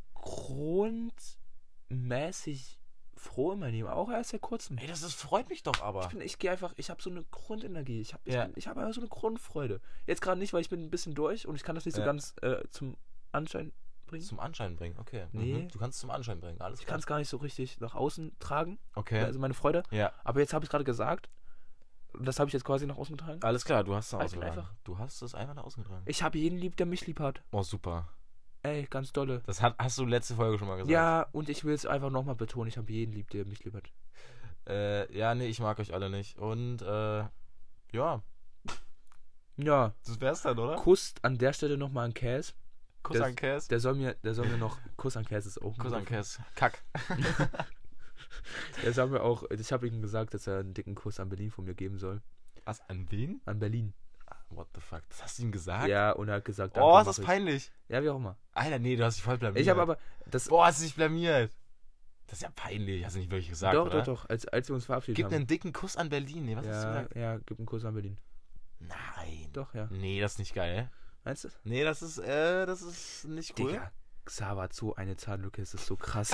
Speaker 2: grundmäßig froh in meinem Leben. Auch erst seit kurzem.
Speaker 1: Ey, das ist, freut mich doch aber.
Speaker 2: Ich, bin- ich gehe einfach, ich habe so eine Grundenergie. Ich habe ich
Speaker 1: Ja.
Speaker 2: bin- ich hab einfach so eine Grundfreude. Jetzt gerade nicht, weil ich bin ein bisschen durch und ich kann das nicht so
Speaker 1: Ja.
Speaker 2: ganz äh, zum Anschein bringen.
Speaker 1: Zum Anschein bringen, okay.
Speaker 2: Nee.
Speaker 1: Mhm. Du kannst zum Anschein bringen, alles
Speaker 2: Ich
Speaker 1: klar.
Speaker 2: kann es gar nicht so richtig nach außen tragen.
Speaker 1: Okay.
Speaker 2: Also meine Freude.
Speaker 1: ja.
Speaker 2: Aber jetzt habe ich gerade gesagt. Und das habe ich jetzt quasi nach außen getragen.
Speaker 1: Alles klar, du hast es
Speaker 2: Ich bin
Speaker 1: ausgetragen.
Speaker 2: einfach-
Speaker 1: Du hast es einfach nach außen getragen.
Speaker 2: Ich habe jeden lieb, der mich lieb hat.
Speaker 1: Oh, super.
Speaker 2: Ey, ganz dolle.
Speaker 1: Das hat, hast du letzte Folge schon mal gesagt.
Speaker 2: Ja, und ich will es einfach nochmal betonen. Ich habe jeden lieb, der mich lieb hat.
Speaker 1: Äh, ja, nee, ich mag euch alle nicht. Und, äh, ja.
Speaker 2: Ja,
Speaker 1: Das wär's dann, oder?
Speaker 2: Kuss an der Stelle nochmal an Cass.
Speaker 1: Kuss
Speaker 2: Das-
Speaker 1: an Cass.
Speaker 2: Der soll mir, der soll
Speaker 1: <laughs>
Speaker 2: mir noch, Kuss an Cass ist auch
Speaker 1: Kuss an Cass. Kack.
Speaker 2: Der soll mir auch, ich habe ihm gesagt, dass er einen dicken Kuss an Berlin von mir geben soll.
Speaker 1: Was, an wen?
Speaker 2: An Berlin.
Speaker 1: What the fuck? Das hast du ihm gesagt?
Speaker 2: Ja, und er hat gesagt,
Speaker 1: oh, ist
Speaker 2: mach
Speaker 1: das
Speaker 2: ich.
Speaker 1: peinlich.
Speaker 2: Ja, wie auch immer.
Speaker 1: Alter, nee, du hast dich voll blamiert.
Speaker 2: Ich habe aber, das,
Speaker 1: Boah, hast du dich blamiert. Das ist ja peinlich. Hast du nicht wirklich gesagt,
Speaker 2: doch,
Speaker 1: oder?
Speaker 2: doch, doch, als, als wir uns verabschiedet
Speaker 1: Gib
Speaker 2: haben.
Speaker 1: einen dicken Kuss an Berlin. Nee, was hast du
Speaker 2: ja,
Speaker 1: gesagt?
Speaker 2: ja, gib einen Kuss an Berlin.
Speaker 1: Nein.
Speaker 2: Doch, ja.
Speaker 1: Nee, das ist nicht geil.
Speaker 2: Meinst du?
Speaker 1: Nee, das ist, äh, das ist nicht cool.
Speaker 2: Digga, Xaver hat so eine Zahnlücke, es ist
Speaker 1: <laughs>
Speaker 2: so krass.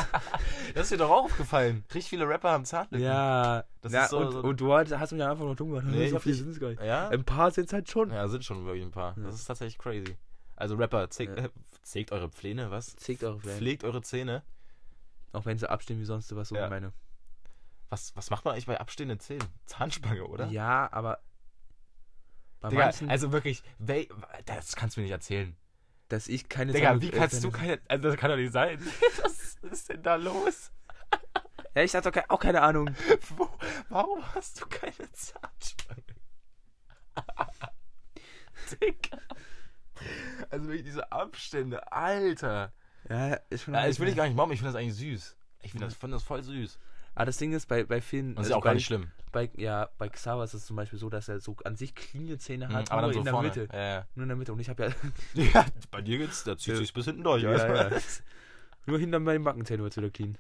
Speaker 1: Das ist dir doch auch aufgefallen. Richtig viele Rapper haben Zahnlücken.
Speaker 2: ja,
Speaker 1: Das
Speaker 2: ja
Speaker 1: ist so-
Speaker 2: und,
Speaker 1: so-
Speaker 2: und du hast, hast mich einfach noch dumm gemacht.
Speaker 1: Nee, ich
Speaker 2: <laughs> so
Speaker 1: hab
Speaker 2: viele
Speaker 1: dich-
Speaker 2: sind es gar nicht.
Speaker 1: Ja?
Speaker 2: Ein paar sind es halt schon.
Speaker 1: Ja, sind schon wirklich ein paar.
Speaker 2: Ja.
Speaker 1: Das ist tatsächlich crazy. Also Rapper, zählt,
Speaker 2: Ja.
Speaker 1: äh, <laughs> zählt eure Pläne, was?
Speaker 2: Zickt eure Fans.
Speaker 1: Pflegt eure Zähne.
Speaker 2: Auch wenn sie abstehen wie sonst was, so
Speaker 1: Ja.
Speaker 2: meine.
Speaker 1: Was, was macht man eigentlich bei abstehenden Zähnen? <laughs> Zahnspange, oder?
Speaker 2: Ja, aber bei
Speaker 1: Digga,
Speaker 2: manchen,
Speaker 1: also wirklich, wel, das kannst du mir nicht erzählen.
Speaker 2: dass ich keine
Speaker 1: Digga, wie
Speaker 2: Zahnlücke-
Speaker 1: kannst
Speaker 2: äh,
Speaker 1: du
Speaker 2: keine- <laughs>
Speaker 1: keine. Also das kann doch nicht sein. was ist denn da los? <laughs>
Speaker 2: Ja, ich hatte auch, ke auch keine Ahnung.
Speaker 1: Wo, warum hast du keine Zahnspange? <laughs> Digga. Also wirklich diese Abstände, Alter.
Speaker 2: Ja, ich halt
Speaker 1: Ja, das will ich gar nicht mobben, ich finde das eigentlich süß. Ich finde das, find das voll süß.
Speaker 2: Aber das Ding ist, bei, bei vielen. also
Speaker 1: Und das ist ja auch
Speaker 2: bei,
Speaker 1: gar nicht schlimm.
Speaker 2: Bei, ja, bei Xaver ist es zum Beispiel so, dass er so an sich clean Zähne
Speaker 1: Mhm,
Speaker 2: hat, aber nur in der
Speaker 1: vorne.
Speaker 2: Mitte.
Speaker 1: Ja, ja.
Speaker 2: Nur in der Mitte. Und ich habe ja
Speaker 1: <laughs> ja, bei dir geht's, da zieht
Speaker 2: Ja.
Speaker 1: sich's bis hinten
Speaker 2: <laughs>
Speaker 1: durch.
Speaker 2: Ja,
Speaker 1: oder?
Speaker 2: ja, ja. nur hinter meinem Backenzähne wird es
Speaker 1: <laughs>
Speaker 2: wieder clean.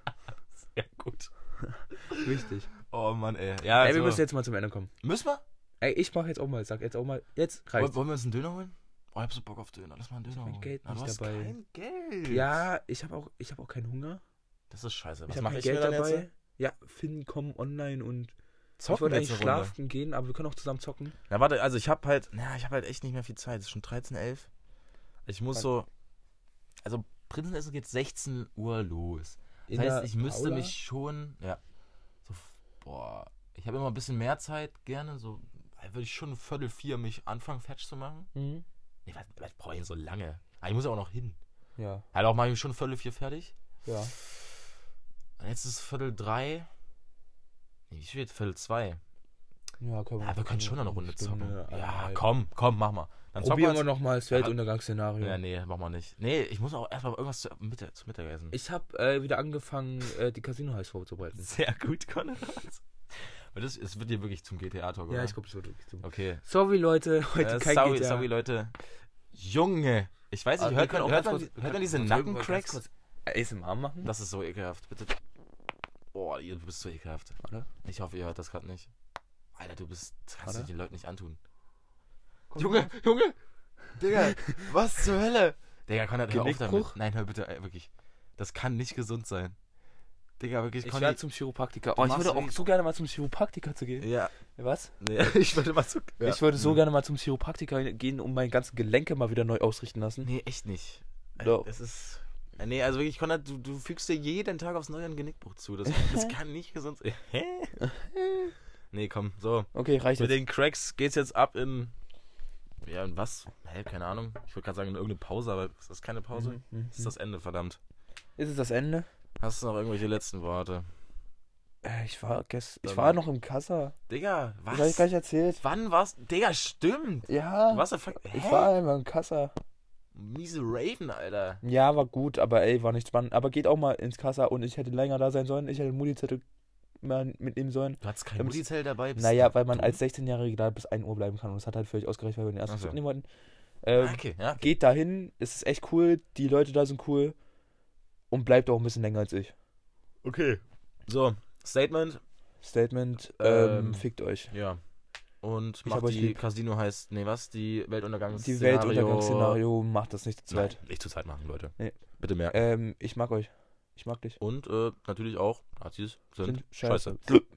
Speaker 1: Sehr gut.
Speaker 2: <laughs> Richtig.
Speaker 1: Oh Mann, ey. Ja,
Speaker 2: Ey, wir
Speaker 1: so.
Speaker 2: müssen jetzt mal zum Ende kommen.
Speaker 1: müssen wir?
Speaker 2: Ey, ich mach jetzt auch mal, sag jetzt auch mal, jetzt
Speaker 1: Wollen,
Speaker 2: reicht's.
Speaker 1: wollen wir uns einen Döner holen? Oh, ich hab so Bock auf Döner. Lass mal einen Döner
Speaker 2: mein
Speaker 1: holen.
Speaker 2: Geld
Speaker 1: Na, du
Speaker 2: nicht
Speaker 1: hast
Speaker 2: dabei.
Speaker 1: kein Geld.
Speaker 2: Ja, ich habe auch, ich hab auch keinen Hunger.
Speaker 1: Das ist scheiße.
Speaker 2: Ich
Speaker 1: Was
Speaker 2: hab
Speaker 1: mache
Speaker 2: kein
Speaker 1: ich
Speaker 2: Geld
Speaker 1: mir dann
Speaker 2: dabei.
Speaker 1: jetzt?
Speaker 2: Ja, Finn, komm online und ich
Speaker 1: Zocken
Speaker 2: wollte
Speaker 1: jetzt
Speaker 2: eigentlich
Speaker 1: eine Runde.
Speaker 2: schlafen gehen, aber wir können auch zusammen zocken.
Speaker 1: Na warte, also ich hab halt, na, ich hab halt echt nicht mehr viel Zeit. Es ist schon 13, 11. Ich muss
Speaker 2: Wann-
Speaker 1: so, also Prinzenessen geht 16 Uhr los. Das
Speaker 2: In
Speaker 1: heißt,
Speaker 2: der
Speaker 1: ich müsste
Speaker 2: Aula.
Speaker 1: mich schon, ja, so, f- boah, ich habe immer ein bisschen mehr Zeit gerne, so, da würde ich schon um Viertel vier mich anfangen, fertig zu machen.
Speaker 2: Mhm.
Speaker 1: Nee, was, was brauche ich denn so lange? Ah, ich muss ja auch noch hin.
Speaker 2: Ja,
Speaker 1: Ja, doch, mache ich mich schon Viertel vier fertig.
Speaker 2: ja.
Speaker 1: Und jetzt ist Viertel drei. Nee, wie spät? Viertel zwei.
Speaker 2: Ja, können
Speaker 1: Ja, wir können schon noch eine Runde
Speaker 2: Stunde,
Speaker 1: zocken. Ja,
Speaker 2: eineinhalb.
Speaker 1: komm, komm, mach mal. Dann zocken wir
Speaker 2: Probieren
Speaker 1: uns-
Speaker 2: wir nochmal das Weltuntergangsszenario.
Speaker 1: Ja, nee, mach mal nicht. Nee, ich muss auch erstmal irgendwas zu Mittag, zu Mittag essen.
Speaker 2: Ich habe äh, wieder angefangen, äh, die casino heiß vorzubereiten.
Speaker 1: <laughs> Sehr gut, Konrad. Aber das, es wird dir wirklich zum GTA-Talk, oder?
Speaker 2: Ja, ich glaube, es wird wirklich zu.
Speaker 1: Okay.
Speaker 2: Sorry, Leute, <laughs> heute
Speaker 1: Äh,
Speaker 2: kein
Speaker 1: sorry,
Speaker 2: GTA.
Speaker 1: sorry, Leute. Junge. Ich weiß nicht, hört
Speaker 2: Aber Also, wir
Speaker 1: man,
Speaker 2: können auch
Speaker 1: hört,
Speaker 2: ganz
Speaker 1: man,
Speaker 2: kurz-
Speaker 1: hört man diese
Speaker 2: ganz kurz- ganz
Speaker 1: Nackencracks?
Speaker 2: kurz ASMR machen?
Speaker 1: Das ist so ekelhaft, bitte. Boah, ihr- du bist so ekelhaft.
Speaker 2: Warte.
Speaker 1: Ich hoffe, ihr hört das gerade nicht. Alter, du bist. Das kannst du
Speaker 2: Warte. Oh.
Speaker 1: den Leuten nicht antun.
Speaker 2: Guck
Speaker 1: Junge, Junge!
Speaker 2: <laughs>
Speaker 1: Digga, was zur Hölle? Digga, Konrad, hör auf damit.
Speaker 2: Genickbruch?
Speaker 1: Nein, hör bitte, ey, wirklich. Das kann nicht gesund sein. Digga, wirklich,
Speaker 2: Ich
Speaker 1: Conny-
Speaker 2: werde zum Chiropraktiker. Oh, ich
Speaker 1: machst
Speaker 2: würde auch
Speaker 1: wie-
Speaker 2: so gerne mal zum Chiropraktiker zu gehen.
Speaker 1: Ja,
Speaker 2: Was?
Speaker 1: nee, ich würde mal so. Ja.
Speaker 2: <laughs>
Speaker 1: Mhm. Hm.
Speaker 2: Ich würde so gerne mal zum Chiropraktiker gehen und meine ganzen Gelenke mal wieder neu ausrichten lassen.
Speaker 1: Nee, echt nicht.
Speaker 2: Doch.
Speaker 1: Es ist. Nee, also wirklich, Konrad, du, du fügst dir jeden Tag aufs Neue einen Genickbruch zu.
Speaker 2: <laughs>
Speaker 1: Das, das kann nicht gesund sein. Hä? nee, komm, so.
Speaker 2: Okay, reicht
Speaker 1: Mit
Speaker 2: jetzt.
Speaker 1: den Cracks geht's jetzt ab in. Ja, in was? Hä, keine Ahnung. Ich wollte gerade sagen, in irgendeine Pause, aber ist das keine Pause?
Speaker 2: Mhm.
Speaker 1: Ist das Ende, verdammt.
Speaker 2: Ist es das Ende?
Speaker 1: Hast du noch irgendwelche letzten Worte?
Speaker 2: Äh, ich war gest ich
Speaker 1: Dann-
Speaker 2: war noch im Kassa.
Speaker 1: Digga,
Speaker 2: Das habe ich
Speaker 1: Ähm, was?
Speaker 2: gleich erzählt.
Speaker 1: Wann war's? Digga, stimmt!
Speaker 2: Ja.
Speaker 1: Was der fuck? Hä?
Speaker 2: Ich war einmal im Kassa.
Speaker 1: Miese Raven, Alter.
Speaker 2: Ja, war gut, aber ey, war nicht spannend. Aber geht auch mal ins Kassa und ich hätte länger da sein sollen. Ich hätte Mutti-Zettel mal mitnehmen sollen.
Speaker 1: Du hattest
Speaker 2: Ähm,
Speaker 1: kein Multizell dabei. bist
Speaker 2: Naja,
Speaker 1: du
Speaker 2: weil man
Speaker 1: dumm?
Speaker 2: als 16-Jähriger da bis 1 Uhr bleiben kann. Und das hat halt völlig ausgereicht, weil wir den ersten
Speaker 1: Ach so.
Speaker 2: Zug nehmen wollten. Ähm,
Speaker 1: Ah, Okay, ja.
Speaker 2: Geht dahin, es ist echt cool, die Leute da sind cool und bleibt auch ein bisschen länger als ich.
Speaker 1: Okay. So, Statement.
Speaker 2: Statement, ähm,
Speaker 1: Ähm,
Speaker 2: fickt euch.
Speaker 1: Ja. Und
Speaker 2: Ich
Speaker 1: macht
Speaker 2: hab euch
Speaker 1: die
Speaker 2: lieb.
Speaker 1: Casino heißt, nee, was? Die Weltuntergangs
Speaker 2: Die Weltuntergangsszenario macht das nicht zu zweit.
Speaker 1: Nein, Nicht zu zweit machen, Leute.
Speaker 2: Nee.
Speaker 1: Bitte merken.
Speaker 2: Ähm, ich mag euch. Ich mag dich.
Speaker 1: Und äh, natürlich auch, Nazis sind,
Speaker 2: Sind
Speaker 1: scheiße.
Speaker 2: scheiße.